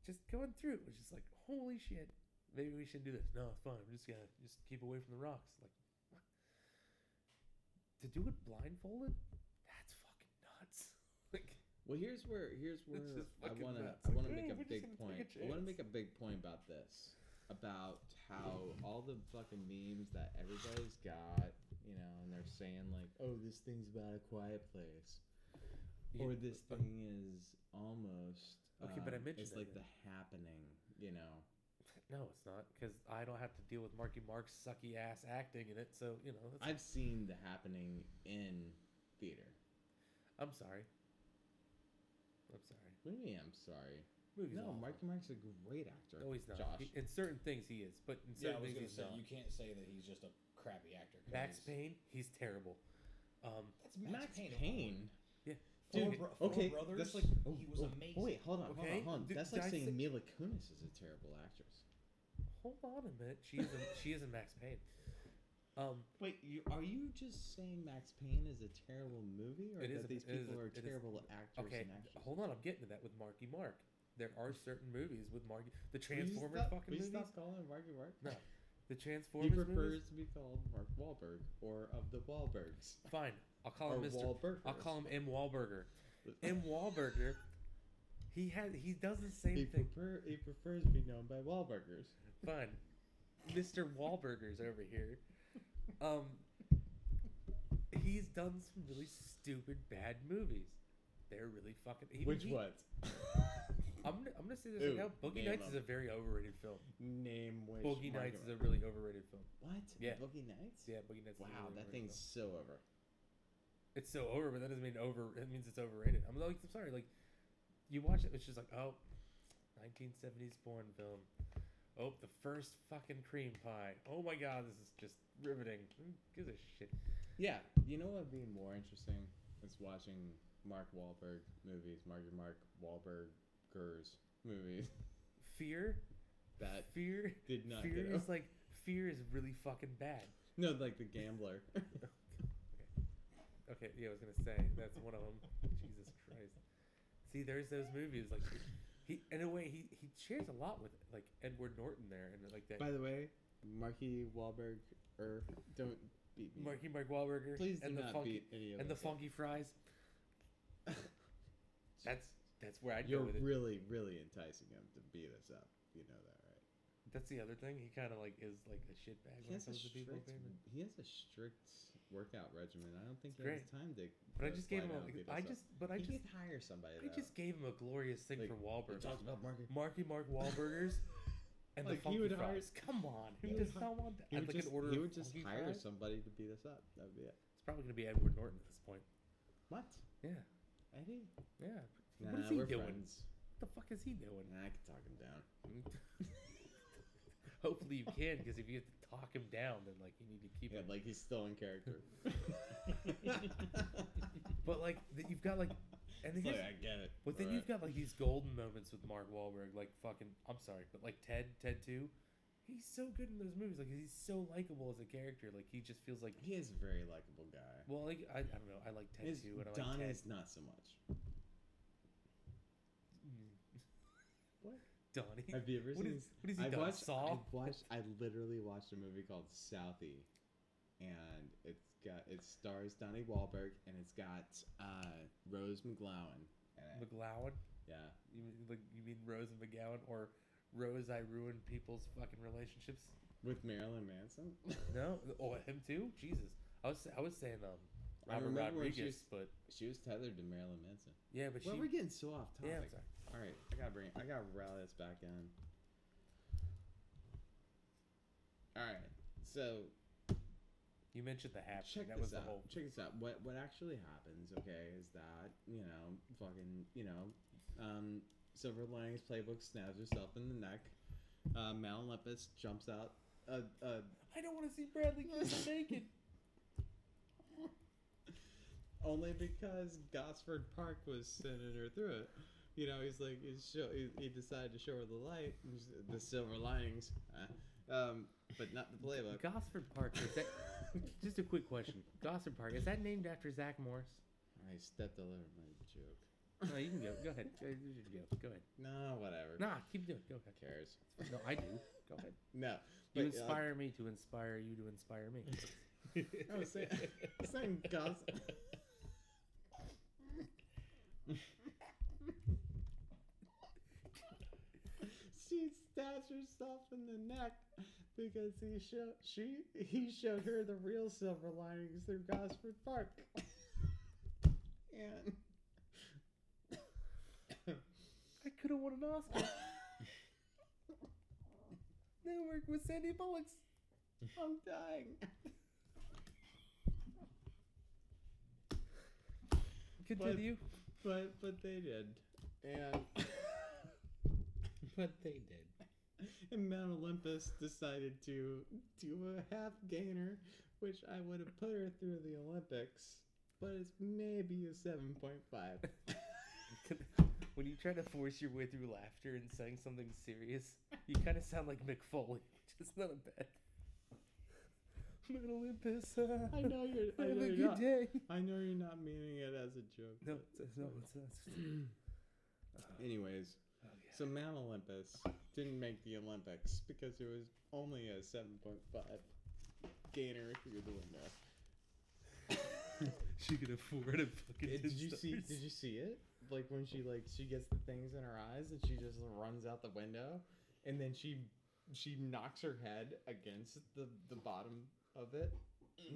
just going through it was just like, holy shit, maybe we shouldn't do this. No, it's fine. I'm just gonna just keep away from the rocks. Like what? to do it blindfolded, that's fucking nuts. Like
Well, here's where here's where
This is
I
fucking
want to
nuts.
I want to make
Like, hey,
a
we're just
big
gonna
point.
take
I
a
want to
chance.
make a big point about this, about how all the fucking memes that everybody's got, you know, and they're saying like, "Oh, this thing's about a quiet place,"
Yeah,
or "This
but-
thing is almost."
Okay, but I
um,
mentioned
it's
that
like
then.
the happening, you know.
No, it's not because I don't have to deal with Marky Mark's sucky ass acting in it. So you know, that's,
I've seen the happening in theater.
I'm sorry. I'm sorry.
What do you mean? I'm sorry.
Movie's
no,
awful.
Marky Mark's a great actor.
No, he's not.
Josh.
He- in certain things, he is, but in
Yeah, I
certain
was
things,
gonna
he's
say
not.
you can't say that he's just a crappy actor. 'cause
Max
he's-
Payne, he's terrible. Um,
That's
Max Payne.
Yeah.
Four,
Dude,
bro- four
okay,
brothers.
that's like
he was amazing.
Oh, wait, hold on, hold
Okay,
on, hold on.
d-
That's like
did I
saying
say-
Mila Kunis is a terrible actress.
hold on a minute. She is a, she is a Max Payne. Um,
Wait, you, are you just saying Max Payne is a terrible movie, or
It is
that
a-
these
it is
people
a-
are
it is-
terrible actors
okay,
and actresses?
hold on. I'm getting to that with Marky Mark. There are certain movies with Marky. The
Will you
Transformers
stop-
fucking
will you
movies.
stop calling him Marky Mark?
No, The
he
Transformers
prefers
movies.
to be called Mark Wahlberg or of the Wahlbergs
Fine, I'll call
or
him Mr.
Wahlbergers.
Oh, I'll call him M. Wahlberger. M. Wahlberger, he has he does the
He,
same thing.
prefer, he prefers to be known by Wahlbergers.
Fun, Mr. Wahlberger's over here. Um, he's done some really stupid bad movies. They're really fucking. He,
Which
he-
one?
I'm gonna, I'm gonna say this right
Ooh,
now. Boogie
name
Nights is a
them.
very overrated film.
Name which
Boogie
Marky
Nights is
Mark.
a really overrated film.
What?
Yeah.
Boogie Nights?
Yeah, Boogie Nights.
Wow,
is a really
that
overrated
thing's
film.
so over.
It's so over, but that doesn't mean over. It means it's overrated. I'm like, I'm sorry. Like, you watch it, it's just like, oh, 1970s porn film. Oh, the first fucking cream pie. Oh my god, this is just riveting. Who gives a shit?
Yeah, you know what would be more interesting is watching Mark Wahlberg movies, Marky Mark Wahlbergers movies
Fear.
that
fear.
did not
fear
get
is
over-
like fear is really fucking bad.
No, like The Gambler.
Okay, yeah, I was gonna say that's one of them. Jesus Christ. See, there's those movies like he in a way he he shares a lot with like Edward Norton there and like that
By the way, Marky Wahlberg er don't beat me.
Marky Mark Wahlberger
Please do
and the
not
funky
beat any of
and the
us up.
funky fries. That's that's where I'd
You're
go with it.
really, really enticing him to beat us up. You know that, right?
That's the other thing. He kind of like is like a
He
shitbag when
has, a
it comes to people.
strict,
man.
he has a strict workout regimen. I don't think
It's
he has time to.
But I
uh,
just gave
fly
him.
down and beat
A, I
us up.
just. But I
he
just.
could hire somebody.
I
though.
just gave him a glorious thing
Like,
for
We
Wahlberg.
talked about Marky.
Marky Mark Wahlbergers and
Like,
the
he
funky
would hire-
fries. Come on, who
he would
does
hi-
not want that?
He
I'd
would
like
just,
an order
he
of
would just
funky
hire
fries.
somebody to beat us up. That'd be it.
It's probably gonna be Edward Norton at this point.
What?
Yeah,
Eddie?
yeah.
Nah,
what is he
we're
doing?
friends.
What the fuck is he doing?
Nah, I can talk him down.
Hopefully you can, because if you have to talk him down, then like you need to keep
Yeah,
him.
like he's still in character.
But like th- you've got like, and
It's
here's,
like, I get it.
but then
Alright.
you've got like these golden moments with Mark Wahlberg, like fucking. I'm sorry, but like Ted, Ted Two, he's so good in those movies. Like he's so likable as a character. Like he just feels like.
He is a very likable guy.
Well, like I, I don't know. I like Ted
His
Two, and I like
Don
Ted.
is not so much.
What? Mm. Donnie.
Have you ever
What
seen?
is, what is he
I
done?
watched.
Saw?
I watched. I literally watched a movie called Southie, and it's got it stars Donnie Wahlberg and it's got uh, Rose McGlowan. In it.
McGowan?
Yeah,
You mean, like, you mean Rose and McGowan or Rose I ruined people's fucking relationships?
with Marilyn Manson.
No? Oh, him too? Jesus. I was I was saying um
I
Robert
remember when she
Rodriguez,
was-
but
She was tethered to Marilyn Manson.
yeah, but
Well,
she
we're getting so off topic.
Yeah, I'm sorry.
All right, I gotta bring, I gotta rally this back in. All right, so
You mentioned the happy.
Check
that
this
was the
out.
whole.
Check this out. What what actually happens? Okay, is that you know fucking you know, um, Silver Linings Playbook stabs herself in the neck. Uh, Malilepis jumps out. Uh, uh,
I don't want to see Bradley Cooper naked.
only because Gosford Park was sending her through it. You know, he's like, he's show, he, he decided to show her the light, and she's- the silver linings, uh, um, but not the playbook.
Gosford Park. Is that, just a quick question. Gosford Park is that named after Zach Morris?
I stepped all over my joke.
No, you can go. Go ahead. Go, you should go. Go ahead.
No, whatever.
Nah, keep doing. it. Go ahead.
Who cares?
No, I do. Go ahead.
No.
You
but, uh,
inspire me to inspire you to inspire me.
I was saying, saying Gos. she stabs herself in the neck because he showed she he showed her the real silver linings through Gosford Park, and
I could have won an Oscar. Now work with Sandy Bullocks.
I'm dying.
Continue.
But but they did, and
But they did.
and Mount Olympus decided to do a half gainer, which I would have put her through the Olympics, but it's maybe a seven point five.
when you try to force your way through laughter and saying something serious, you kind of sound like Mick Foley, which is not a bad. Mount Olympus. uh,
I know you're. I
Have
know
a
you're
good
not,
day.
I know you're not meaning it as a joke.
No,
but-
it's, no, it's not.
Anyways,
Oh, yeah.
so Mount Olympus didn't make the Olympics because it was only a seven point five gainer through the window.
She could afford a fucking.
Did, you
stars.
see? Did you see it? Like when she like she gets the things in her eyes and she just runs out the window, and then she she knocks her head against the the bottom of it.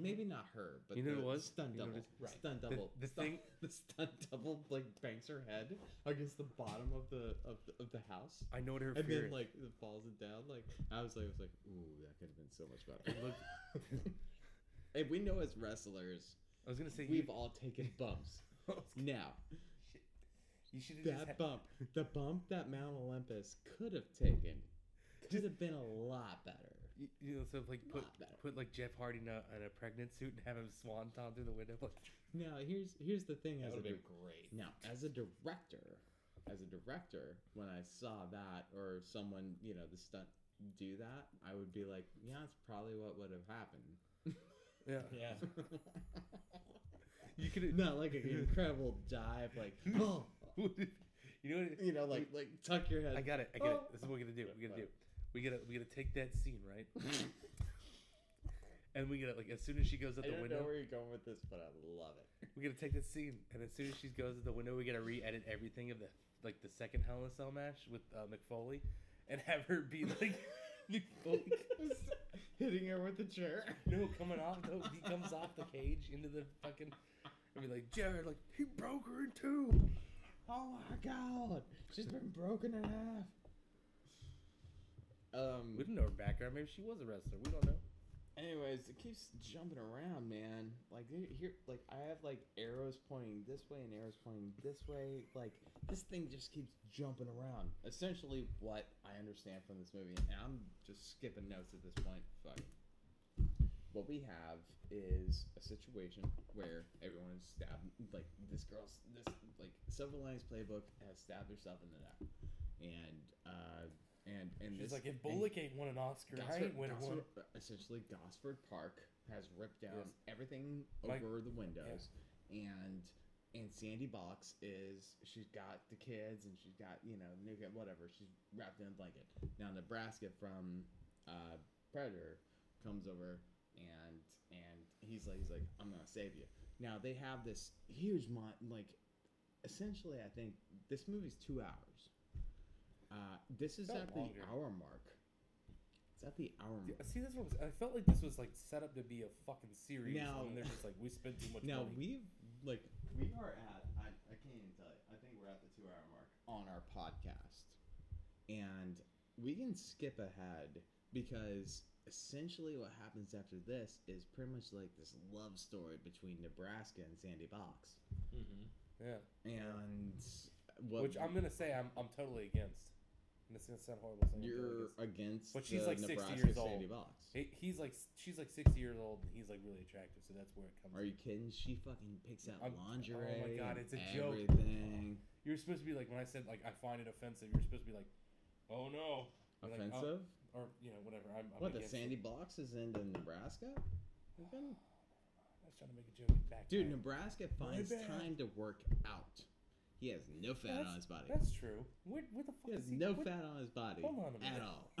Maybe not her, but
You know
the
what it was?
stunt
You know
double.
what it
Right.
Stunt
The-
double.
the
Stun-
thing-
The stunt double like bangs her head against the bottom of the of the, of the house.
I know what her
And
fear
then
is.
like it falls it down. Like I was like, I was like, ooh, that could have been so much better.
And look-
hey, we know as wrestlers,
I was gonna say
we've all taken bumps.
you,
Now,
you should have just
that
had-
bump, the bump that Mount Olympus could have taken, could have been a lot better.
you, you know, so like put
Lot better.
put like Jeff Hardy in a, in a pregnant suit and have him swanton through the window. Like,
Now, here's here's the thing
That
as
would
a
have been
dir-
great.
now as a director, as a director, when I saw that or someone you know the stunt do that, I would be like, yeah, that's probably what would have happened.
yeah,
Yeah.
you could.
Not like an incredible dive, like oh,
you know what? it-
you know, like like tuck your
I
head.
got it. I got
Oh.
it. This is what we're gonna do. We're gonna
What?
do. We gotta we gotta take that scene right. And we gotta like as soon as she goes out
I
the
don't
window,
know where you're going with this, but I love it.
we gotta take that scene. And as soon as she goes out the window, we gotta re-edit everything of the like the second Hell in a Cell match with uh, McFoley, and have her be like McFoley.
Hitting her with the chair.
No, coming off though, he comes off the cage into the fucking. I mean, like Jared, like he broke her in two.
Oh my god, she's been broken in half.
We
Um.
didn't know her background. Maybe she was a wrestler. We don't know.
Anyways, it keeps jumping around, man. Like here- here, like I have like arrows pointing this way and arrows pointing this way. Like this thing just keeps jumping around. Essentially, what I understand from this movie, and I'm just skipping notes at this point. Fuck. What we have is a situation where everyone is stabbed. Like this girl's this like Silver Linings Playbook has stabbed herself in the neck, and uh, and and this,
She's like, if
and-
Bullock ain't won an Oscar, I
Gosford,
ain't win one.
Gosford- essentially, Gosford Park has ripped down
Yes.
everything
Mike-
over the windows, and and Sandy Box is she's got the kids and she's got you know new kid, whatever she's wrapped in a blanket. Now Nebraska from uh, Predator comes over and and he's like he's like I'm gonna save you. Now they have this huge mon like essentially I think this movie's two hours. Uh, this is
Felt
at
longer.
the hour mark. It's at the hour
Yeah,
mark.
See, that's what was, I felt like. This was like set up to be a fucking series,
Now-
and they're just like, we spent too much
Now
money.
we've like we are at I, I can't even tell you. I think we're at the two hour mark on our podcast. And we can skip ahead because essentially what happens after this is pretty much like this love story between Nebraska and Sandy Box.
Mm-hmm.
Yeah.
And what
Which I'm gonna say I'm I'm totally against. And it's gonna sound horrible. Saying I'm totally
you're
against.
against
But she's
the
like 60
Nebraska
years
Sandy
old.
Box.
He, he's like she's like 60 years old and he's like really attractive, so that's where it comes.
Are you kidding? She fucking picks out
I'm- oh my
lingerie.
God,
and
it's a joke.
everything.
You're supposed to be like when I said like I find it offensive. You're supposed to be like, oh no, You're like, oh,
Offensive?
or you know whatever. I'm, I'm
what, the
against
Sandy
It.
Box is in Nebraska? They've been-
I was trying to make a joke. and back
Dude,
down.
Nebraska finds
bad.
time to work out. He has no fat on his body.
that's true. What what the
He
fuck
has
is he?
no
what-
fat on his body
Hold on a minute.
at all.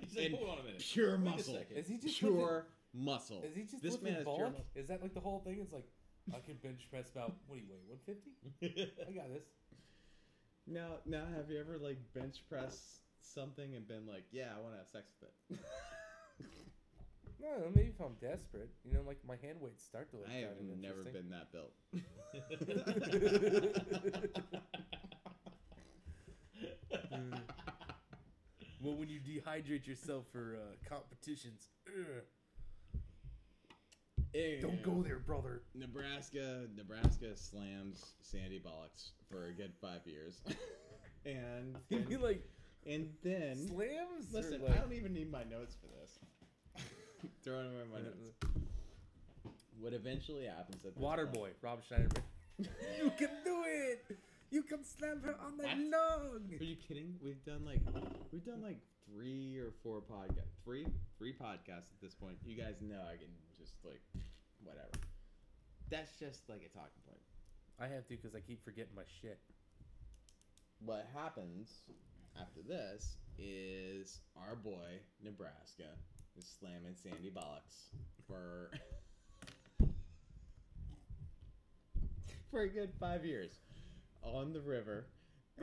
He's like,
And
hold on a minute.
pure
Wait a
muscle.
second.
Is he just
Pure muscle.
Lifting, is he just
This
lifting
man is pure
bulk?
muscle.
Is that like the whole thing? It's like I can bench press about what do you weigh? 150? I got this.
Now, now, have you ever like bench pressed something and been like, "Yeah, I want to have sex with it"?
No, maybe if I'm desperate, you know, like my hand weights start to look.
I have
kind of
never
interesting.
been that built.
Well, when you dehydrate yourself for uh, competitions, ugh, don't go there, brother.
Nebraska, Nebraska slams Sandy Bollocks for a good five years, and
You mean like
and then
slams? or
listen,
like,
I don't even need my notes for this. Throwing away my notes. What eventually happens at this point-
Waterboy, Rob Schneiderman. you can do it. You can slam her on the
What?
lung.
Are you kidding? We've done like we've done like three or four podcast three three podcasts at this point. You guys know I can just like whatever. That's just like a talking point.
I have to because I keep forgetting my shit.
What happens after this is our boy Nebraska is slamming Sandy Bollocks for for a good five years on the river.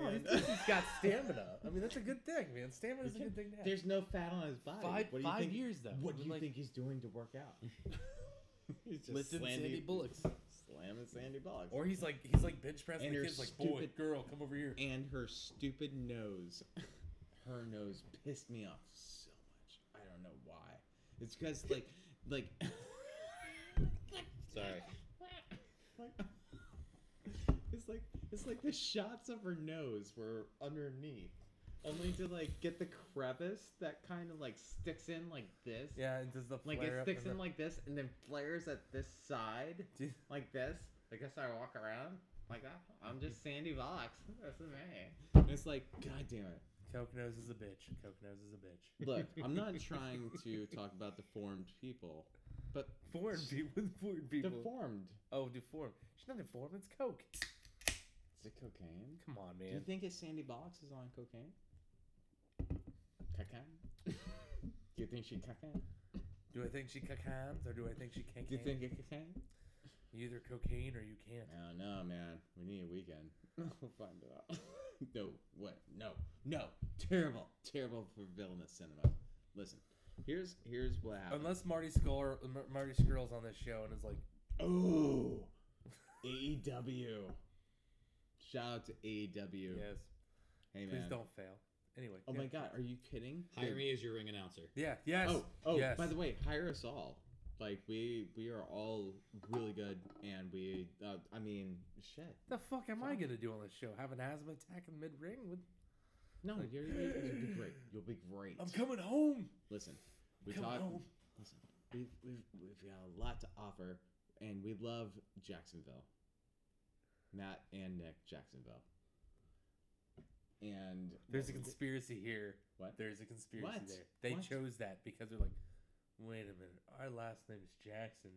Oh,
And-
he's, he's got stamina. I mean, that's a good thing, man. Stamina's a
You
good thing to have.
There's no fat on his body.
Five,
what do you
five
think?
years though.
What
I
do
mean,
you
like,
think he's doing to work out? he's just
Listen,
slamming-
Sandy Bullocks.
slamming Sandy Bullocks.
Or he's like, he's like bench pressing
And
the
her
kids, like, boy,
stupid-
girl, come over here.
and her stupid nose. Her nose pissed me off so much. I don't know why. It's because like, like. Sorry. Like- it's like it's like the shots of her nose were underneath, only to like get the crevice that kind of like sticks in like this.
Yeah, and does the
Like
flare
it
up
sticks
and
in
the-
like this and then flares at this side,
Dude.
like this. I guess I walk around like that. I'm just Sandy Vox. That's me. And it's like, God damn it.
Coke nose is a bitch. Coke nose is a bitch.
Look, I'm not trying to talk about deformed people, but
Foreign people. Foreign people.
deformed.
oh, deformed. She's not deformed. It's Coke.
Is it cocaine?
Come on,
Do you
man.
think his Sandy Vox is on cocaine? Cocaine? Do you think she cocaine?
Do I think she cocans or do I think she can't?
Do you think it cocaine?
You either cocaine or you can't?
I don't know, man. We need a weekend. we'll find out. no, what? No, no. Terrible, terrible for villainous cinema. Listen, here's here's what happened.
Unless Marty Skrull, uh, Mar- Marty Skrull's on this show and is like,
oh, AEW. E Shout out to AEW.
yes,
Hey man.
please don't fail. Anyway.
Oh
yeah.
my God, are you kidding?
Hire
Dude.
me as your ring announcer.
Yeah. Yes.
Oh, oh.
Yes.
By the way, hire us all. Like we we are all really good, and we. Uh, I mean, shit.
The fuck am I gonna do on this show? Have an asthma attack in mid ring? With
No, you're, you're, you'll be great. You'll be great.
coming home.
Listen, we
Come
talk.
home.
Listen, we've, we've we've got a lot to offer, and we love Jacksonville. Matt and Nick Jacksonville. And
There's a conspiracy here.
What?
There's a conspiracy
What?
there. They
What?
chose that because they're like, wait a minute, our last name is Jackson.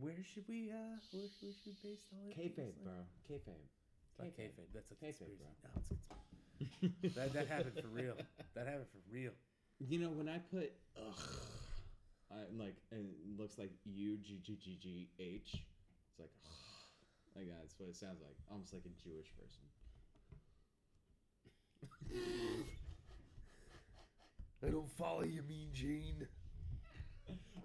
Where should we? uh Where should we should base all it?
kayfabe, bro. Kayfabe.
It's not kayfabe. That's a
Kayfabe,
conspiracy.
bro.
No, it's conspiracy. that that happened for real. That happened for real.
You know when I put ugh, I'm like and it looks like U G G G G H. It's like ugh, like that's what it sounds like, almost like a Jewish person.
I don't follow you, Mean Gene.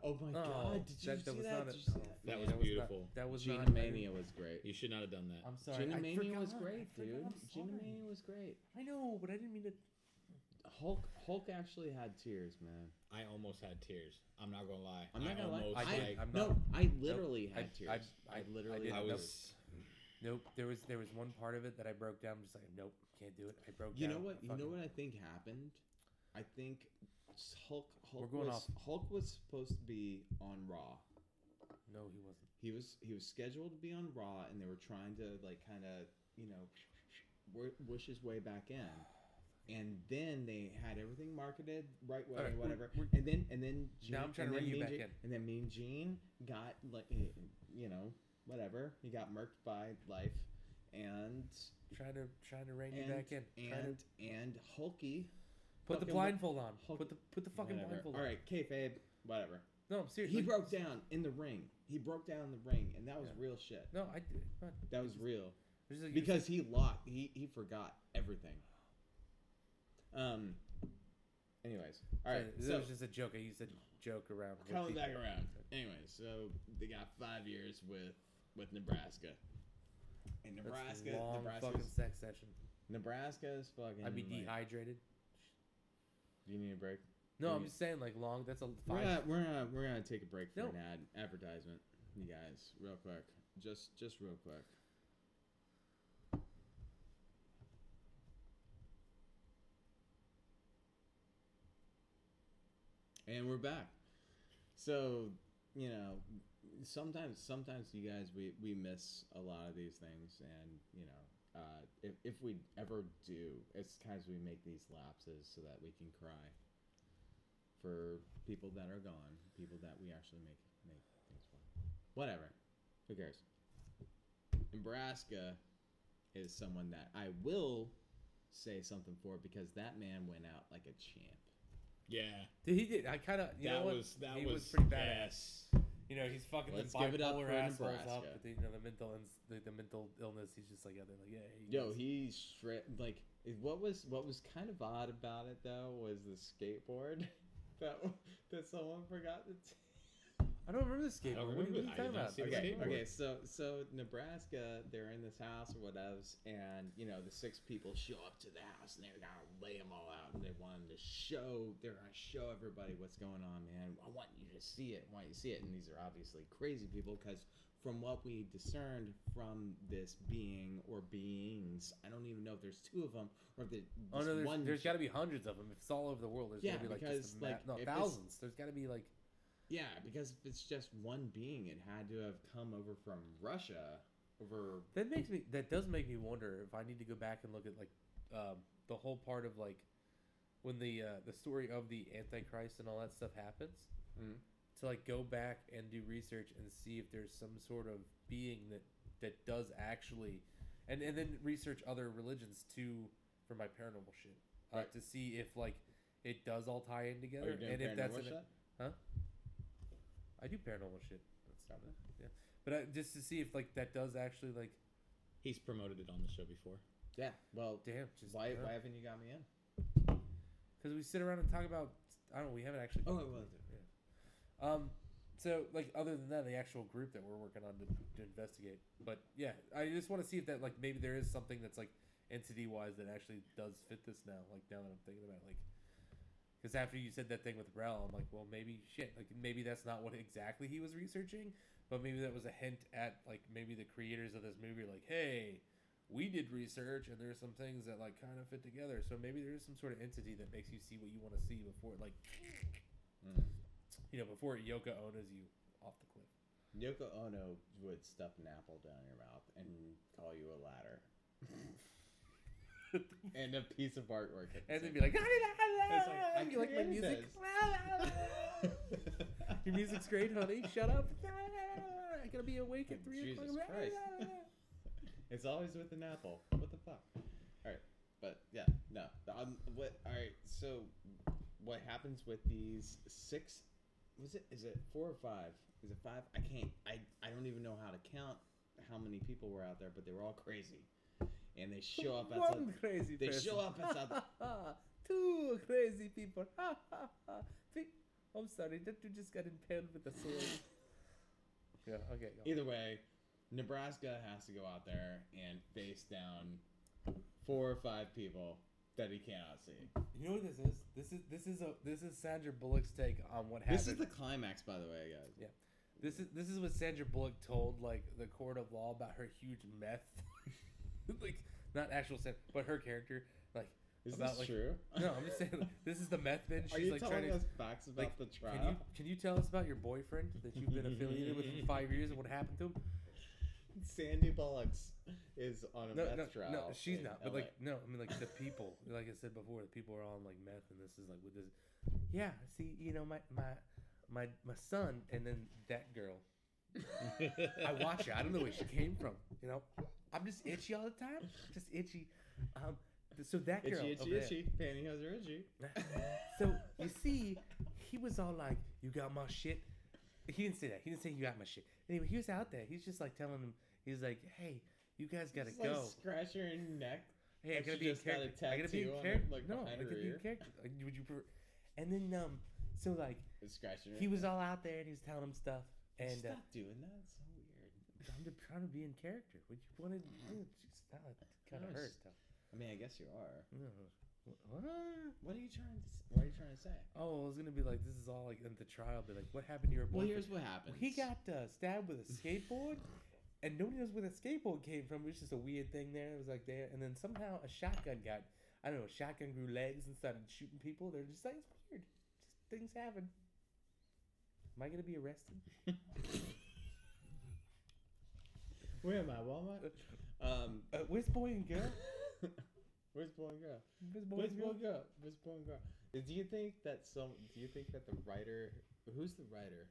Oh my god! Did you
that, that
see
was
that?
not
Did
a,
you see
oh,
that?
That
fuck,
was beautiful.
Not, that was
Gina
not.
Mania was great.
You should not have done that.
I'm sorry.
Gina
I
Mania was
forgot, I
great,
forgot,
dude.
I'm
Gina
sorry.
Mania was great.
I know, but I didn't mean to.
Hulk Hulk actually had tears, man.
I almost had tears. I'm not gonna lie.
I'm not
I
gonna lie.
almost,
I,
did.
like,
I'm
no,
not-
I literally
I-
had tears. I,
I- I
literally.
didn't.
had
I
Nope.
tears.
was.
Nope. There was there was one part of it that I broke down. I'm just like, nope, can't do it. I broke
You
down.
know what?
I
You know
fucking-
what I think happened. I think Hulk. Hulk
going
was,
off-
Hulk was supposed to be on Raw.
No, he wasn't.
He was he was scheduled to be on Raw, and they were trying to like kind of you know wor- wish his way back in, and then they had everything marketed right way,
All right,
or
we're-
whatever,
we're-
and then and then Gene,
I'm trying
and
to
then
rein you
Mean
back
Gene-
in.
and then Mean Gene got like eh, you know whatever he got murked by life, and
Trying to trying to rein
and
you back in. trying
and
to
and Hulky
put the
fucking-
blindfold on.
Hulk-
Put the put the fucking
whatever.
blindfold
All
on.
right, kayfabe, whatever.
No, I'm serious.
He
like-
broke down in the ring. He broke down in the ring, and that was
Yeah.
real shit.
No, I did. Not,
That was real
it's just like-
because he locked he he forgot everything um anyways all right
That
so
was just a joke. I used a joke around. with
coming
people.
back around anyways so they got five years with with nebraska and
That's
nebraska
long fucking
nebraska's,
sex session.
nebraska's fucking
I'd be
like-
dehydrated.
do you need a break
No,
We're
I'm
gonna-
just saying, like long. That's a
we're
5
gonna, we're gonna we're gonna take a break for
No.
an ad advertisement you guys real quick just just real quick And we're back. So, you know, sometimes sometimes you guys we, we miss a lot of these things and, you know, uh, if, if we ever do, it's times we make these lapses so that we can cry for people that are gone, people that we actually make make things for. Whatever. Who cares? Nebraska is someone that I will say something for because that man went out like a champ.
Yeah,
Did he did. I kind of. You know
that
what?
was that
he
was,
was pretty badass.
yes.
You know, he's fucking
Let's
the
give it up
bipolar
for
assholes up
Nebraska.
with the, you know, the mental ins- the, the mental illness. He's just like, yeah, they're like, yeah.
Yo, he straight like it- what was what was kind of odd about it though was the skateboard that that someone forgot to. T-
I don't remember this game.
I don't
What are you
remember
what are you
that. I did
talking
not
about?
see the
okay,
skateboard.
okay, so so Nebraska, they're in this house or whatevs, and you know the six people show up to the house and they're gonna lay them all out and they want 'em to show they're gonna show everybody what's going on, man. I want you to see it, I want you to see it, and these are obviously crazy people because from what we discerned from this being or beings, I don't even know if there's two of them or if the
Oh
just
no, there's,
one.
there's got to be hundreds of them. If it's all over the world, there's
Yeah,
got to be like
because,
just a ma-
like, if
no
it's-
thousands. There's got to be like
yeah, because if it's just one being, it had to have come over from Russia. Over
that makes me that does make me wonder if I need to go back and look at like um, the whole part of like when the uh, the story of the Antichrist and all that stuff happens. Mm-hmm.
Mhm.
To like go back and do research and see if there's some sort of being that that does actually, and and then research other religions too for my paranormal shit uh,
Right.
to see if like it does all tie in
Oh, you're
together
doing
and if that's
paranormal
an-
shit?
I do paranormal shit. That's
Stop it.
Yeah, but I, just to see if like that does actually like
He's promoted it on the show before.
Yeah. Well,
damn just
why, why haven't you got me in?
because we sit around and talk about I don't know we haven't actually
Oh,
gone
it
through
was.
yeah. um so like other than that the actual group that we're working on to, to investigate but yeah I just want to see if that like maybe there is something that's like entity wise that actually does fit this now like now that I'm thinking about it like because after you said that thing with Rel I'm like well maybe shit like maybe that's not what exactly he was researching but maybe that was a hint at like maybe the creators of this movie are like hey we did research and there's some things that like kind of fit together so maybe there is some sort of entity that makes you see what you want to see before it, like
Mm.
you know before yoka owners you off the cliff
Yoko Ono would stuff an apple down your mouth and call you a ladder and a piece of artwork. at the
and then
same
be like,
It's like, I
you like my
created
music
time.
your music's great honey shut up i gotta be awake at three
Jesus
o'clock
Christ. It's always with an apple. What the fuck? All right, but yeah, no. Um, what? All right. So, what happens with these six? Was it? Is it four or five? Is it five? I can't. I I don't even know how to count how many people were out there, but they were all crazy, and they show up outside.
one crazy
They
person.
show up outside.
two crazy people three i'm sorry that you just got impaled with a sword yeah okay go.
Either way, Nebraska has to go out there and face down four or five people that he cannot see.
You know what this is? This
is this is a this is Sandra Bullock's take on what happened.
This is the climax, by the way, guys.
This is this is what Sandra Bullock told like the court of law about her huge meth, like not actual Sandra, but her character. Like
Is
About,
this
like-
true?
no, I'm just saying like, this is the meth bin.
Are
She's
you
like
telling
trying to.
us facts about
like,
the trial?
Can you can you tell us about your boyfriend that you've been affiliated with for five years and what happened to him?
Sandy Bullocks is on a
No,
meth
no,
trial.
no, she's
in
not. But
LA.
like, no, I mean like the people. Like I said before, the people are on like meth, and this is like with this. Yeah, see, you know my my my my son, and then that girl. I watch her. I don't know where she came from. You know, I'm just itchy all the time. Just itchy. Um, th- so that girl.
itchy,
over
itchy,
there-
itchy. Pantyhose are itchy.
So you see, he was all like, "You got my shit." He didn't say that. He didn't say you got my shit. Anyway, he was out there. He's just like telling him. He's like, "Hey, you guys gotta
Just,
go."
Like, scratch her neck.
Hey, I
Like,
gotta
she
be in
just got a
character. I gotta be in
tattoo on her,
character.
like,
no, I
behind her
gotta be in
ear.
character. Like, would you prefer? And then um, so like
Scratch her.
he was all out there and he was telling him stuff, and
Stop
uh,
doing that. It's so weird.
I'm just trying to be in character. Would you want to? Just not
Mm-hmm. No,
kind of hurt.
just-
though.
I mean, I guess you are.
No. Wh- What?
What are you trying to? s- What are you trying to say?
Oh, it was gonna be like this is all like in the trial. Be like, what happened to your
Well,
boyfriend?
here's what happened.
he got uh, stabbed with a skateboard, and nobody knows where that skateboard came from. It was just a weird thing there. It was like there, and then somehow a shotgun got. I don't know. A shotgun grew legs and started shooting people. They're just like it's weird. Just things happen. Am I gonna be arrested?
Where am I? Walmart. Um.
Uh, where's boy and girl?
Where's boy and girl?
Where's boy
Where's
and
boy
girl?
and girl? Where's boy and girl? Uh, Do you think that some? Do you think that the writer? Who's the writer?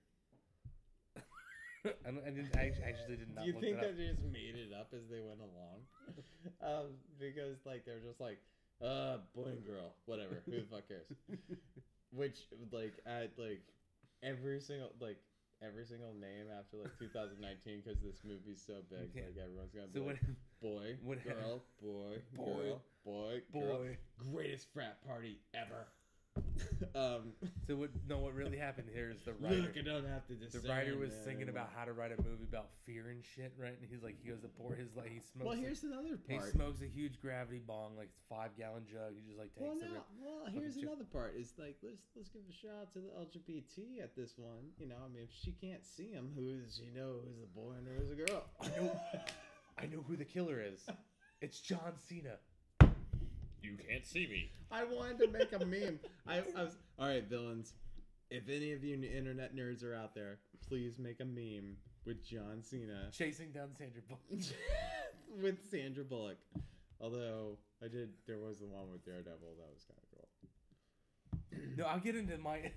I, don't, I didn't. I actu- actually did not
Do you
look
think
that up.
that they just made it up as they went along? um, because like they're just like, uh, boy and girl, whatever. Who the fuck cares? Which like at like every single like every single name after like 2019 because this movie's so big,
Yeah.
like everyone's gonna be
So
like,
what?
boy,
what hap-
girl, boy,
Boy.
girl, boy, girl.
Boy.
Greatest frat party ever. um,
So what? No, what really happened here is the writer.
look, I don't have to
the
discern
writer was
that
thinking about
anymore.
how to write a movie about fear and shit, right? And he's like, he goes to pour his like he smokes.
Well,
a-
here's another
He
part.
smokes a huge gravity bong, like it's a five gallon jug. He just like takes
Well,
the
no,
rip.
well, here's
fucking chick-
another part. Is like let's let's give a shout out to the LGBT at this one. You know, I mean, if she can't see him, who's you know who's a boy and who's a girl?
I know, I know who the killer is. It's John Cena.
You can't see me.
I wanted to make a meme. I, I was all right, villains. If any of you internet nerds are out there, please make a meme with John Cena
Chasing down Sandra Bullock.
with Sandra Bullock. Although I did, there was the one with Daredevil that was kind of cool.
No, I'll get into my.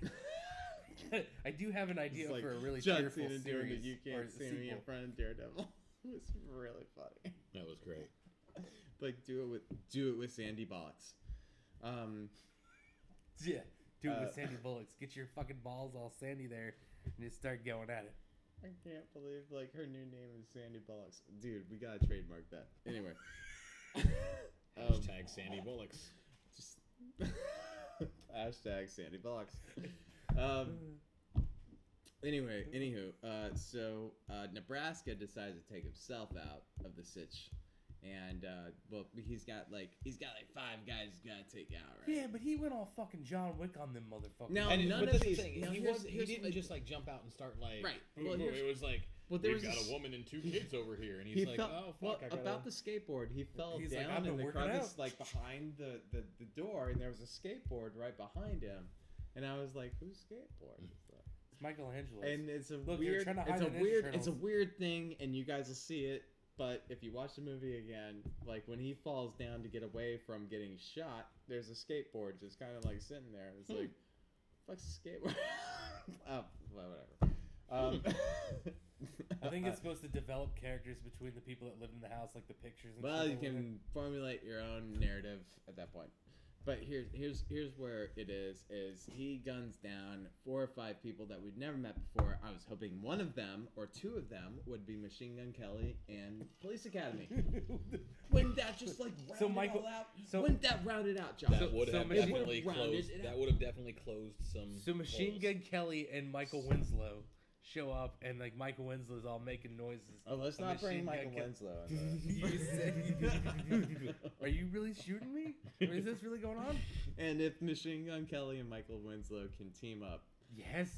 I do have an idea
It's like
for a really
John
cheerful
Cena doing the
series.
"You
or
Can't See Me" in
sequel.
front of Daredevil. it was really funny.
That was great.
like do it with do it with Sandy Bollocks. Um,
Yeah, do it
Uh,
with Sandy Bullocks. Get your fucking balls all sandy there, and just start going at it.
I can't believe like her new name is Sandy Bollocks. Dude, we gotta trademark that. Anyway, um,
Hashtag Sandy Bullocks.
just hashtag Sandy Bollocks. Um, anyway, anywho,
Mm-hmm.
uh, so uh, Nebraska decides to take himself out of the sitch. And uh, well, he's got like he's got like five guys he's gotta take out, right?
yeah, but he went all fucking John Wick on them motherfuckers.
No,
And
none
but
of
that's
these-
the thing.
now
he,
here's-
was, he
here's
didn't
what-
just like jump out and start like.
Right.
boom,
Well,
boom.
here's-
it was like
Well,
we've
a
got
s-
a woman and two kids over here, and he's
he
like,
fell-
oh
well,
fuck, I gotta.
about the skateboard, he fell
He's like,
down
"I've been
in the
working
crevice,
out."
like behind the, the, the door, and there was a skateboard right behind him. And I was like, "Whose skateboard?" is that?"
it's Michelangelo.
And it's a
they're
weird,
trying to
it's
hide
a
it in
weird, it's a
internals.
weird thing, and you guys will see it. But if you watch the movie again, like when he falls down to get away from getting shot, there's a skateboard just kind of like sitting there. It's
Hmm.
like, "Fuck's a skateboard?" oh, well, whatever. Um,
I think
uh,
it's supposed to develop characters between the people that live in the house, like the pictures. And
Well,
shit
you
that live in-
can formulate your own narrative at that point. But here's here's here's where it is: is he guns down four or five people that we'd never met before. I was hoping one of them or two of them would be Machine Gun Kelly and Police Academy. Wouldn't that just like round
So
it
Michael-
all out?
so-
Wouldn't that round it out, Josh?
that
So-
would
so
have
Machine-
definitely
Rounded
closed.
it out.
That would have definitely closed some.
So Machine
holes.
Gun Kelly and Michael Winslow show up and like Michael Winslow's all making noises.
Oh, let's
A
not bring
machine gun
Michael
kill-
Winslow.
You
Into
said-
it.
Are you really shooting me? Or is this really going on?
and if Machine Gun Kelly and Michael Winslow can team up
Yes,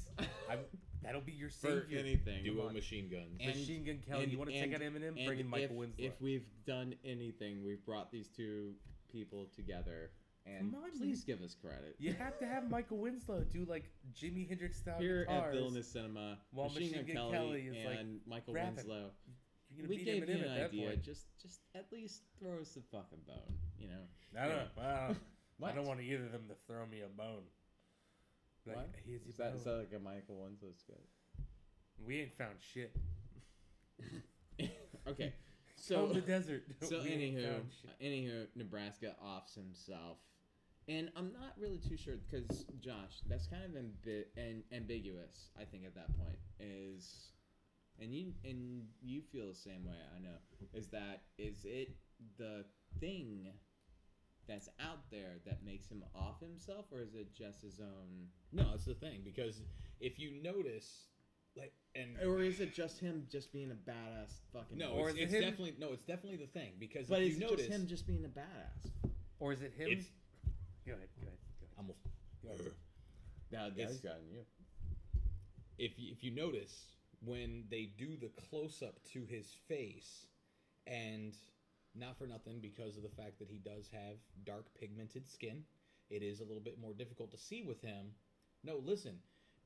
I, that'll be your
for
savior.
anything,
Duo machine guns.
and-
Machine Gun Kelly.
and-
you want to take
and-
out Eminem?
and
Bring in Michael
if,
Winslow.
If we've done anything, we've brought these two people together. And
Come on,
please give us credit.
you have to have Michael Winslow do like Jimi Hendrix style
Here at
guitars.
Villainous Cinema,
while
Machine Gun
Machine Gun
Kelly,
Kelly is, like,
and Michael
rapping.
Winslow.
You're gonna
We
beat
gave
Eminem
you
at
an
that
idea.
point.
Just, just at least throw us the fucking bone. You know.
I don't know. I don't know.
What?
I don't want either of them to throw me a bone. Like,
What?
here's your
Is that,
bone.
is that like a Michael Winslow sketch?
we ain't found shit.
okay,
So
so
the desert.
so
We ain't
anywho,
found shit.
anywho, Nebraska offs himself, and I'm not really too sure because Josh, that's kind of ambi- and ambiguous. I think at that point is, and you and you feel the same way. I know is that is it the thing that's out there that makes him off himself, or is it just his own?
No, it's the thing because if you notice, like, and
Or is it just him just being a badass fucking?
no,
Or
it's,
is it
it's
him?
definitely no, it's definitely the thing because
but
if
it's
you
just
notice,
him just being a badass.
or is it him?
it's
Go ahead. Go ahead. Go ahead.
almost.
Now
that's
gotten you.
if you, if you notice when they do the close up to his face and not for nothing because of the fact that he does have dark pigmented skin it is a little bit more difficult to see with him no listen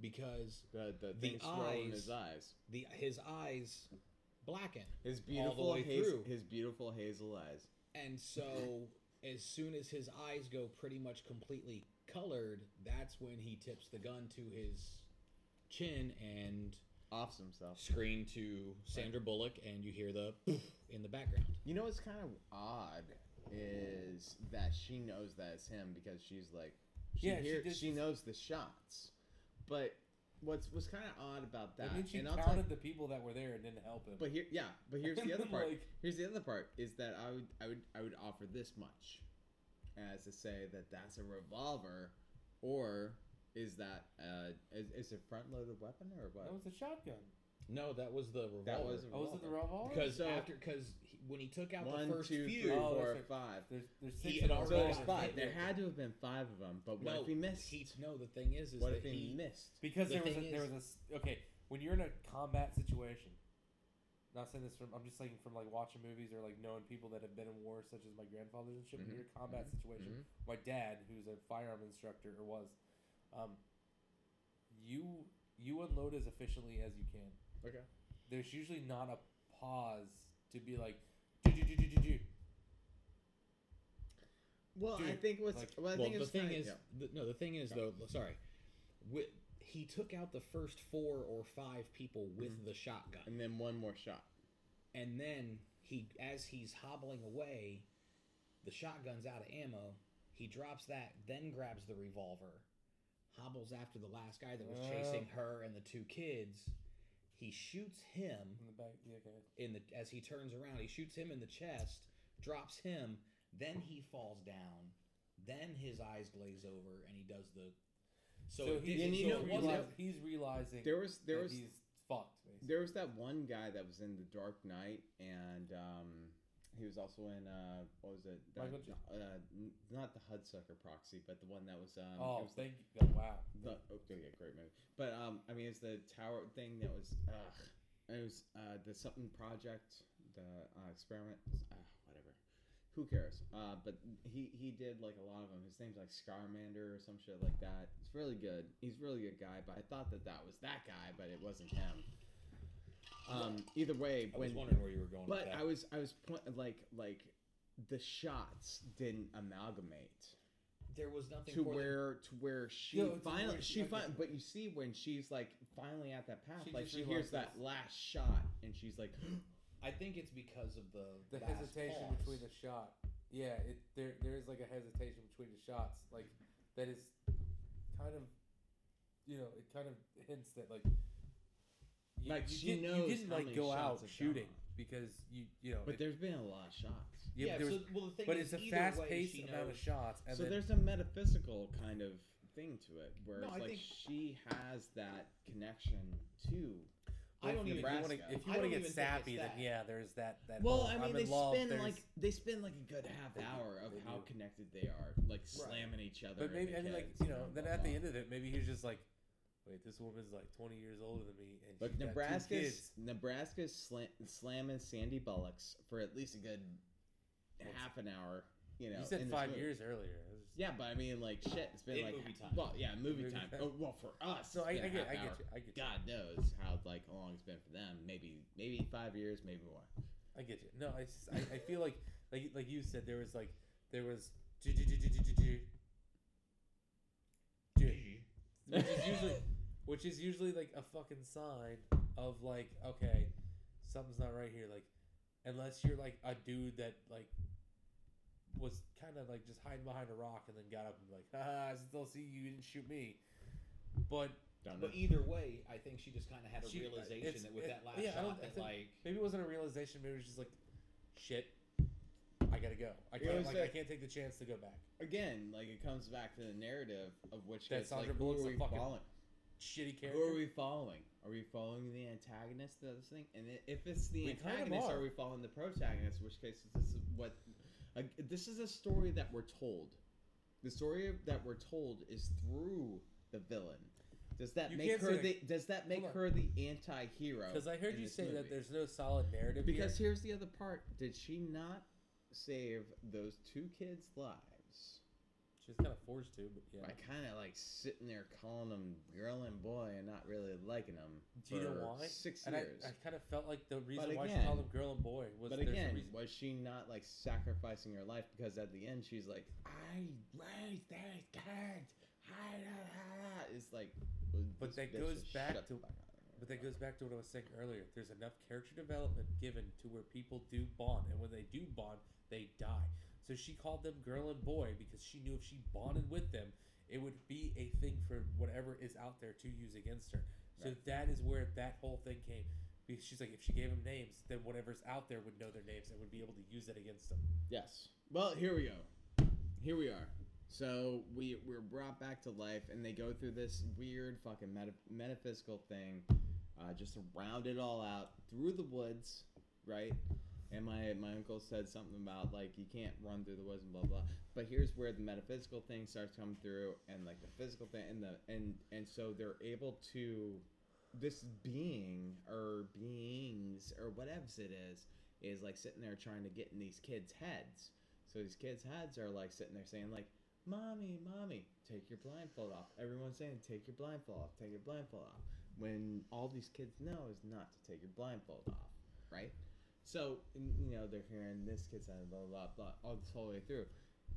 because
The the,
The
thing swirling in
eyes.
his eyes.
the his eyes blacken
His beautiful
beautiful way
hazel,
through.
his beautiful hazel eyes.
and so as soon as his eyes go pretty much completely colored that's when he tips the gun to his chin and
Offs himself.
screen to Sandra Bullock, and you hear the poof in the background.
You know what's kind of odd is that she knows that it's him because she's like she
Yeah, she
hear-
did-
she knows the shots. But what's what's kind of odd about that?
That means she
and I'll tell-
counted the people that were there and didn't help him.
But here, yeah. But here's the other part.
Like-
here's the other part is that I would, I would, I would offer this much, as to say that that's a revolver, or is that uh, is, is it front loaded weapon or what?
that was a shotgun.
No, that was the revolver.
That was a
Oh, was it the
revolver.
revolver?
because
So-
after because when he took out
One,
the first
two, three,
few,
Oh,
four,
that's right.
five.
there's there's six
He had
of them
So there's
already-
five. There had to have been five of them. But what
no,
if he missed?
He, no, the thing is, is
what if
that
he,
he,
missed?
Because
The
there was a,
thing
there
is-
was a s- okay when you're in a combat situation. Not saying this from I'm just saying from like watching movies or like knowing people that have been in war, such as my grandfather's and shit. When you're in a combat situation,
Mhm.
my dad, who's a firearm instructor or was, um, you you unload as efficiently as you can.
Okay.
There's usually not a pause to be like, "Do, do, do, do, do, do."
Well, I
Dude,
think what's
like-
well, I
well,
think
the
it's
thing
kinda-
is,
yeah.
th- no, the thing is though. Sorry, Wi he took out the first four or five people with
Mm-hmm.
the shotgun.
and then one more shot.
and then he as he's hobbling away the shotgun's out of ammo he drops that then grabs the revolver hobbles after the last guy that was chasing her and the two kids he shoots him
in the back. Yeah, okay.
in the as he turns around he shoots him in the chest drops him then he falls down then his eyes glaze over and he does the so,
So,
it
he,
didn't-
and you
so
know-
it
it
you
wasn't-
know-
realize- he's realizing
There was there
that
was
he's fucked. Basically.
There was that one guy that was in The Dark Knight, and um, he was also in uh, what was it? The-
Michael J-
uh, n- not the Hudsucker Proxy, but the one that was um, it
oh,
was
thank you. Wow.
the, okay, yeah, great movie. But um, I mean, it's the tower thing that was ugh, it was uh, the something project, the uh, experiment, uh, whatever. Who cares? Uh, but he he did like a lot of them. His name's like Scarmander or some shit like that. It's really good. He's a really good guy. But I thought that that was that guy, but it wasn't him. Um, either way,
i
when
was wondering where you were going with
but
that.
I was I was point like like the shots didn't amalgamate
there was nothing
to
for them-
where to where she
No, it's
finally
where she-
she
okay.
fin- but you see when she's like finally at that path
She
like
just
she hears that
realizes.
last shot and she's like
i think it's because of the
the
last
hesitation
pause.
between the shot. Yeah, it there there is like a hesitation between the shots, like that is kind of, you know, it kind of hints that like, you,
Like,
you
she
didn't-
knows
you didn't
how
like
many
go out
shots have gone
shooting
on.
because you you know,
but
it-
there's been a lot of shots
yeah, but there was,
so, well, the thing
But
is,
it's a
either way,
fast paced
she
amount of
knows-
shots, and
so
then
there's a metaphysical kind of thing to it, where
No,
it's
I
like
think-
she has that connection to.
I don't
If
even.
you wanna-
think it's-
if
If you
I don't even
want to get
think it's
sappy, then
that.
yeah, there's that. that
Well,
whole,
I mean,
I'm
they
in love,
spend
there's-
like they spend like a good half
They do.
hour of
They
how
do.
connected they are, like slamming each other.
But
and
maybe
the
I mean, like
kids and
you know,
blah,
then
blah,
at the
blah.
end of it, maybe he was just like, "Wait, this woman's like 20 years older than me, and she's
Look,
got two
Nebraska's
kids."
Nebraska's slam, slamming Sandy Bullocks for at least a good
Well,
half an hour. You know,
You said
in this
five
movie.
years earlier. It was-
Yeah, but I mean, like shit, it's been
In
like
movie time.
Well, yeah, movie,
Movie
time.
time.
Oh, well, for us,
So I, I
it's been a
get,
half
I get
hour.
you. I get you.
God knows how like how long it's been for them. Maybe maybe five years, maybe more.
I get you. No, I, s- I- I feel like, like, like you said, there was like, there was. ju- ju- ju- ju- ju- ju- ju- ju- Which is usually, which is usually like a fucking sign of like, okay, something's not right here. Like, unless you're like a dude that like was kind of like just hiding behind a rock and then got up and like, ah, I still see you. You didn't shoot me. But e
Don't know.
But either way, I think she just kind of had a
She- uh,
realization
it's-
that with
it-
that last
yeah, I don't-
shot,
I
that
think-
like
Maybe it wasn't a realization. Maybe it was just like, shit, I gotta go. I
Yeah,
can't.
it's
Like, I
like-
can't take the chance to go back.
Again, like it comes back to the narrative of which
That
gets, like,
Sandra
who are
Bullock's a
we
fucking
following?
Shitty character.
Who are we following? Are we following the antagonist of this thing? And i- if it's the
We kind of
antagonist, are.
are.
we following the protagonist? Which case, this is what like, this is a story that we're told. The story that we're told is through the villain. Does that
You
make
can't
her
say
the? Does that make
Hold on.
her the anti-hero?
Because I heard
in
you
this
say
movie?
that there's no solid narrative. here.
Because here's the other part: Did she not save those two kids' lives?
she's kind of forced to, but yeah.
by kind of like sitting there calling them girl and boy and not really liking them.
Do you know
for
why?
Six
And I,
years.
I kind of felt like the reason why she
again-
called him girl and boy was
but
there's a
again,
reason.
was she not like sacrificing her life? Because at the end, she's like, I raised that cat. I- I- I-" It's like, well,
But
this
that
bitch
goes
just
back
shut
to-
the fuck up.
But that goes back to what I was saying earlier. There's enough character development given to where people do bond, and when they do bond, they die. So she called them girl and boy because she knew if she bonded with them, it would be a thing for whatever is out there to use against her. So
Right.
that is where that whole thing came. Because she's like, if she gave them names, then whatever's out there would know their names and would be able to use that against them.
Yes. Well, here we go. Here we are. So we we're brought back to life, and they go through this weird fucking meta, metaphysical thing, uh, just to round it all out through the woods, right? And my my uncle said something about like you can't run through the woods and blah blah. But here's where the metaphysical thing starts coming through, and like the physical thing, and the and and so they're able to this being or beings or whatever it is is like sitting there trying to get in these kids' heads. So these kids' heads are like sitting there saying like, "Mommy, mommy, take your blindfold off." Everyone's saying, "Take your blindfold off, take your blindfold off." When all these kids know is not to take your blindfold off, right? So n- you know they're hearing this kid's head, blah blah blah, all this whole way through,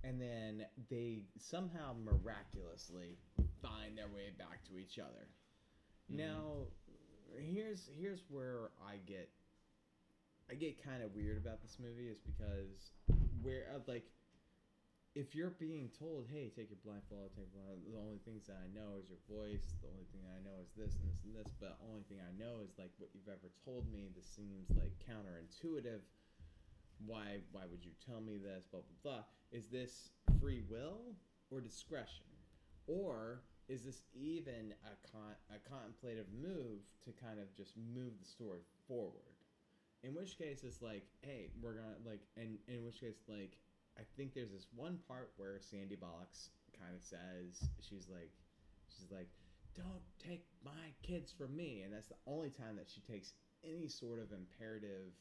and then they somehow miraculously find their way back to each other.
Mhm.
Now, here's here's where I get I get kind of weird about this movie is because where uh, like if you're being told, hey, take your blindfold, take your blindfold, the only things that I know is your voice, the only thing I know is this and this and this, but only thing I know is like what you've ever told me. This seems like counterintuitive. Why why would you tell me this? Blah blah blah. Is this free will or discretion? Or is this even a con a contemplative move to kind of just move the story forward? In which case it's like, hey, we're gonna like and in which case like I think there's this one part where Sandy Bollocks kind of says she's like she's like, Don't take my kids from me and that's the only time that she takes any sort of imperative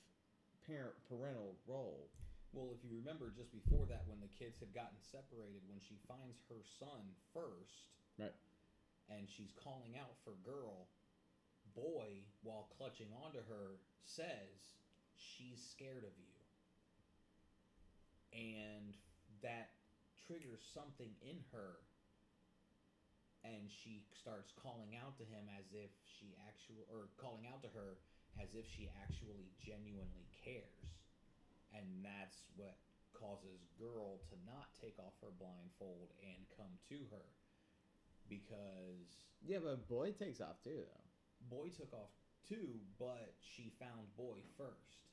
parent parental role.
Well, if you remember just before that, when the kids had gotten separated, when she finds her son first,
Right.
and she's calling out for girl, boy, while clutching onto her, says she's scared of you, and that triggers something in her, and she starts calling out to him as if she actually, or calling out to her as if she actually genuinely cares and that's what causes girl to not take off her blindfold and come to her because
Yeah, but boy takes off too though.
boy took off too but she found boy first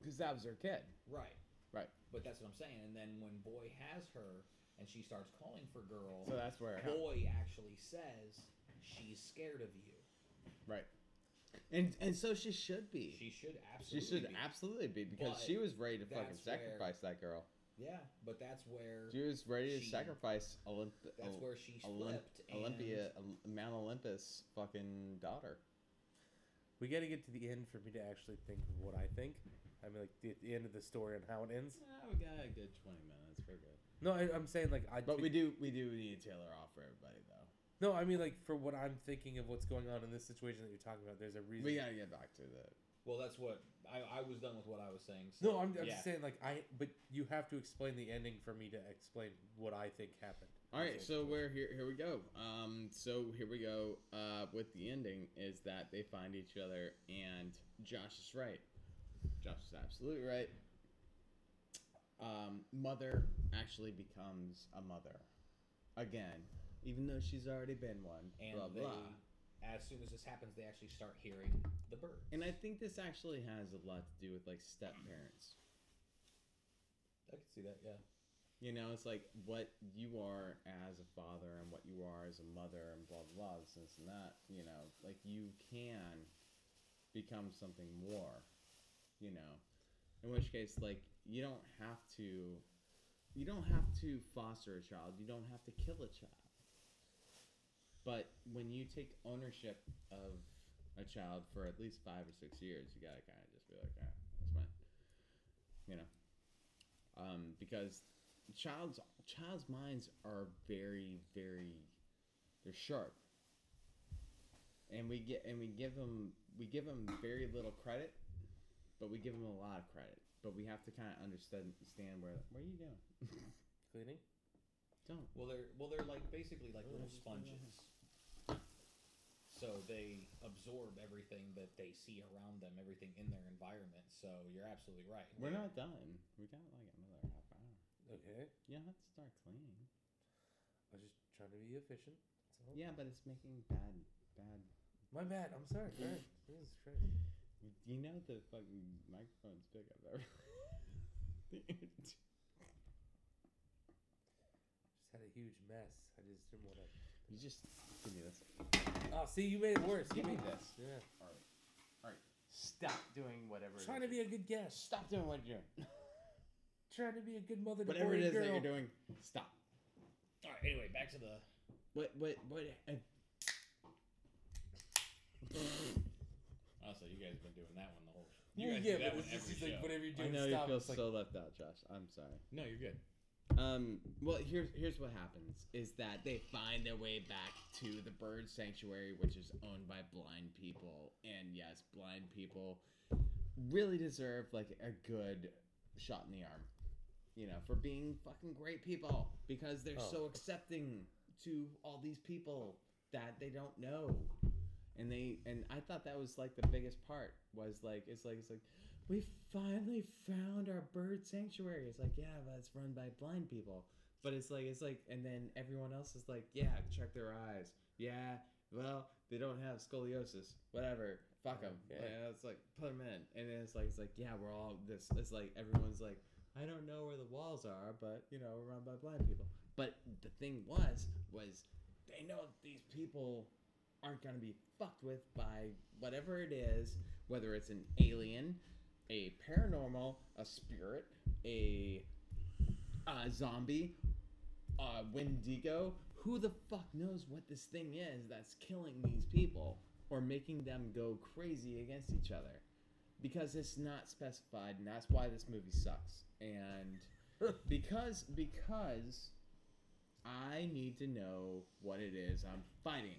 Because that was her kid.
right
Right.
but that's what i'm saying and then when boy has her and she starts calling for girl.
So that's where it happened.
Boy actually says she's scared of you.
And and so she should be.
She should
She
absolutely.
should
be.
absolutely be because
But
she was ready to fucking
that's where-
sacrifice that girl.
Yeah, but that's where
She was ready to
She-
sacrifice Olymp-
that's
Ol-
where she
Olymp-
flipped. and-
Olympia, Ol- Mount Olympus, fucking daughter.
We got to get to the end for me to actually think of what I think. I mean, like the, the end of the story and how it ends.
we got a good twenty minutes. We're good.
No, I, I'm saying like I.
But
thi-
we do we do need to tailor off for everybody though.
No, I mean like for what I'm thinking of what's going on in this situation that you're talking about. There's a reason.
We gotta get back to the
Well, that's what I, I was done with what I was saying. So,
no, I'm, I'm
Yeah.
just saying like I. But you have to explain the ending for me to explain what I think happened.
All right, so we're here. Here we go. Um, so here we go. Uh, with the ending is that they find each other, and Josh is right. Josh is absolutely right. Um, mother actually becomes a mother again, even though she's already been one.
and
blah
they,
blah.
as soon as this happens, they actually start hearing the bird.
And I think this actually has a lot to do with like step parents.
I can see that. Yeah.
You know, it's like what you are as a father and what you are as a mother and blah blah blah this, this and that. You know, like you can become something more. You know, in which case, like you don't have to, you don't have to foster a child. You don't have to kill a child. But when you take ownership of a child for at least five or six years, you gotta kind of just be like, all right, that's mine. You know, um, because child's child's minds are very very they're sharp and we get and we give them we give them very little credit but we give them a lot of credit but we have to kind of understand understand where what are you doing
cleaning.
don't
Well, they're well, they're like basically like
Oh,
little
that's what they
sponges. So they absorb everything that they see around them, everything in their environment. So you're absolutely right.
we're
They're-
not done we got like another half hour
Okay,
you don't have to start cleaning
I was just trying to be efficient. That's all.
yeah but it's making bad bad
My bad. I'm sorry. Go ahead. Jesus Christ.
you know the fucking microphones pick up everything
Just had a huge mess. I just didn't want to.
you just give me this
Oh, see, you made it worse. You
give me
made
this
Yeah.
All right. All right. Stop doing whatever.
Trying to be a good guest.
Stop doing what you're doing.
Trying to be a good mother to
Whatever
boy
it is
and girl.
that you're doing, stop.
All right. Anyway, back to the
What? What? What? I-
Also, Oh, you guys have been doing that one the whole.
You
guys
yeah,
do that
but
one
it's just
every
he's like
show.
whatever you're
I
doing,
know you
stop.
feel
it's like,
so left out, Josh. I'm sorry.
No, you're good.
Um. Well, here's here's what happens: is that they find their way back to the bird sanctuary, which is owned by blind people, and yes, blind people really deserve like a good shot in the arm, you know, for being fucking great people because they're
Oh.
so accepting to all these people that they don't know, and they and I thought that was like the biggest part was like it's like it's like we finally found our bird sanctuary. It's like, yeah, but it's run by blind people. But it's like, it's like, and then everyone else is like, yeah, check their eyes. Yeah, well, they don't have scoliosis. Whatever. Fuck them.
Okay.
it's like, put them in. And then it's like, it's like, yeah, we're all this. It's like, everyone's like, I don't know where the walls are, but, you know, we're run by blind people. But the thing was, was they know these people aren't going to be fucked with by whatever it is, whether it's an alien, a paranormal, a spirit, a, a zombie, a Wendigo. Who the fuck knows what this thing is that's killing these people or making them go crazy against each other? Because it's not specified, and that's why this movie sucks. And because because I need to know what it is I'm fighting.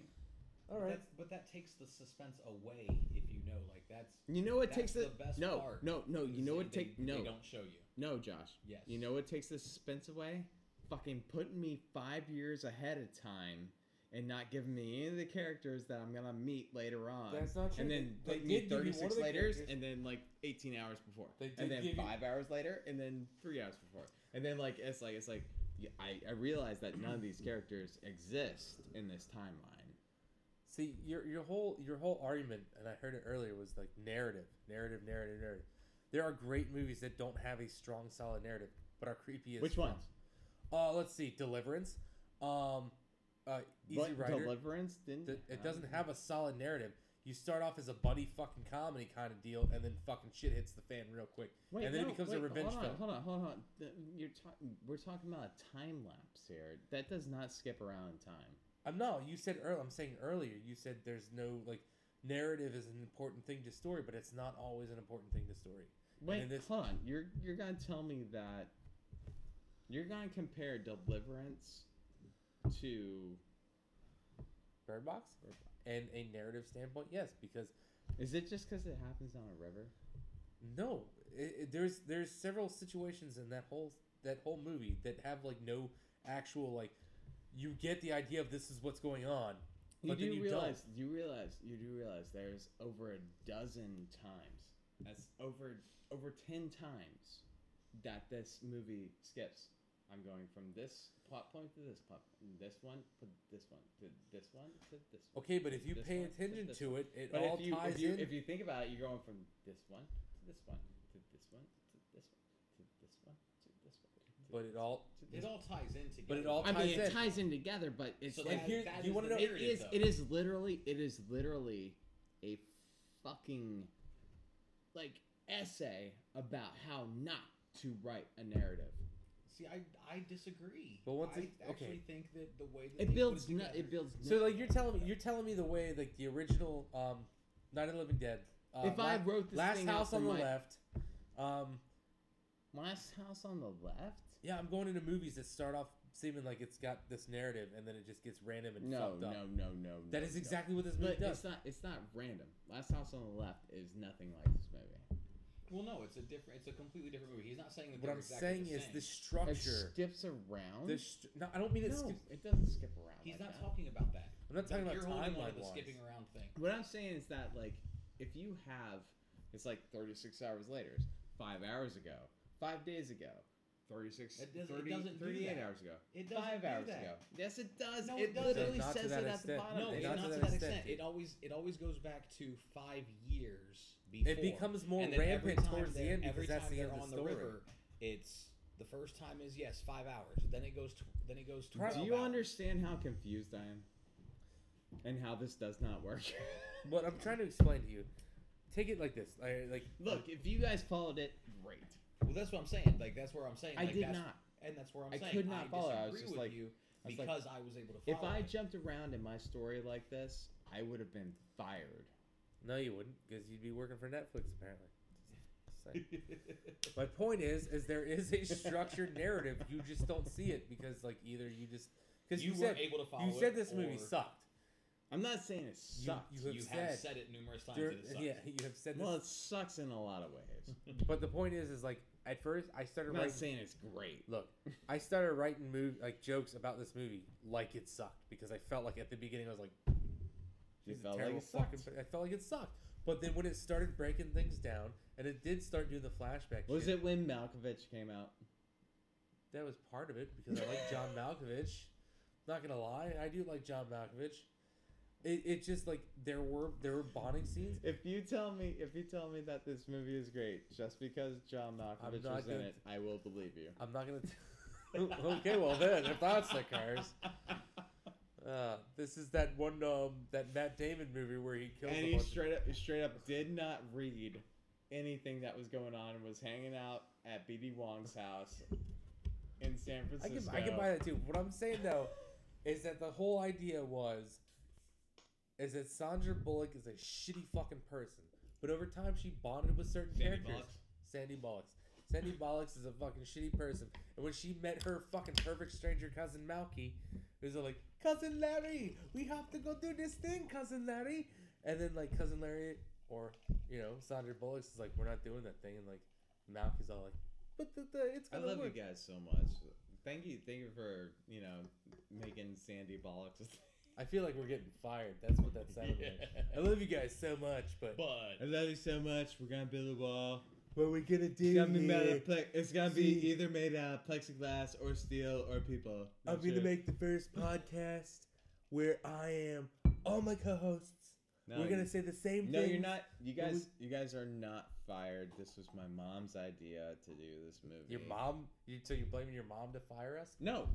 All right.
That's, but that takes the suspense away if you know. Like that's.
You know what
That's
takes the,
the best
no
part.
no no. You know what
they,
take
They
no
don't show you.
no Josh.
Yes.
You know what takes the suspense away? Fucking putting me five years ahead of time and not giving me any of the characters that I'm gonna meet later on.
That's not true.
and then
they,
put
they
me
did give you one
36
of the
later,
characters.
and then like 18 hours before,
They
and
did
then
give you-
five hours later, and then three hours before, and then like it's like it's like yeah, I I realize that none of these characters exist in this timeline.
See, your your whole your whole argument, and I heard it earlier, was like narrative, narrative, narrative, narrative. There are great movies that don't have a strong, solid narrative, but are creepy as
Which
fuck.
ones?
Uh, let's see, Deliverance. Um, uh, Easy
but
Rider.
Deliverance didn't.
Th- it doesn't have a solid narrative. You start off as a buddy fucking comedy kind of deal, and then fucking shit hits the fan real quick.
Wait,
and then it
no,
becomes a
wait,
revenge
hold on,
film.
Hold on, hold on. Th- You're ta- we're talking about a time lapse here. That does not skip around in time.
Um, no, you said earlier. I'm saying earlier. You said there's no like narrative is an important thing to story, but it's not always an important thing to story.
Wait,
then this-
hold on. You're you're gonna tell me that you're gonna compare Deliverance to
Bird Box, and a narrative standpoint, yes, because
is it just because it happens on a river?
no, it, it- there's there's several situations in that whole that whole movie that have like no actual like. You get the idea of this is what's going on.
You
But
do
then you don't.
realize you realize you do realize there's over a dozen times. That's over over ten times that this movie skips. I'm going from this plot point to this plot, point, this one to this one to this one to this one.
Okay, but if you
this
pay
one to
attention
this
to it, it
But
all
if you
ties
if you
in.
if you think about it, you're going from this one to this one to this one to this one to this one to this one. to
but
this
it all
one, to this
It all ties in together.
it all
I mean,
ties
it
in.
ties in together, but it's
So
like
that-
here-
that
you
is
wanna
the
know-
it
narrative,
is.
though.
It is literally. It is literally a fucking like essay about how not to write a narrative.
See, I I disagree.
But once
I
it- okay.
actually think that the way that they
It
put
builds.
it
No,
together-
it builds.
so like
nothing
you're
up.
telling me you're telling me the way like the original um Night of the Living Dead. Uh,
if I
La-
wrote this
last
thing
house
out
on
from
the
my-
left. Um,
last house on the left.
yeah, I'm going into movies that start off seeming like it's got this narrative, and then it just gets random and
No,
fucked
no,
up.
no, no.
That
no,
is
no.
exactly what this movie
But
does.
it's not. It's not random. Last house on the left is nothing like this movie.
Well, no, it's a different. It's a completely different movie. He's not saying that.
what
they're
I'm
exactly
saying
the
is
same.
the
It
structure.
skips around.
The st- no, I don't mean it's.
no, it doesn't skip around.
He's
like
not
that.
talking about that.
I'm not talking about
You're holding on to the
timeline-wise.
skipping around thing.
What I'm saying is that like if you have it's like 36 hours later, it's 5 hours ago, 5 days ago, 36
It doesn't- it
30
doesn't do
38
that.
hours ago.
It doesn't
5
do
hours
that.
ago. Yes it does.
No,
it
it doesn't.
literally
Not to
says
that
it at the
extent.
bottom.
No,
It
it's
does-
not to that extent. It always it always goes back to five years before.
It becomes more
And then every
rampant
time
towards the
they're-
end
every
because that's
time
the end
they're
of the
on
story.
river, it's the first time is yes five hours. Then it goes to then it goes to.
Right.
Do
12
you
hours.
understand how confused I am? And how this does not work?
What I'm trying to explain to you, take it like this. I, like
Look, if you guys followed it, great.
Well, that's what I'm saying. Like that's where I'm saying.
I
like,
did
that's,
not.
and that's where I'm
I
saying.
could not follow. I was
disagree
just
with
like-
you
I was like,
because I was able to.
If
Follow
I
it.
jumped around in my story like this, I would have been fired.
No, you wouldn't, because you'd be working for Netflix apparently. Just saying. My point is, is there is a structured narrative. You just don't see it because, like, either you just because
you,
you,
were
said
able to follow.
you said
it,
this movie
or
sucked.
I'm not saying it
You-
sucked.
You,
You
have
have
said,
said it numerous times.
dur-
that it sucks.
yeah, you have said this.
Well, it sucks in a lot of ways.
but the point is, is like at first I started
I'm not
writing.
saying it's great.
Look, I started writing move like jokes about this movie like it sucked because I felt like at the beginning I was like,
You
"This is a
felt like
terrible
it sucked.
fucking fi-" I felt like it sucked. But then when it started breaking things down and it did start doing the flashback,
Was
shit,
it when Malkovich came out?
That was part of it because I like John Malkovich. Not gonna lie, I do like John Malkovich. It, it just like there were there were bonding scenes.
If you tell me, if you tell me that this movie is great just because John Malkovich
not
was in
gonna-
it, I will believe you.
I'm not gonna. T- okay, well then, if that's the curse, uh, this is that one um that Matt Damon movie where he kills
And
a
he
bunch.
straight up, straight up did not read anything that was going on and was hanging out at BD Wong's house in San
I can
Francisco.
I can buy that too. What I'm saying though is that the whole idea was is that Sandra Bullock is a shitty fucking person, but over time she bonded with certain
Sandy
characters.
Bullock's-
Sandy Bollocks. Sandy Bollocks is a fucking shitty person. And when she met her fucking perfect stranger cousin Malky, who's all like, Cousin Larry, we have to go do this thing, Cousin Larry. And then like Cousin Larry or you know, Sandra Bullock's is like, We're not doing that thing and like Malky's all like, But the, the, it's
I
gonna
love
work.
you guys so much. Thank you, thank you for you know making Sandy Bollocks. a thing.
I feel like we're getting fired. That's what that sounded like. I love you guys so much, but
I
But
love you so much. We're gonna build a wall.
what we gonna do?
It's gonna be, made
here?
out of plex- it's gonna
See.
be either made out of plexiglass or steel or people.
I'm
That's it.
gonna make the first podcast where I am all my co-hosts
No,
We're
you-
gonna say the same
No,
thing.
you're not. You
Well,
guys, you guys are not fired. This was my mom's idea to do this movie.
Your mom. You, so you're blaming your mom to fire us? Oh,
No,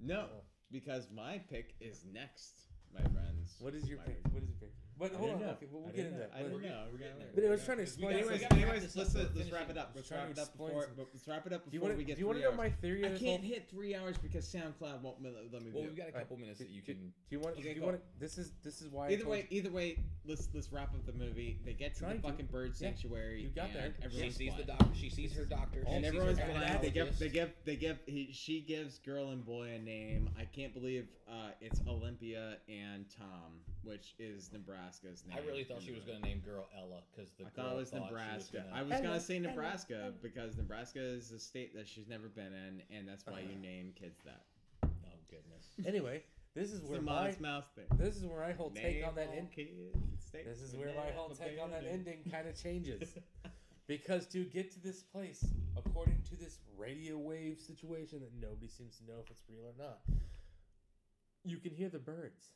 no, because my pick is next, my friends.
What is your
My-
pick? What is your pick? But
I
hold
didn't
on.
know.
Okay, we'll,
I
we'll get
didn't know.
into that.
I
But-
didn't know. We're gonna learn.
But I was
Yeah.
trying to
We
explain-
gotta-
Anyways,
we
we
gotta
gotta
anyways,
wrap this
let's, uh,
up. We're
let's wrap
finishing.
it up.
We're
Let's
trying
wrap
to
it up
explain
before.
some-
but Let's wrap it up
Do you
before
want
we
to?
get.
Do you want
three
to
hours.
know my theory?
I
Of this
can't
whole-
hit three hours because SoundCloud won't let let me.
Well,
do
we've
it.
got a
Alright,
couple minutes that you can.
Do you want?
Okay,
do you
cool.
want? to This is this is why. I
Either
told
way, either way, let's let's wrap up the movie. They get to the
Trying to.
fucking bird
Yeah.
sanctuary.
You got
and
there.
She
Everyone's
sees the
fine.
doctor. She sees her doctor.
and
she sees
everyone's
her
blind. They give,
gynecologist.
they give, they give. He, she gives girl and boy a name. I can't believe uh, it's Olympia and Tom, which is Nebraska's name.
I really thought
in
she
the
was
movie.
going to name girl Ella because the
I
girl
thought it was
thought she
Nebraska.
gonna-
I was
Ella,
gonna say
Ella,
Nebraska
Ella.
because Nebraska is a state that she's never been in, and that's why you name kids that.
oh goodness.
you. Anyway, this is
It's
where
the
my
mom's mouth thing.
this is where I whole take
Name
on that
all
end.
kids, state
This is
we
where my
never
whole take on that
been in.
ending kind of changes. Because to get to this place, according to this radio wave situation that nobody seems to know if it's real or not, you can hear the birds.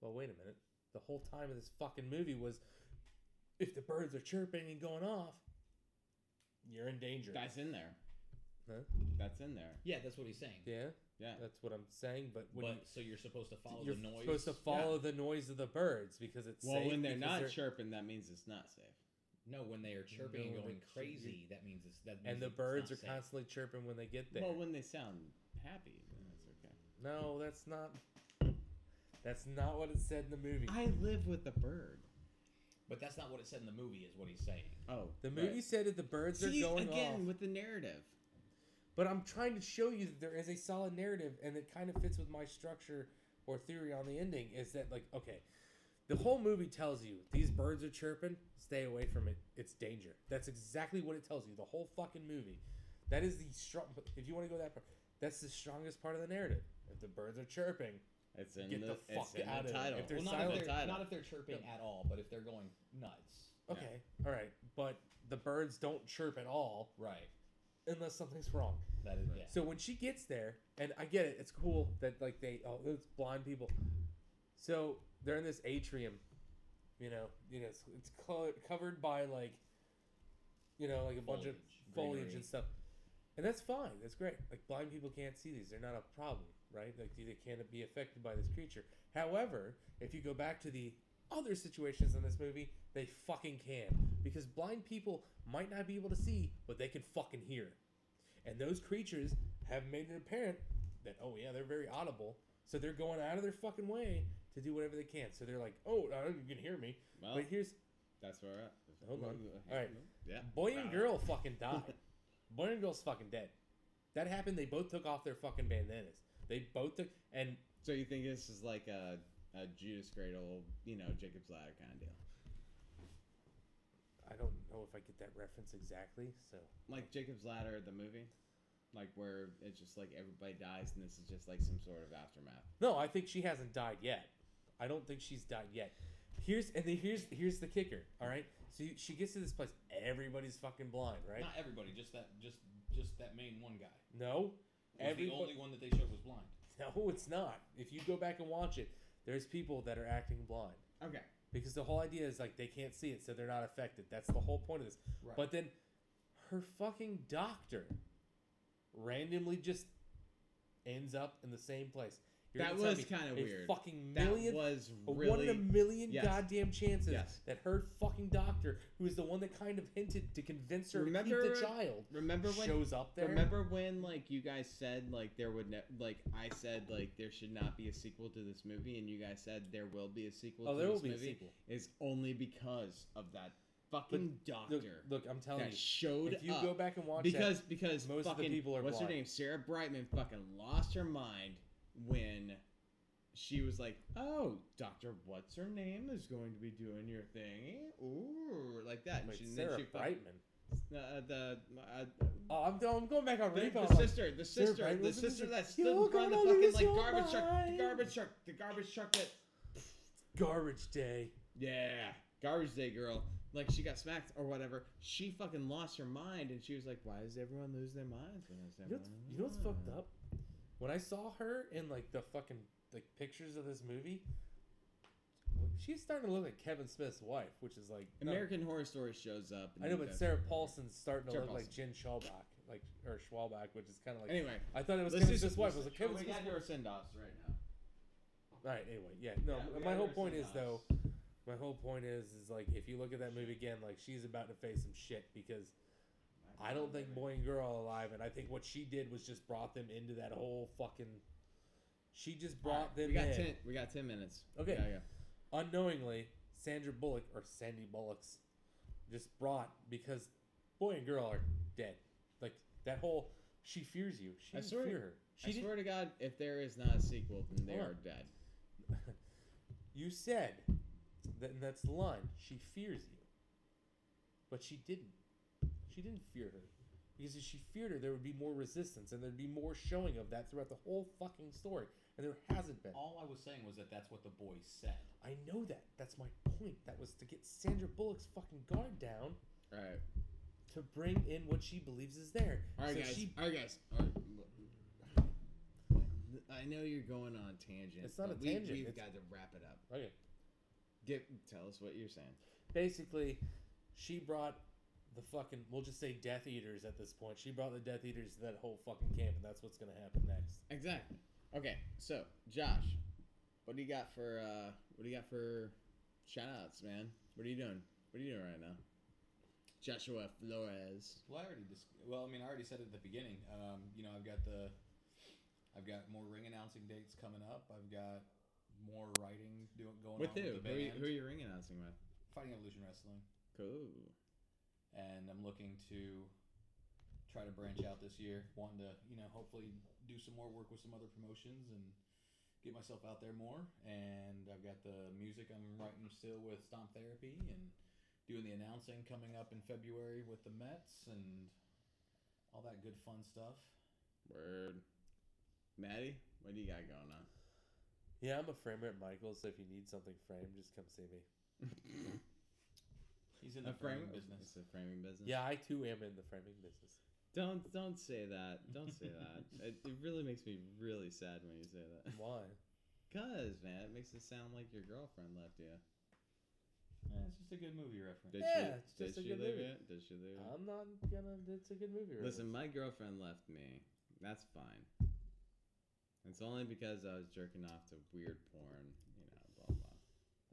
Well, wait a minute. The whole time of this fucking movie was if the birds are chirping and going off, you're in danger.
That's in there.
Huh?
That's in there.
Yeah, that's what he's saying.
yeah,
Yeah.
that's what I'm saying. But
But
when you-
so you're supposed to follow
you're
the noise.
supposed to follow the noise of the birds because it's
Well,
safe
when they're
because
not chirping, that means it's not safe.
No, when they are chirping
No,
and
when
going
they're chirping.
crazy, that means it's that. Means
and the
it's
birds are
not safe.
constantly chirping when they get there.
Well, when they sound happy, then that's okay.
No, that's not. That's not what it said in the movie.
I live with a bird.
But that's not what it said in the movie, is what he's saying.
Oh,
the movie said that the birds
See,
are going
again
off,
with the narrative.
but I'm trying to show you that there is a solid narrative, and it kind of fits with my structure or theory on the ending. Is that like okay? The whole movie tells you these birds are chirping. Stay away from it. It's danger. That's exactly what it tells you. The whole fucking movie. That is the strong. If you want to go that part, that's the strongest part of the narrative. If the birds are chirping,
It's in
Get
the,
the
it's
fuck
in
out of
the
there.
title.
If they're
well, not
silent-
if they're,
title.
not if they're chirping at all, but if they're going nuts,
Yeah.
okay, all right. But the birds don't chirp at all.
right?
unless something's wrong.
That is yeah.
So when she gets there, and I get it, it's cool that like they oh it's blind people. So they're in this atrium, you know, you know it's, it's co- covered by like, you know, like a bunch of
Foliage,
foliage
greenery.
and stuff, and that's fine, that's great. Like blind people can't see these; they're not a problem, right? Like they can't be affected by this creature. However, if you go back to the other situations in this movie, they fucking can because blind people might not be able to see, but they can fucking hear. And those creatures have made it apparent that, oh, yeah, they're very audible. So they're going out of their fucking way to do whatever they can. So they're like, oh, I don't- you can hear me.
Well,
but here's
that's where. We're at.
Hold on.
Uh,
All right.
Yeah.
boy and
Wow.
girl fucking died. boy and girl's fucking dead. That happened. They both took off their fucking bandanas. They both took, and
So you think this is like a, a Judas Cradle, you know, Jacob's Ladder kind of deal?
I don't know if I get that reference exactly. So
Like Jacob's Ladder, the movie, like where it's just like everybody dies, and this is just like some sort of aftermath.
No, I think she hasn't died yet. I don't think she's died yet. Here's and then here's here's the kicker. All right, so you, she gets to this place. Everybody's fucking blind, right?
Not everybody, just that, just just that main one guy.
no,
Was
Everybo-
the only one that they showed was blind.
no, it's not. If you go back and watch it, there's people that are acting blind
Okay.
because the whole idea is like they can't see it, so they're not affected. That's the whole point of this.
Right.
But then, her fucking doctor, randomly just ends up in the same place. You're
That
gonna tell
was
me
kinda
a
weird.
Fucking
That
million
was
A
really.
one in a million
yes.
goddamn chances
Yes.
that her fucking doctor, who is the one that kind of hinted to convince her to
Remember-
keep the child,
remember when
shows up there.
Remember when like you guys said like there would ne- like I said like there should not be a sequel to this movie and you guys said there will be a sequel
oh,
to
there will
this
be a
movie
sequel.
is only because of that fucking doctor
Look, look, I'm telling
that showed
you, if you
up
go back and watch
because because
most of the
fucking,
people are
what's her
blind.
name Sarah Brightman fucking lost her mind when she was like, "Oh, Doctor, what's her name is going to be doing your thing?" Ooh, like that.
that, wait,
she, and then
Sarah
she fucking-
Brightman.
uh, the uh,
Oh, I'm, I'm going back on
the,
Repo.
the sister, the
Sarah
sister,
Brightman
the
was in this
sister
movie.
that stood
You're
in front of
gonna
the fucking
lose
like
your
garbage truck, the
mind.
garbage truck, the garbage truck that
Garbage Day.
yeah, garbage day girl. Like she got smacked or whatever. She fucking lost her mind and she was like, "Why does everyone lose their minds when it's
You know, what's, you know what's fucked up? When I saw her in like the fucking like pictures of this movie, She's starting to look like Kevin Smith's wife, which is like
American Horror Story shows up.
I know, but
that's-
Sarah Paulson's starting to
Sarah
look like Jen Schauback, like or Schwalbach, which is kind of like.
Anyway,
I thought it was
let's
Kevin
just
Smith's wife. I was like
oh,
Kevin
we
Smith's
got your send offs right now.
All right. Anyway, yeah. No,
Yeah, we
my
got
whole
your
point is though.
send-offs.
My whole point is is like if you look at that movie again, like she's about to face some shit because I don't think boy and girl are alive, and I think what she did was just brought them into that whole fucking. She just
All
brought
right,
them
We got
in
ten. We got ten minutes.
Okay.
Yeah, yeah.
unknowingly. Sandra Bullock or Sandy Bullock's just brought because boy and girl are dead. Like that whole she fears you. She
I
didn't
swear-
fear her. She
I
did-
swear to God, if there is not a sequel, then they
Hold on.
are dead.
You said that and that's the line. She fears you. But she didn't. She didn't fear her. Because if she feared her, there would be more resistance and there'd be more showing of that throughout the whole fucking story. And there hasn't been.
All I was saying was that that's what the boy said.
I know that. That's my point. That was to get Sandra Bullock's fucking guard down
All right.
to bring in what she believes is there.
All right,
So
guys.
she-
All right, guys. All right. look. I know you're going on tangent.
It's not
but
a
we,
tangent,
We've
it's-
got to wrap it up.
okay.
Get tell us what you're saying.
basically, she brought the fucking we'll just say Death Eaters at this point. She brought the Death Eaters to that whole fucking camp, and that's what's gonna happen next.
Exactly. Okay. So, Josh, what do you got for uh, what do you got for shout outs, man? What are you doing? What are you doing right now? Joshua Flores.
Well, I already dis- well, I mean, I already said it at the beginning. Um, you know, I've got the, I've got more ring announcing dates coming up. I've got more writing doing going
With
on
who?
with
Who
the
are, you,
band.
who are you ring announcing with?
Fighting Evolution Wrestling,
Cool.
and I'm looking to try to branch out this year. Wanting to, you know, hopefully do some more work with some other promotions and get myself out there more. And I've got the music I'm writing still with Stomp Therapy and doing the announcing coming up in February with the Mets and all that good fun stuff.
Word. Maddie, what do you got going on?
Yeah, I'm a framer at Michael's, so if you need something framed, just come see me.
He's in the framing business.
It's a framing business.
Yeah, I too am in the framing business.
Don't don't say that. Don't say that. It, it really makes me really sad when you say that.
Why?
Cause man, it makes it sound like your girlfriend left you.
Yeah, it's just a good movie reference.
Did
Yeah,
she, did
it's just a
she
good
leave
movie.
it? Did she leave it?
I'm not gonna. It's a good movie.
Listen,
reference.
my girlfriend left me. That's fine. It's only because I was jerking off to weird porn, you know, blah blah.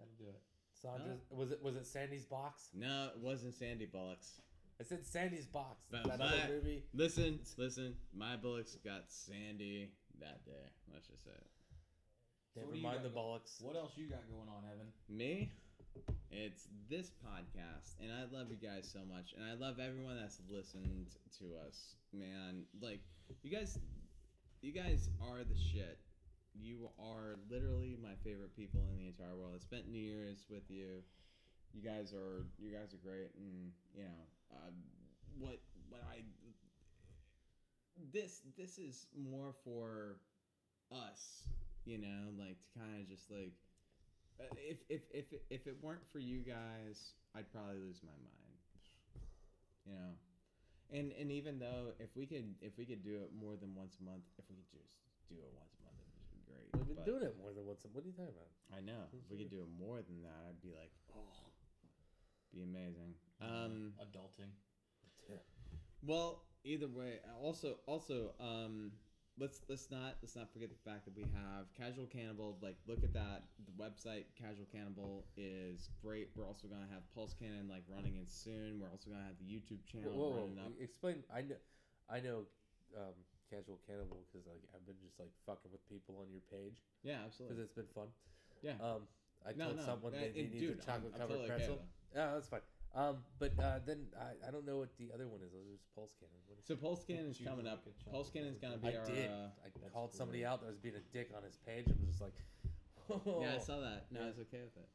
That'll do it.
Sandra's was it was it Sandy's box?
No, it wasn't Sandy Bullocks.
I said Sandy's box.
But
Is that another
my-
movie?
Listen, listen, my Bullocks got Sandy that day. Let's just say it.
So what
Never
do you
mind
got
the
go-
bollocks.
What else you got going on, Evan?
Me? It's this podcast, and I love you guys so much, and I love everyone that's listened to us, man. Like, you guys, you guys are the shit. You are literally my favorite people in the entire world. I spent New Year's with you. You guys are, you guys are great, and you know, uh, what, what I, this, this is more for us, you know, like to kind of just like uh, if if if if it weren't for you guys, I'd probably lose my mind. You know, and and even though if we could if we could do it more than once a month, if we could just do it once a month, it would be great.
We've been
But
doing it more than once. What are you talking about?
I know if we could do it more than that, I'd be like, oh, be amazing. Um,
Adulting.
well, either way, also also um let's let's not let's not forget the fact that we have Casual Cannibal. Like look at that. The website Casual Cannibal is great. We're also gonna have Pulse Cannon like running in soon. We're also gonna have the YouTube channel
Whoa, whoa,
running up.
whoa. explain. I know, I know, um, casual cannibal because like I've been just like fucking with people on your page
Yeah,
because
absolutely.
it's been fun.
Yeah.
Um, I
no, no,
told someone
uh,
they, they
and
needed
dude,
a
I'm-
chocolate
I'm
covered
totally okay
pretzel.
with that.
Yeah, that's fine. Um, but uh, then I, I don't know what the other one is. It was pulse cannon. What is
So Pulse Cannon's
Would you
coming
like
up.
a chocolate
Pulse Cannon's gonna be
I
our.
did.
Uh,
I
that's
called somebody
great.
out that was being a dick on his page. and was just like, oh. whoa.
Yeah, I saw that. No,
Yeah.
I was okay with it.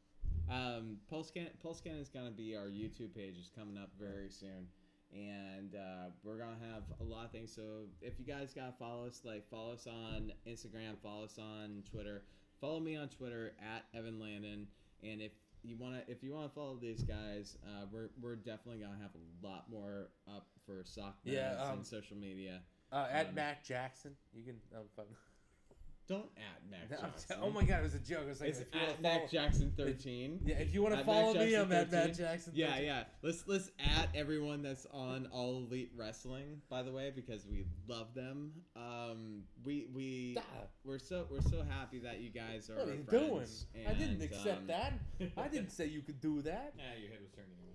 Um, Pulse Can- Pulse Cannon is gonna be our YouTube page. It's coming up very soon, and uh, we're gonna have a lot of things. So if you guys gotta follow us, like follow us on Instagram, follow us on Twitter, follow me on Twitter at Evan Landon, and if you wanna if you wanna follow these guys, uh, we're we're definitely gonna have a lot more up for sock
Yeah,
minutes
um,
and social media.
uh, at
Um,
Mac Jackson. You can. Um, fun.
Don't at Mac
No, I'm
Jackson.
t- oh my god, it was a joke. It was like
It's
if you
at
wanna follow,
Mac Jackson 13.
Yeah, if you want
at
to
Mac
follow me,
Jackson
I'm at Matt
13.
Jackson.
Yeah,
13.
yeah. Let's let's at everyone that's on All Elite Wrestling, by the way, because we love them. Um, we we
Ah,
we're so we're so happy that you guys are.
What
our
are you doing?
friends,
I didn't
and,
accept
um,
that. I didn't say you could do that.
Yeah, your head was turning anyway.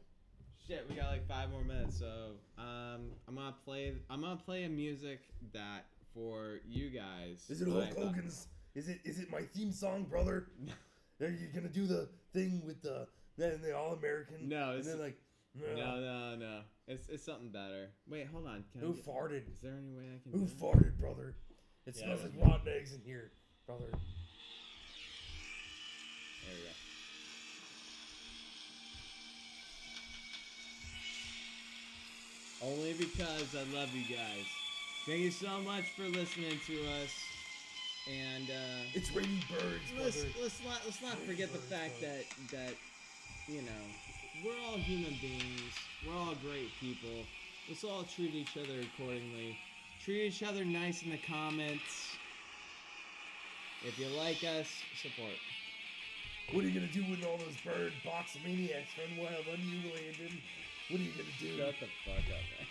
Shit, we got like five more minutes, so um, I'm gonna play. I'm gonna play a music that for you guys. uh, I thought-
Is it is it my theme song, brother? Are you gonna do the thing with the then the all American?
No, it's
like
no, no, no. It's it's something better. Wait, hold on. Can I get-
farted?
Is there any way I can?
Who
do that?
farted, brother? It
Yeah,
smells
it
like
was me.
rotten eggs in here, brother.
There we go. Only because I love you guys. Thank you so much for listening to us. And uh,
It's raining birds,
let's
brother.
let's not let's not forget the fact that that you know we're all human beings. We're all great people. Let's all treat each other accordingly. Treat each other nice in the comments. If you like us, support.
What are you gonna do when all those bird box maniacs run wild on you, Landon? What are you gonna do?
Shut the fuck up. man.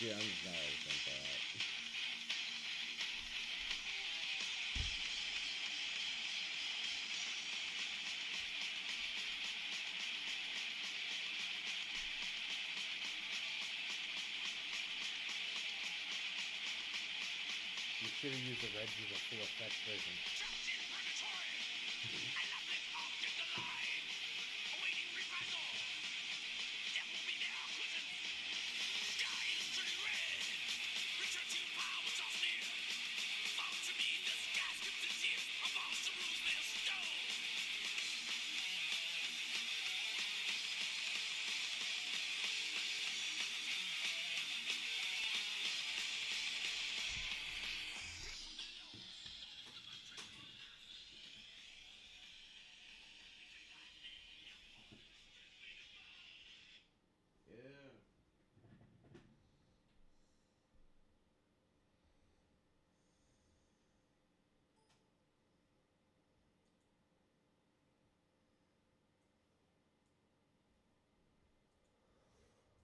Dude, I'm just not even think that.
You should have used the red to the full effect version.